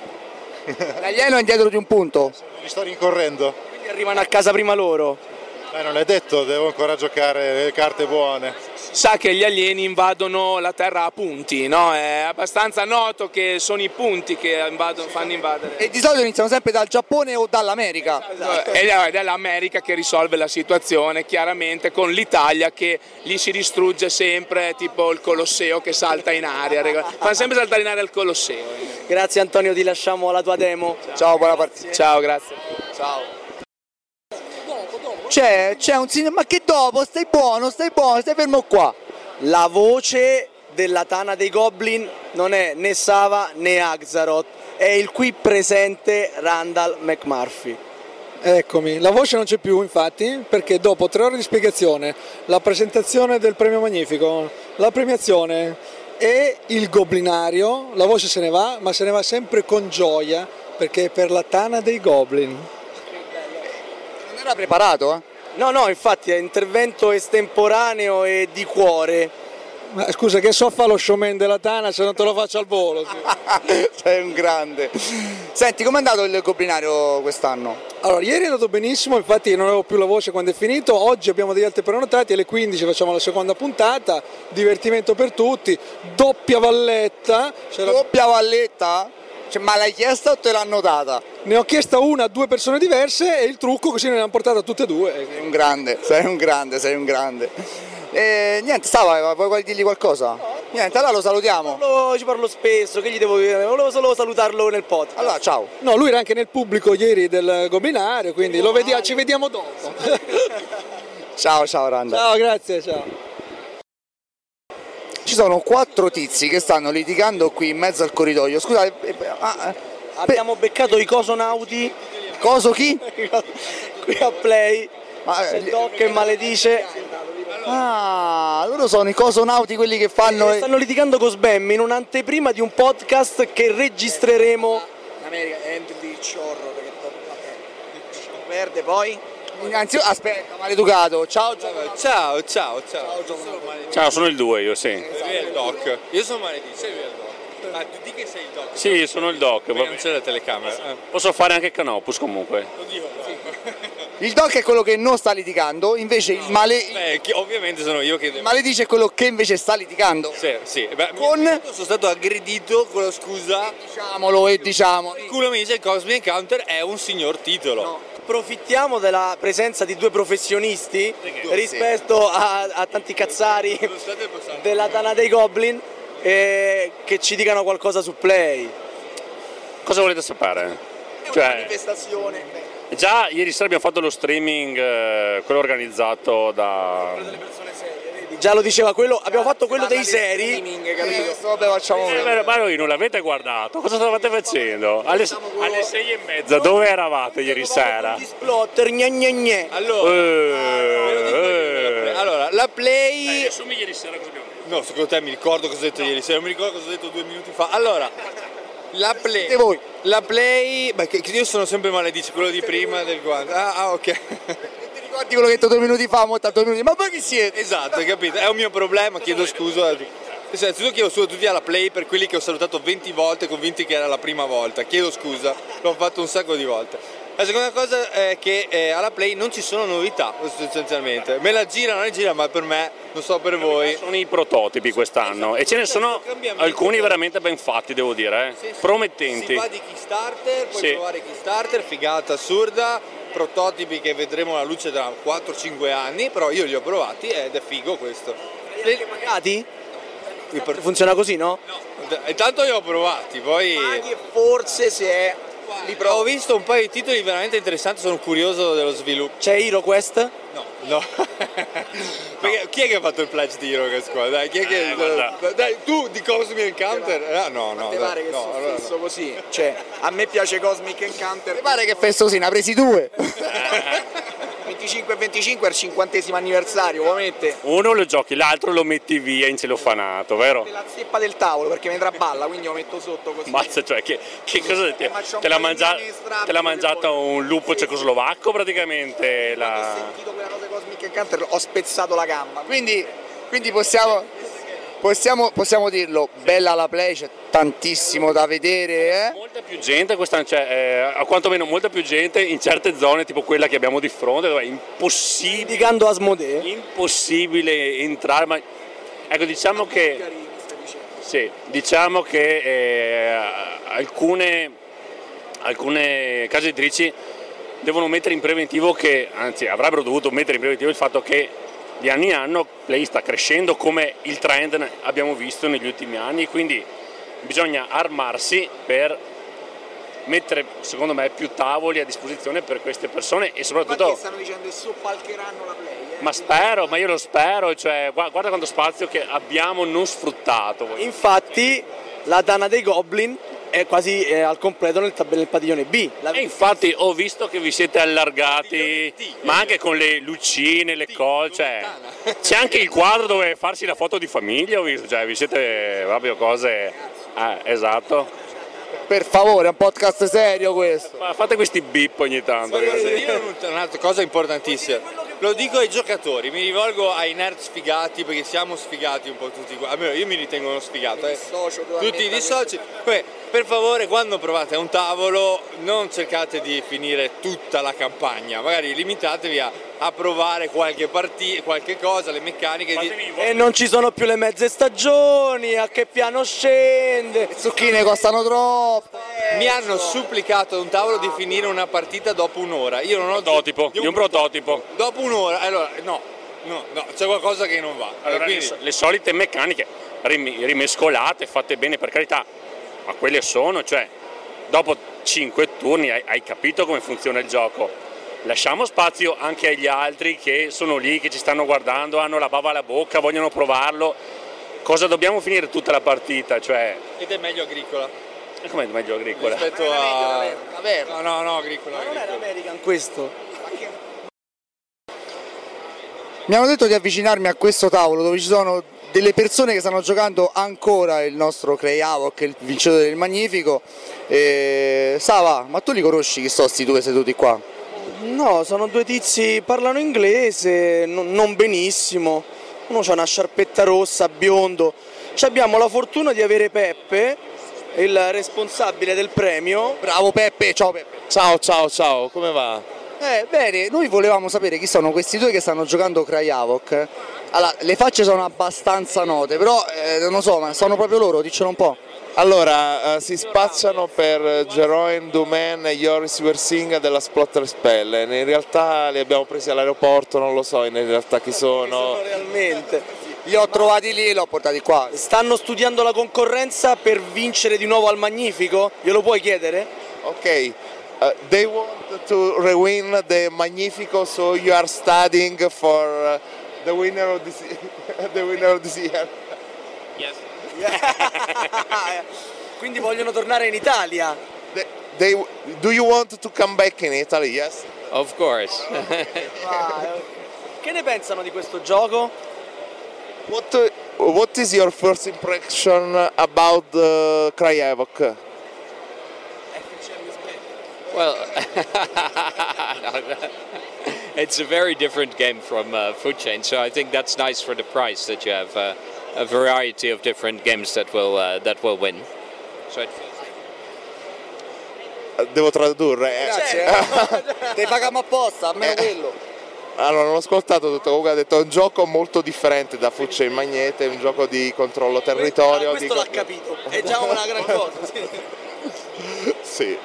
[SPEAKER 4] L'alieno è indietro di un punto.
[SPEAKER 1] Mi sto rincorrendo.
[SPEAKER 5] Quindi arrivano a casa prima loro.
[SPEAKER 1] Beh, non è detto, devo ancora giocare le carte buone.
[SPEAKER 22] sa che gli alieni invadono la Terra a punti, no? È abbastanza noto che sono i punti che invado- fanno invadere.
[SPEAKER 4] E di solito iniziano sempre dal Giappone o dall'America.
[SPEAKER 22] Ed Esatto. è ed è l'America che risolve la situazione chiaramente con l'Italia che gli si distrugge sempre, tipo il Colosseo che salta in aria, regol- fa sempre saltare in aria il Colosseo.
[SPEAKER 5] Grazie Antonio, ti lasciamo alla tua demo. Ciao,
[SPEAKER 4] buona partita.
[SPEAKER 22] Ciao, grazie.
[SPEAKER 4] Ciao. C'è, c'è un signore, ma che dopo? Stai buono, stai buono, stai fermo qua.
[SPEAKER 5] La voce della Tana dei Goblin non è né Sava né Axaroth, è il qui presente Randall McMurphy.
[SPEAKER 23] Eccomi, la voce non c'è più infatti perché dopo tre ore di spiegazione, la presentazione del premio magnifico, la premiazione e il goblinario, la voce se ne va ma se ne va sempre con gioia perché è per la tana dei goblin.
[SPEAKER 4] Non era preparato, eh?
[SPEAKER 5] No, no, infatti è intervento estemporaneo e di cuore.
[SPEAKER 24] Ma scusa, che soffa lo showman della Tana se non te lo faccio al volo?
[SPEAKER 4] Sei un grande. Senti, com'è andato il goblinario quest'anno?
[SPEAKER 24] Allora, ieri è andato benissimo, infatti non avevo più la voce quando è finito, oggi abbiamo degli altri prenotati, alle 15 facciamo la seconda puntata, divertimento per tutti, doppia valletta.
[SPEAKER 4] Doppia valletta? Cioè, ma l'hai chiesta o te l'hanno data?
[SPEAKER 24] Ne ho chiesta una a due persone diverse e il trucco così ne hanno portata tutte e due.
[SPEAKER 4] Sei un grande, sei un grande, sei un grande. E, niente, stava, vuoi dirgli qualcosa? Niente, allora lo salutiamo.
[SPEAKER 5] Parlo- ci parlo spesso, che gli devo dire? Volevo solo salutarlo nel podcast.
[SPEAKER 4] Allora, ciao.
[SPEAKER 24] No, lui era anche nel pubblico ieri del goblinario, quindi lo vedi- ci vediamo dopo.
[SPEAKER 4] Ciao, ciao Randa.
[SPEAKER 24] Ciao, grazie, ciao.
[SPEAKER 4] Ci sono quattro tizi che stanno litigando qui in mezzo al corridoio. Scusate, eh, ah,
[SPEAKER 5] abbiamo beccato i cosonauti.
[SPEAKER 4] Coso chi?
[SPEAKER 5] qui a Play.
[SPEAKER 4] Ma eh,
[SPEAKER 5] Se Doc che maledice.
[SPEAKER 4] Ah, loro sono i cosonauti quelli che fanno.
[SPEAKER 5] Eh, Stanno litigando con Sbem in un'anteprima di un podcast che registreremo.
[SPEAKER 2] America End di Horror che tocca. Verde poi?
[SPEAKER 4] Innanzitutto, aspetta, maleducato. Ciao,
[SPEAKER 2] ciao. Ciao, ciao, ciao.
[SPEAKER 19] Ciao, sono il 2 io, sì.
[SPEAKER 4] Esatto.
[SPEAKER 2] Sei il doc. Io sono maledetto, sei il doc. Ma tu di che sei il doc?
[SPEAKER 19] Sì, sono il doc. va
[SPEAKER 2] non
[SPEAKER 19] bene. Eh.
[SPEAKER 2] c'è la telecamera.
[SPEAKER 19] Posso fare anche Canopus comunque.
[SPEAKER 4] Il doc è quello che non sta litigando, invece il, male... il
[SPEAKER 2] Beh, chi- ovviamente sono io che devo...
[SPEAKER 4] maledice è quello che invece sta litigando.
[SPEAKER 2] Sì, sì. Beh, con... Sono stato aggredito con la scusa...
[SPEAKER 4] Diciamolo e diciamo.
[SPEAKER 2] Il culo mi dice il Cosmic Encounter è un signor titolo.
[SPEAKER 5] Approfittiamo della presenza di due professionisti rispetto a, a tanti cazzari della Tana dei Goblin eh, che ci dicano qualcosa su Play.
[SPEAKER 19] Cosa volete sapere? Cioè,
[SPEAKER 5] Manifestazione.
[SPEAKER 19] già ieri sera abbiamo fatto lo streaming, eh, quello organizzato da...
[SPEAKER 5] Già lo diceva quello, abbiamo fatto quello dei seri.
[SPEAKER 4] vabbè, facciamo
[SPEAKER 19] Eh, vero, ma voi non l'avete guardato, cosa stavate facendo? Alle, alle sei e mezza, dove eravate ieri sera?
[SPEAKER 5] Splotter, gna gna gna.
[SPEAKER 4] Ah,
[SPEAKER 2] Allora,
[SPEAKER 19] Eh,
[SPEAKER 2] allora, la Play...
[SPEAKER 19] riassumi ieri sera cosa abbiamo detto.
[SPEAKER 2] No, secondo te mi ricordo cosa ho detto ieri sera, non mi ricordo cosa ho detto due minuti fa. Allora, la Play... La Play... Beh, che- che io sono sempre maledice, quello di prima del guanto. Ah, ah, ok.
[SPEAKER 4] Ricordi quello che ho detto due minuti fa, molto due minuti. Ma voi chi siete?
[SPEAKER 2] Esatto, hai capito? È un mio problema, chiedo scusa. Nel senso, io chiedo scusa a tutti alla play per quelli che ho salutato 20 volte convinti che era la prima volta. Chiedo scusa, l'ho fatto un sacco di volte. La seconda cosa è che eh, alla play non ci sono novità, sostanzialmente. Me la gira, non la gira, ma per me, non so per voi.
[SPEAKER 19] Sono i prototipi quest'anno e ce ne sono alcuni veramente ben fatti, devo dire, eh.
[SPEAKER 2] Si
[SPEAKER 19] promettenti.
[SPEAKER 2] va di Kickstarter, puoi
[SPEAKER 19] Sì.
[SPEAKER 2] provare Kickstarter, figata assurda, prototipi che vedremo alla luce tra 4-5 anni, però io li ho provati ed è figo questo. Li hai
[SPEAKER 5] pagati? Funziona così, no?
[SPEAKER 2] Intanto io ho provati, poi...
[SPEAKER 5] forse se
[SPEAKER 2] li provo. Ho visto un paio di titoli veramente interessanti, sono curioso dello sviluppo.
[SPEAKER 5] C'è HeroQuest?
[SPEAKER 2] No. No. Perché chi è che ha fatto il pledge di HeroQuest qua? Dai, chi è
[SPEAKER 19] Eh,
[SPEAKER 2] che... dai, tu di Cosmic Encounter? Ah, no, no.
[SPEAKER 4] te
[SPEAKER 2] dai,
[SPEAKER 4] pare che
[SPEAKER 2] no,
[SPEAKER 4] sia
[SPEAKER 2] allora no.
[SPEAKER 4] così.
[SPEAKER 2] Cioè,
[SPEAKER 4] a me piace
[SPEAKER 2] Cosmic Encounter.
[SPEAKER 4] Mi pare che festosina, ha presi due.
[SPEAKER 2] 25 e 25 al 50 anniversario, ovviamente.
[SPEAKER 19] Uno lo giochi, l'altro lo metti via in celofanato, vero?
[SPEAKER 2] La zeppa del tavolo perché mi a balla, quindi lo metto sotto così.
[SPEAKER 19] Mazza, cioè, che, che cosa te,
[SPEAKER 2] ma c'è un
[SPEAKER 19] te l'ha
[SPEAKER 2] po' di
[SPEAKER 19] mangia-
[SPEAKER 2] mani strappi
[SPEAKER 19] te l'ha mangiata un lupo cecoslovacco praticamente? La...
[SPEAKER 4] ho spezzato la gamba. Quindi, quindi possiamo, possiamo, possiamo dirlo, bella la play, c'è tantissimo da vedere. Eh?
[SPEAKER 19] Molta più gente, quest'anno, cioè, eh, a quanto meno molta più gente in certe zone, tipo quella che abbiamo di fronte, dove è impossibile.
[SPEAKER 5] Indicando Asmodee.
[SPEAKER 19] Impossibile entrare, ma ecco, diciamo che. Sì, diciamo che eh, alcune, alcune case editrici devono mettere in preventivo che, anzi avrebbero dovuto mettere in preventivo il fatto che di anno in anno Play sta crescendo come il trend ne- abbiamo visto negli ultimi anni, quindi bisogna armarsi per mettere secondo me più tavoli a disposizione per queste persone e soprattutto
[SPEAKER 2] dicendo che soppalcheranno la play.
[SPEAKER 19] ma spero, ma io lo spero, cioè, gua- guarda quanto spazio che abbiamo non sfruttato. voi.
[SPEAKER 5] Infatti la Tana dei Goblin è quasi eh, al completo nel, tab- nel padiglione B. La-
[SPEAKER 19] E infatti ho visto che vi siete allargati, ma anche con le lucine, le cose, cioè, c'è anche il quadro dove farsi la foto di famiglia, ho visto, cioè vi siete proprio cose... Ah, esatto.
[SPEAKER 4] Per favore, è un podcast serio questo.
[SPEAKER 19] Ma fate questi bip ogni tanto.
[SPEAKER 2] Voglio dire un- un'altra cosa importantissima. Lo dico ai giocatori, mi rivolgo ai nerd sfigati perché siamo sfigati un po' tutti qua. Almeno io mi ritengo uno sfigato. eh. Tutti i dissoci. Beh, per favore, quando provate a un tavolo, non cercate di finire tutta la campagna. Magari limitatevi a, a provare qualche partita, qualche cosa, le meccaniche. Di...
[SPEAKER 5] E non ci sono più le mezze stagioni, a che piano scende. Le
[SPEAKER 4] zucchine costano troppo.
[SPEAKER 2] Mi hanno supplicato ad un tavolo di finire una partita dopo un'ora. Io non ho
[SPEAKER 19] Prototipo, di un prototipo.
[SPEAKER 2] Dopo un'ora, allora no, no, no, c'è qualcosa che non va.
[SPEAKER 19] Allora,
[SPEAKER 2] E
[SPEAKER 19] le,
[SPEAKER 2] quindi-
[SPEAKER 19] so- le solite meccaniche rim- rimescolate, fatte bene per carità, ma quelle sono, cioè, dopo 5 turni hai, hai capito come funziona il gioco. Lasciamo spazio anche agli altri che sono lì, che ci stanno guardando, hanno la bava alla bocca, vogliono provarlo. Cosa dobbiamo finire tutta la partita? Cioè,
[SPEAKER 2] ed è meglio agricola.
[SPEAKER 19] è come meglio agricola?
[SPEAKER 2] Rispetto a. No, no, no, agricola. agricola.
[SPEAKER 5] Questo.
[SPEAKER 4] Mi hanno detto di avvicinarmi a questo tavolo dove ci sono delle persone che stanno giocando ancora il nostro Clay Havoc, il vincitore del Magnifico. Eh, Sava, ma tu li conosci chi sono sti due seduti qua?
[SPEAKER 5] No, sono due tizi, parlano inglese, non, non benissimo. Uno ha una sciarpetta rossa, biondo. Ci abbiamo la fortuna di avere Peppe, il responsabile del premio.
[SPEAKER 4] Bravo Peppe, ciao Peppe.
[SPEAKER 20] Ciao, ciao, ciao, come va?
[SPEAKER 4] Eh, bene, noi volevamo sapere chi sono questi due che stanno giocando Cry Havoc. Allora, le facce sono abbastanza note, però eh, non lo so, ma sono proprio loro, diccelo un po'.
[SPEAKER 20] Allora, eh, si spacciano per eh, Jeroen Duman e Joris Wersinga della Splotter Spell. In realtà li abbiamo presi all'aeroporto, non lo so in realtà chi sono.
[SPEAKER 5] Realmente.
[SPEAKER 4] Li ho trovati lì e li ho portati qua.
[SPEAKER 5] Stanno studiando la concorrenza per vincere di nuovo al Magnifico? Glielo puoi chiedere?
[SPEAKER 4] Eh,
[SPEAKER 20] Ok. Uh, they want to rewin the Magnifico, so you are studying for uh, the winner of this, the winner of this year.
[SPEAKER 5] Quindi vogliono tornare in Italia.
[SPEAKER 20] They, do you want to come back in Italy? Yes.
[SPEAKER 25] Of course.
[SPEAKER 5] eh. Che ne pensano di questo gioco?
[SPEAKER 20] What uh, What is your first impression about uh, Cry Havoc?
[SPEAKER 25] well, it's a very different game from uh, Food Chain, so I think that's nice for the price that you have uh, a variety of different games that will uh, that will win. So it feels
[SPEAKER 20] Devo tradurre. eh.
[SPEAKER 4] Cioè, Te paghiamo apposta, a me quello.
[SPEAKER 20] Allora, non ho ascoltato tutto, comunque ha detto è un gioco molto differente da Fucce in Magnete, è un gioco di controllo territorio.
[SPEAKER 5] questo
[SPEAKER 20] di
[SPEAKER 5] l'ha capito, è già una gran cosa. sì.
[SPEAKER 20] Sì.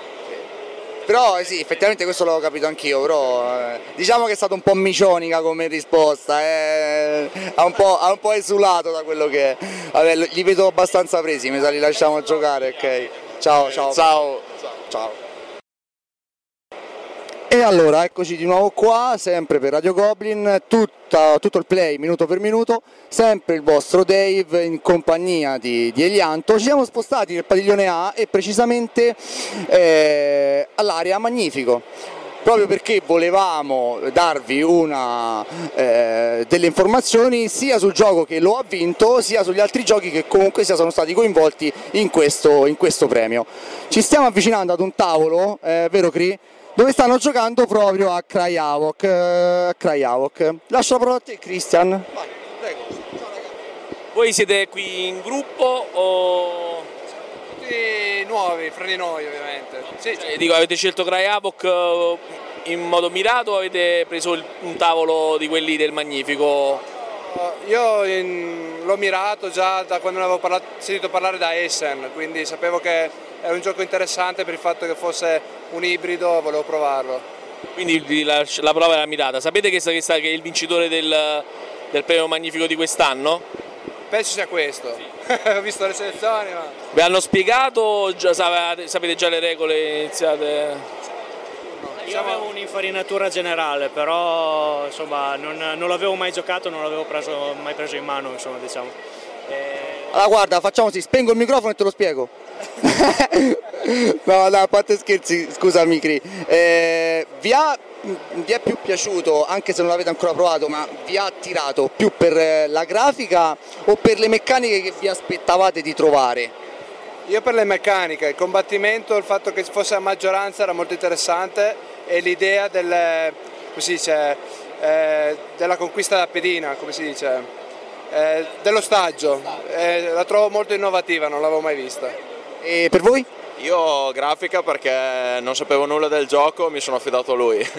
[SPEAKER 4] Però eh, sì, effettivamente questo l'avevo capito anch'io, però eh, diciamo che è stata un po' micionica come risposta, eh, ha, un po', ha un po' esulato da quello che è. Vabbè, lo- li vedo abbastanza presi, mi sa li lasciamo giocare, ok? Ciao, ciao.
[SPEAKER 20] Ciao.
[SPEAKER 4] Ciao. E allora, eccoci di nuovo qua, sempre per Radio Goblin, tutta- tutto il play minuto per minuto, sempre il vostro Dave in compagnia di, di Elianto. Ci siamo spostati nel padiglione A e precisamente eh, all'area Magnifico. Proprio perché volevamo darvi una, eh, delle informazioni sia sul gioco che lo ha vinto, sia sugli altri giochi che comunque sia sono stati coinvolti in questo, in questo premio. Ci stiamo avvicinando ad un tavolo, eh, vero Cri? dove stanno giocando proprio a Cry Havoc, eh, a Cry Havoc. Lascio la parola a te Christian.
[SPEAKER 11] Voi siete qui in gruppo o
[SPEAKER 26] Tutti nuovi, fra di noi ovviamente. Sì,
[SPEAKER 11] eh, dico, avete scelto Cry Havoc eh, in modo mirato o avete preso il- un tavolo di quelli del Magnifico?
[SPEAKER 26] Io in- l'ho mirato già da quando ne avevo parlato- sentito parlare da Essen, quindi sapevo che era un gioco interessante per il fatto che fosse un ibrido, volevo provarlo.
[SPEAKER 11] Quindi la, la prova era mirata. Sapete che, sa- che, sa- che è il vincitore del, del premio Magnifico di quest'anno?
[SPEAKER 26] Penso sia questo. Ho visto le selezioni, ma
[SPEAKER 11] Vi hanno spiegato? o già sapevate- sapete già le regole iniziate?
[SPEAKER 27] Io avevo un'infarinatura generale, però insomma non, non l'avevo mai giocato, non l'avevo preso- mai preso in mano, insomma diciamo.
[SPEAKER 4] Allora guarda, facciamo così, spengo il microfono e te lo spiego. no, no, a parte scherzi, scusami Cri. Eh, vi, ha- vi è più piaciuto, anche se non l'avete ancora provato, ma vi ha attirato più per eh, la grafica o per le meccaniche che vi aspettavate di trovare?
[SPEAKER 26] Io per le meccaniche, il combattimento, il fatto che ci fosse a maggioranza era molto interessante e l'idea del, come si dice, eh, della conquista da pedina, come si dice, eh, dell'ostaggio. Eh, la trovo molto innovativa, non l'avevo mai vista.
[SPEAKER 4] E per voi?
[SPEAKER 7] Io grafica perché non sapevo nulla del gioco, mi sono affidato a lui.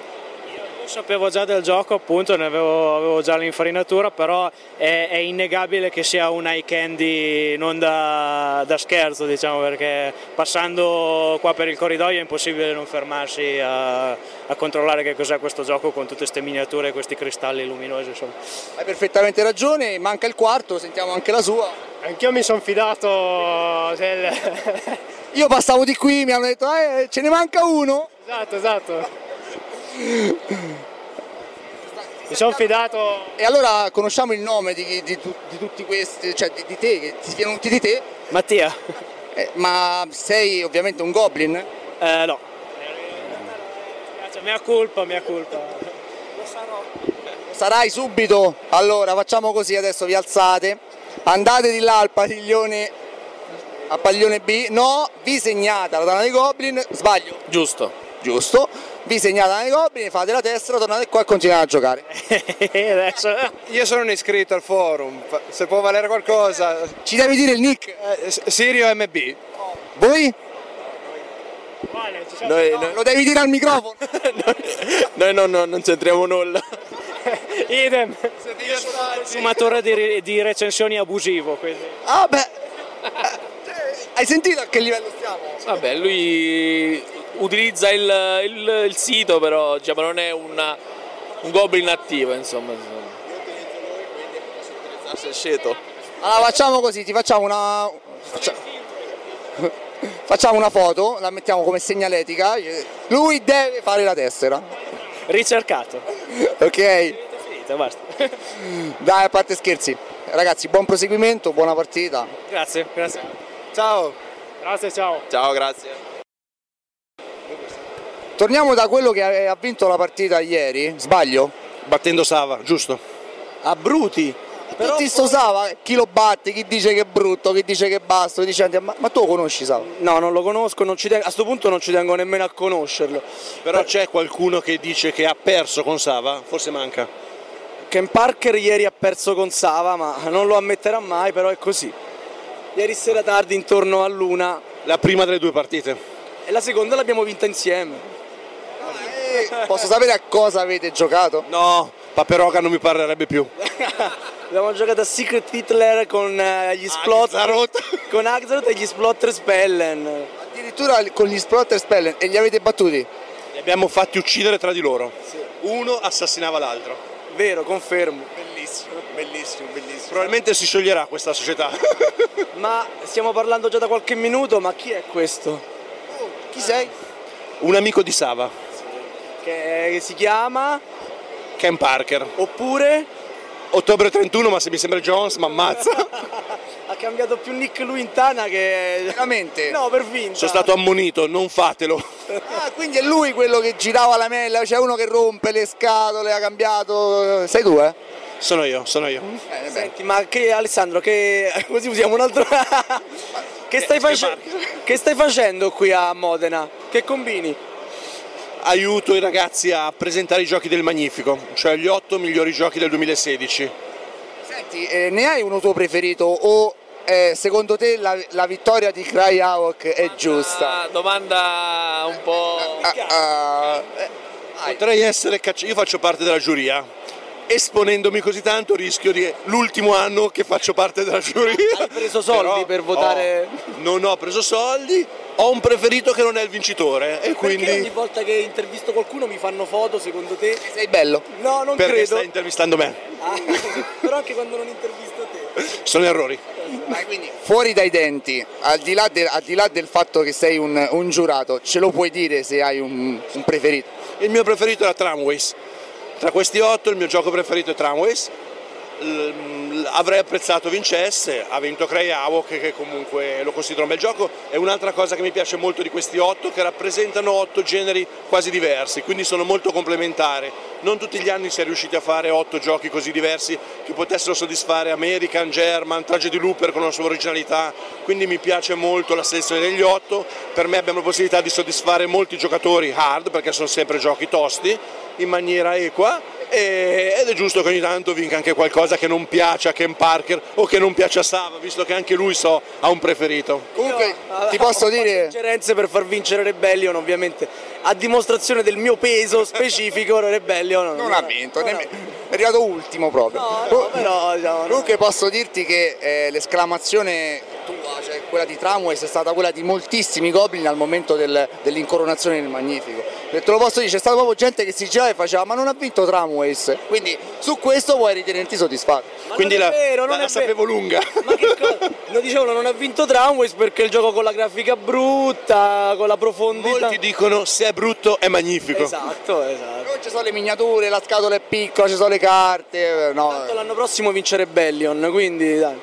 [SPEAKER 27] Sapevo già del gioco, appunto, ne avevo, avevo già l'infarinatura, però è, è innegabile che sia un eye candy non da, da scherzo, diciamo, perché passando qua per il corridoio è impossibile non fermarsi a, a controllare che cos'è questo gioco con tutte queste miniature e questi cristalli luminosi. Insomma.
[SPEAKER 4] Hai perfettamente ragione, manca il quarto, sentiamo anche la sua.
[SPEAKER 27] Anch'io mi sono fidato del...
[SPEAKER 4] Io passavo di qui, mi hanno detto, eh, ce ne manca uno.
[SPEAKER 27] esatto, esatto. Mi sono fidato...
[SPEAKER 4] E allora conosciamo il nome di, chi- di tu- di tutti questi, cioè di, di te, che si siano tutti di te.
[SPEAKER 27] Mattia.
[SPEAKER 4] Eh, ma sei ovviamente un goblin?
[SPEAKER 27] Eh no. Cioè, mia colpa, mia colpa.
[SPEAKER 4] Sarai subito. Allora facciamo così adesso, vi alzate, andate di là al padiglione, al padiglione B, no, vi segnate la donna dei goblin, sbaglio,
[SPEAKER 7] Giusto.
[SPEAKER 4] giusto, vi segnate la donna dei goblin, fate la testa, tornate qua e continuate a giocare.
[SPEAKER 26] Io sono un iscritto al forum, fa- se può valere qualcosa. Eh,
[SPEAKER 4] Ci devi dire il nick?
[SPEAKER 26] Sirio MB.
[SPEAKER 4] Voi?
[SPEAKER 7] Noi, noi-
[SPEAKER 4] Lo devi dire al microfono.
[SPEAKER 7] noi non, non- non c'entriamo nulla.
[SPEAKER 27] Idem. Consumatore di, re- di recensioni abusivo. Quindi.
[SPEAKER 4] Ah beh, hai sentito a che livello stiamo?
[SPEAKER 11] Vabbè, lui utilizza il, il- il sito, però diciamo, non è una- un goblin attivo, insomma.
[SPEAKER 7] Grazie, Sceto.
[SPEAKER 4] Allora facciamo così, ti facciamo una. faccia- Facciamo una foto, la mettiamo come segnaletica. Lui deve fare la tessera.
[SPEAKER 27] Ricercato.
[SPEAKER 4] Ok.
[SPEAKER 27] Finita, basta.
[SPEAKER 4] Dai, a parte scherzi. Ragazzi, buon proseguimento, buona partita.
[SPEAKER 27] Grazie, grazie.
[SPEAKER 26] Ciao.
[SPEAKER 27] Grazie, ciao.
[SPEAKER 7] Ciao, grazie.
[SPEAKER 4] Torniamo da quello che ha vinto la partita ieri, sbaglio?
[SPEAKER 10] Battendo Sava, giusto.
[SPEAKER 4] A Bruti. Tutti sto Sava, chi lo batte, chi dice che è brutto, chi dice che è basso, chi dice... Ma, ma tu lo conosci Sava?
[SPEAKER 5] No, non lo conosco, non ci tengo- a sto punto non ci tengo nemmeno a conoscerlo.
[SPEAKER 10] Però c'è qualcuno che dice che ha perso con Sava? Forse manca.
[SPEAKER 5] Ken Parker ieri ha perso con Sava, ma non lo ammetterà mai, però è così. Ieri sera tardi, intorno a luna,
[SPEAKER 10] La prima delle due partite.
[SPEAKER 5] e la seconda l'abbiamo vinta insieme.
[SPEAKER 4] Eh, Posso sapere a cosa avete giocato?
[SPEAKER 10] No, Paperoga non mi parlerebbe più.
[SPEAKER 5] Abbiamo giocato a Secret Hitler con eh, gli Splot con Axaroth e gli Splot Spellen.
[SPEAKER 4] Addirittura con gli Splatter Spellen e li avete battuti?
[SPEAKER 10] Li abbiamo fatti uccidere tra di loro. Uno assassinava l'altro.
[SPEAKER 5] Vero, confermo.
[SPEAKER 10] Bellissimo, bellissimo, bellissimo. Probabilmente si scioglierà questa società.
[SPEAKER 5] Ma stiamo parlando già da qualche minuto, ma chi è questo?
[SPEAKER 4] Oh, Chi sei?
[SPEAKER 10] Un amico di Sava,
[SPEAKER 5] Che che Eh, si chiama
[SPEAKER 10] Ken Parker.
[SPEAKER 5] Oppure?
[SPEAKER 10] Ottobre 31, ma se mi sembra Jones, ma ammazza.
[SPEAKER 5] ha cambiato più nick lui in Tana che
[SPEAKER 4] veramente?
[SPEAKER 5] No, per vinta.
[SPEAKER 10] Sono stato ammonito, non fatelo.
[SPEAKER 4] Ah, quindi è lui quello che girava la mela, c'è uno che rompe le scatole, ha cambiato. Sei tu, eh?
[SPEAKER 10] Sono io, sono io.
[SPEAKER 5] Senti, Eh, ma che Alessandro, che così usiamo un altro Che stai, face- che stai facendo qui a Modena? Che combini?
[SPEAKER 10] Aiuto i ragazzi a presentare i giochi del Magnifico, cioè gli otto migliori giochi del 2016.
[SPEAKER 4] Senti, eh, ne hai uno tuo preferito o eh, secondo te la, la vittoria di Cryhawk è giusta?
[SPEAKER 11] Ah, domanda un po'...
[SPEAKER 10] Ah, Potrei essere cacciato, io faccio parte della giuria. Esponendomi così tanto rischio di l'ultimo anno che faccio parte della giuria. Hai
[SPEAKER 5] preso soldi per votare?
[SPEAKER 10] non ho preso soldi, ho un preferito che non è il vincitore e
[SPEAKER 5] Perché
[SPEAKER 10] quindi
[SPEAKER 5] ogni volta che intervisto qualcuno mi fanno foto, secondo te?
[SPEAKER 4] Sei bello.
[SPEAKER 5] No, non
[SPEAKER 10] perché
[SPEAKER 5] credo.
[SPEAKER 10] stai intervistando me.
[SPEAKER 5] Ah, però anche quando non intervisto te. cioè.
[SPEAKER 10] Sono errori.
[SPEAKER 4] Fuori dai denti, al di là, del- al di là del fatto che sei un, un giurato, ce lo puoi dire se hai un, un preferito?
[SPEAKER 10] Il mio preferito era Tramways. Tra questi otto il mio gioco preferito è Tramways. L- l- ehm, avrei apprezzato vincesse, ha vinto Crayhawk che comunque lo considero un bel gioco. È un'altra cosa che mi piace molto di questi otto che rappresentano otto generi quasi diversi, quindi sono molto complementari. Non tutti gli anni si è riusciti a fare otto giochi così diversi che potessero soddisfare American, German, Tragedy Looper con la sua originalità, quindi mi piace molto la selezione degli otto. Per me abbiamo la possibilità di soddisfare molti giocatori hard perché sono sempre giochi tosti in maniera equa E- ed è giusto che ogni tanto vinca anche qualcosa che non piace a Ken Parker o che non piace a Sava, visto che anche lui so ha un preferito.
[SPEAKER 4] Comunque, ti
[SPEAKER 5] Ho
[SPEAKER 4] posso
[SPEAKER 5] fatto
[SPEAKER 4] dire.
[SPEAKER 5] ingerenze per far vincere Rebellion, ovviamente. A dimostrazione del mio peso specifico, Rebellion non, ha vinto.
[SPEAKER 4] È arrivato ultimo proprio.
[SPEAKER 5] No, però diciamo, no.
[SPEAKER 4] Comunque posso dirti che eh, l'esclamazione tua, cioè quella di Tramways, è stata quella di moltissimi goblin al momento del- dell'incoronazione del Magnifico. E te lo posso dire, c'è stata proprio gente che si girava e faceva ma non ha vinto Tramways. Quindi su questo puoi ritenerti soddisfatto.
[SPEAKER 10] Quindi
[SPEAKER 5] non è vero, non è
[SPEAKER 10] sapevo lunga.
[SPEAKER 5] Lo dicevano, non ha vinto Tramways perché il gioco con la grafica brutta, con la profondità.
[SPEAKER 10] Molti dicono se è brutto è magnifico.
[SPEAKER 5] Esatto, esatto.
[SPEAKER 4] Non ci sono le miniature, la scatola è piccola, ci sono le carte. eh, No.
[SPEAKER 5] L'anno prossimo vince Rebellion, quindi dai.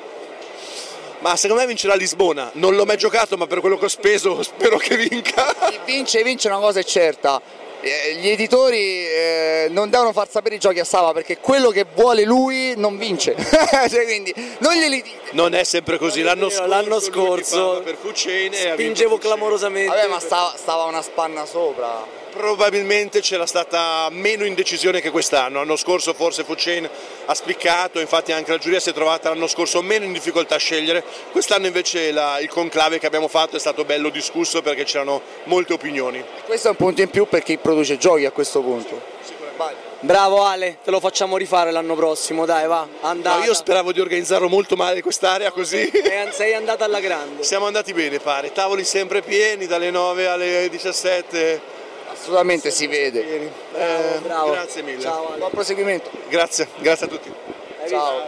[SPEAKER 10] Ma secondo me vincerà Lisbona. Non l'ho mai giocato, ma per quello che ho speso spero che vinca.
[SPEAKER 4] Chi vince, vince una cosa è certa. Eh, Gli editori eh, non devono far sapere i giochi a Sava perché quello che vuole lui non vince. Cioè, quindi non glieli dico.
[SPEAKER 10] Non è sempre così. L'anno scorso,
[SPEAKER 5] l'anno scorso
[SPEAKER 10] lui mi parla per Fucene e ha vinto
[SPEAKER 5] Spingevo clamorosamente.
[SPEAKER 4] Vabbè, ma stava, stava una spanna sopra.
[SPEAKER 10] Probabilmente c'era stata meno indecisione che quest'anno. L'anno scorso forse Fucen ha spiccato, infatti anche la giuria si è trovata l'anno scorso meno in difficoltà a scegliere. Quest'anno invece la- il conclave che abbiamo fatto è stato bello discusso perché c'erano molte opinioni.
[SPEAKER 4] Questo è un punto in più per chi produce giochi a questo punto.
[SPEAKER 5] Bravo Ale, te lo facciamo rifare l'anno prossimo, dai, va. Andata.
[SPEAKER 10] No, io speravo di organizzarlo molto male quest'area così.
[SPEAKER 5] Sei- Sei andata alla grande.
[SPEAKER 10] Siamo andati bene, pare. Tavoli sempre pieni dalle 9 alle 17.
[SPEAKER 4] Assolutamente si vede.
[SPEAKER 10] Eh, Grazie mille.
[SPEAKER 4] Buon proseguimento.
[SPEAKER 10] Grazie, grazie a tutti.
[SPEAKER 4] Ciao.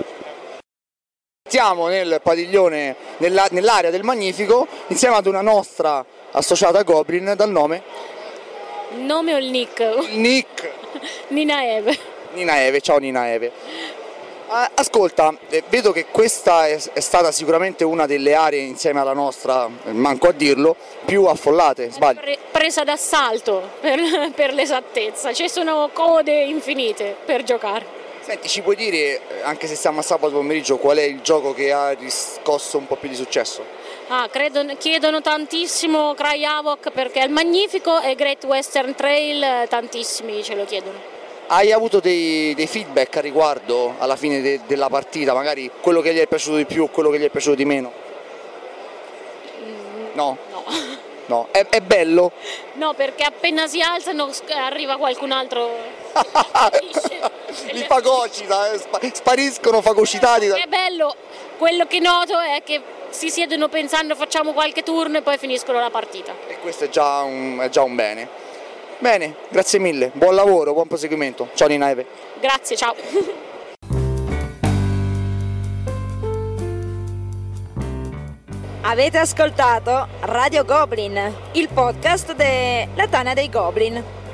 [SPEAKER 4] Siamo nel padiglione, nella- nell'area del Magnifico, insieme ad una nostra associata Goblin dal nome
[SPEAKER 28] Nome o il nick?
[SPEAKER 4] Nick.
[SPEAKER 28] Nina Eve.
[SPEAKER 4] Nina Eve. Ciao Nina Eve. Ah, Ascolta, eh, vedo che questa è, è stata sicuramente una delle aree insieme alla nostra, eh, manco a dirlo, più affollate, sbaglio.
[SPEAKER 28] Pre- presa d'assalto per, per l'esattezza. Ci sono code infinite per giocare.
[SPEAKER 4] Senti, ci puoi dire, eh, anche se siamo a sabato pomeriggio, qual è il gioco che ha riscosso un po' più di successo?
[SPEAKER 28] Ah, credo- chiedono tantissimo Cry Havoc perché è il magnifico e Great Western Trail eh, tantissimi ce lo chiedono.
[SPEAKER 4] Hai avuto dei, dei feedback a riguardo alla fine de- della partita, magari quello che gli è piaciuto di più, quello che gli è piaciuto di meno? No? No. È, è bello?
[SPEAKER 28] No, perché appena si alzano sc- arriva qualcun altro.
[SPEAKER 4] Li fagocita, eh, spa- spariscono fagocitati. da-
[SPEAKER 28] È bello, quello che noto è che si siedono pensando facciamo qualche turno e poi finiscono la partita.
[SPEAKER 4] Questo è già, un, è già un bene. Bene, grazie mille, buon lavoro, buon proseguimento. Ciao Nina Eve.
[SPEAKER 28] Grazie, ciao.
[SPEAKER 3] Avete ascoltato Radio Goblin, il podcast della Tana dei Goblin.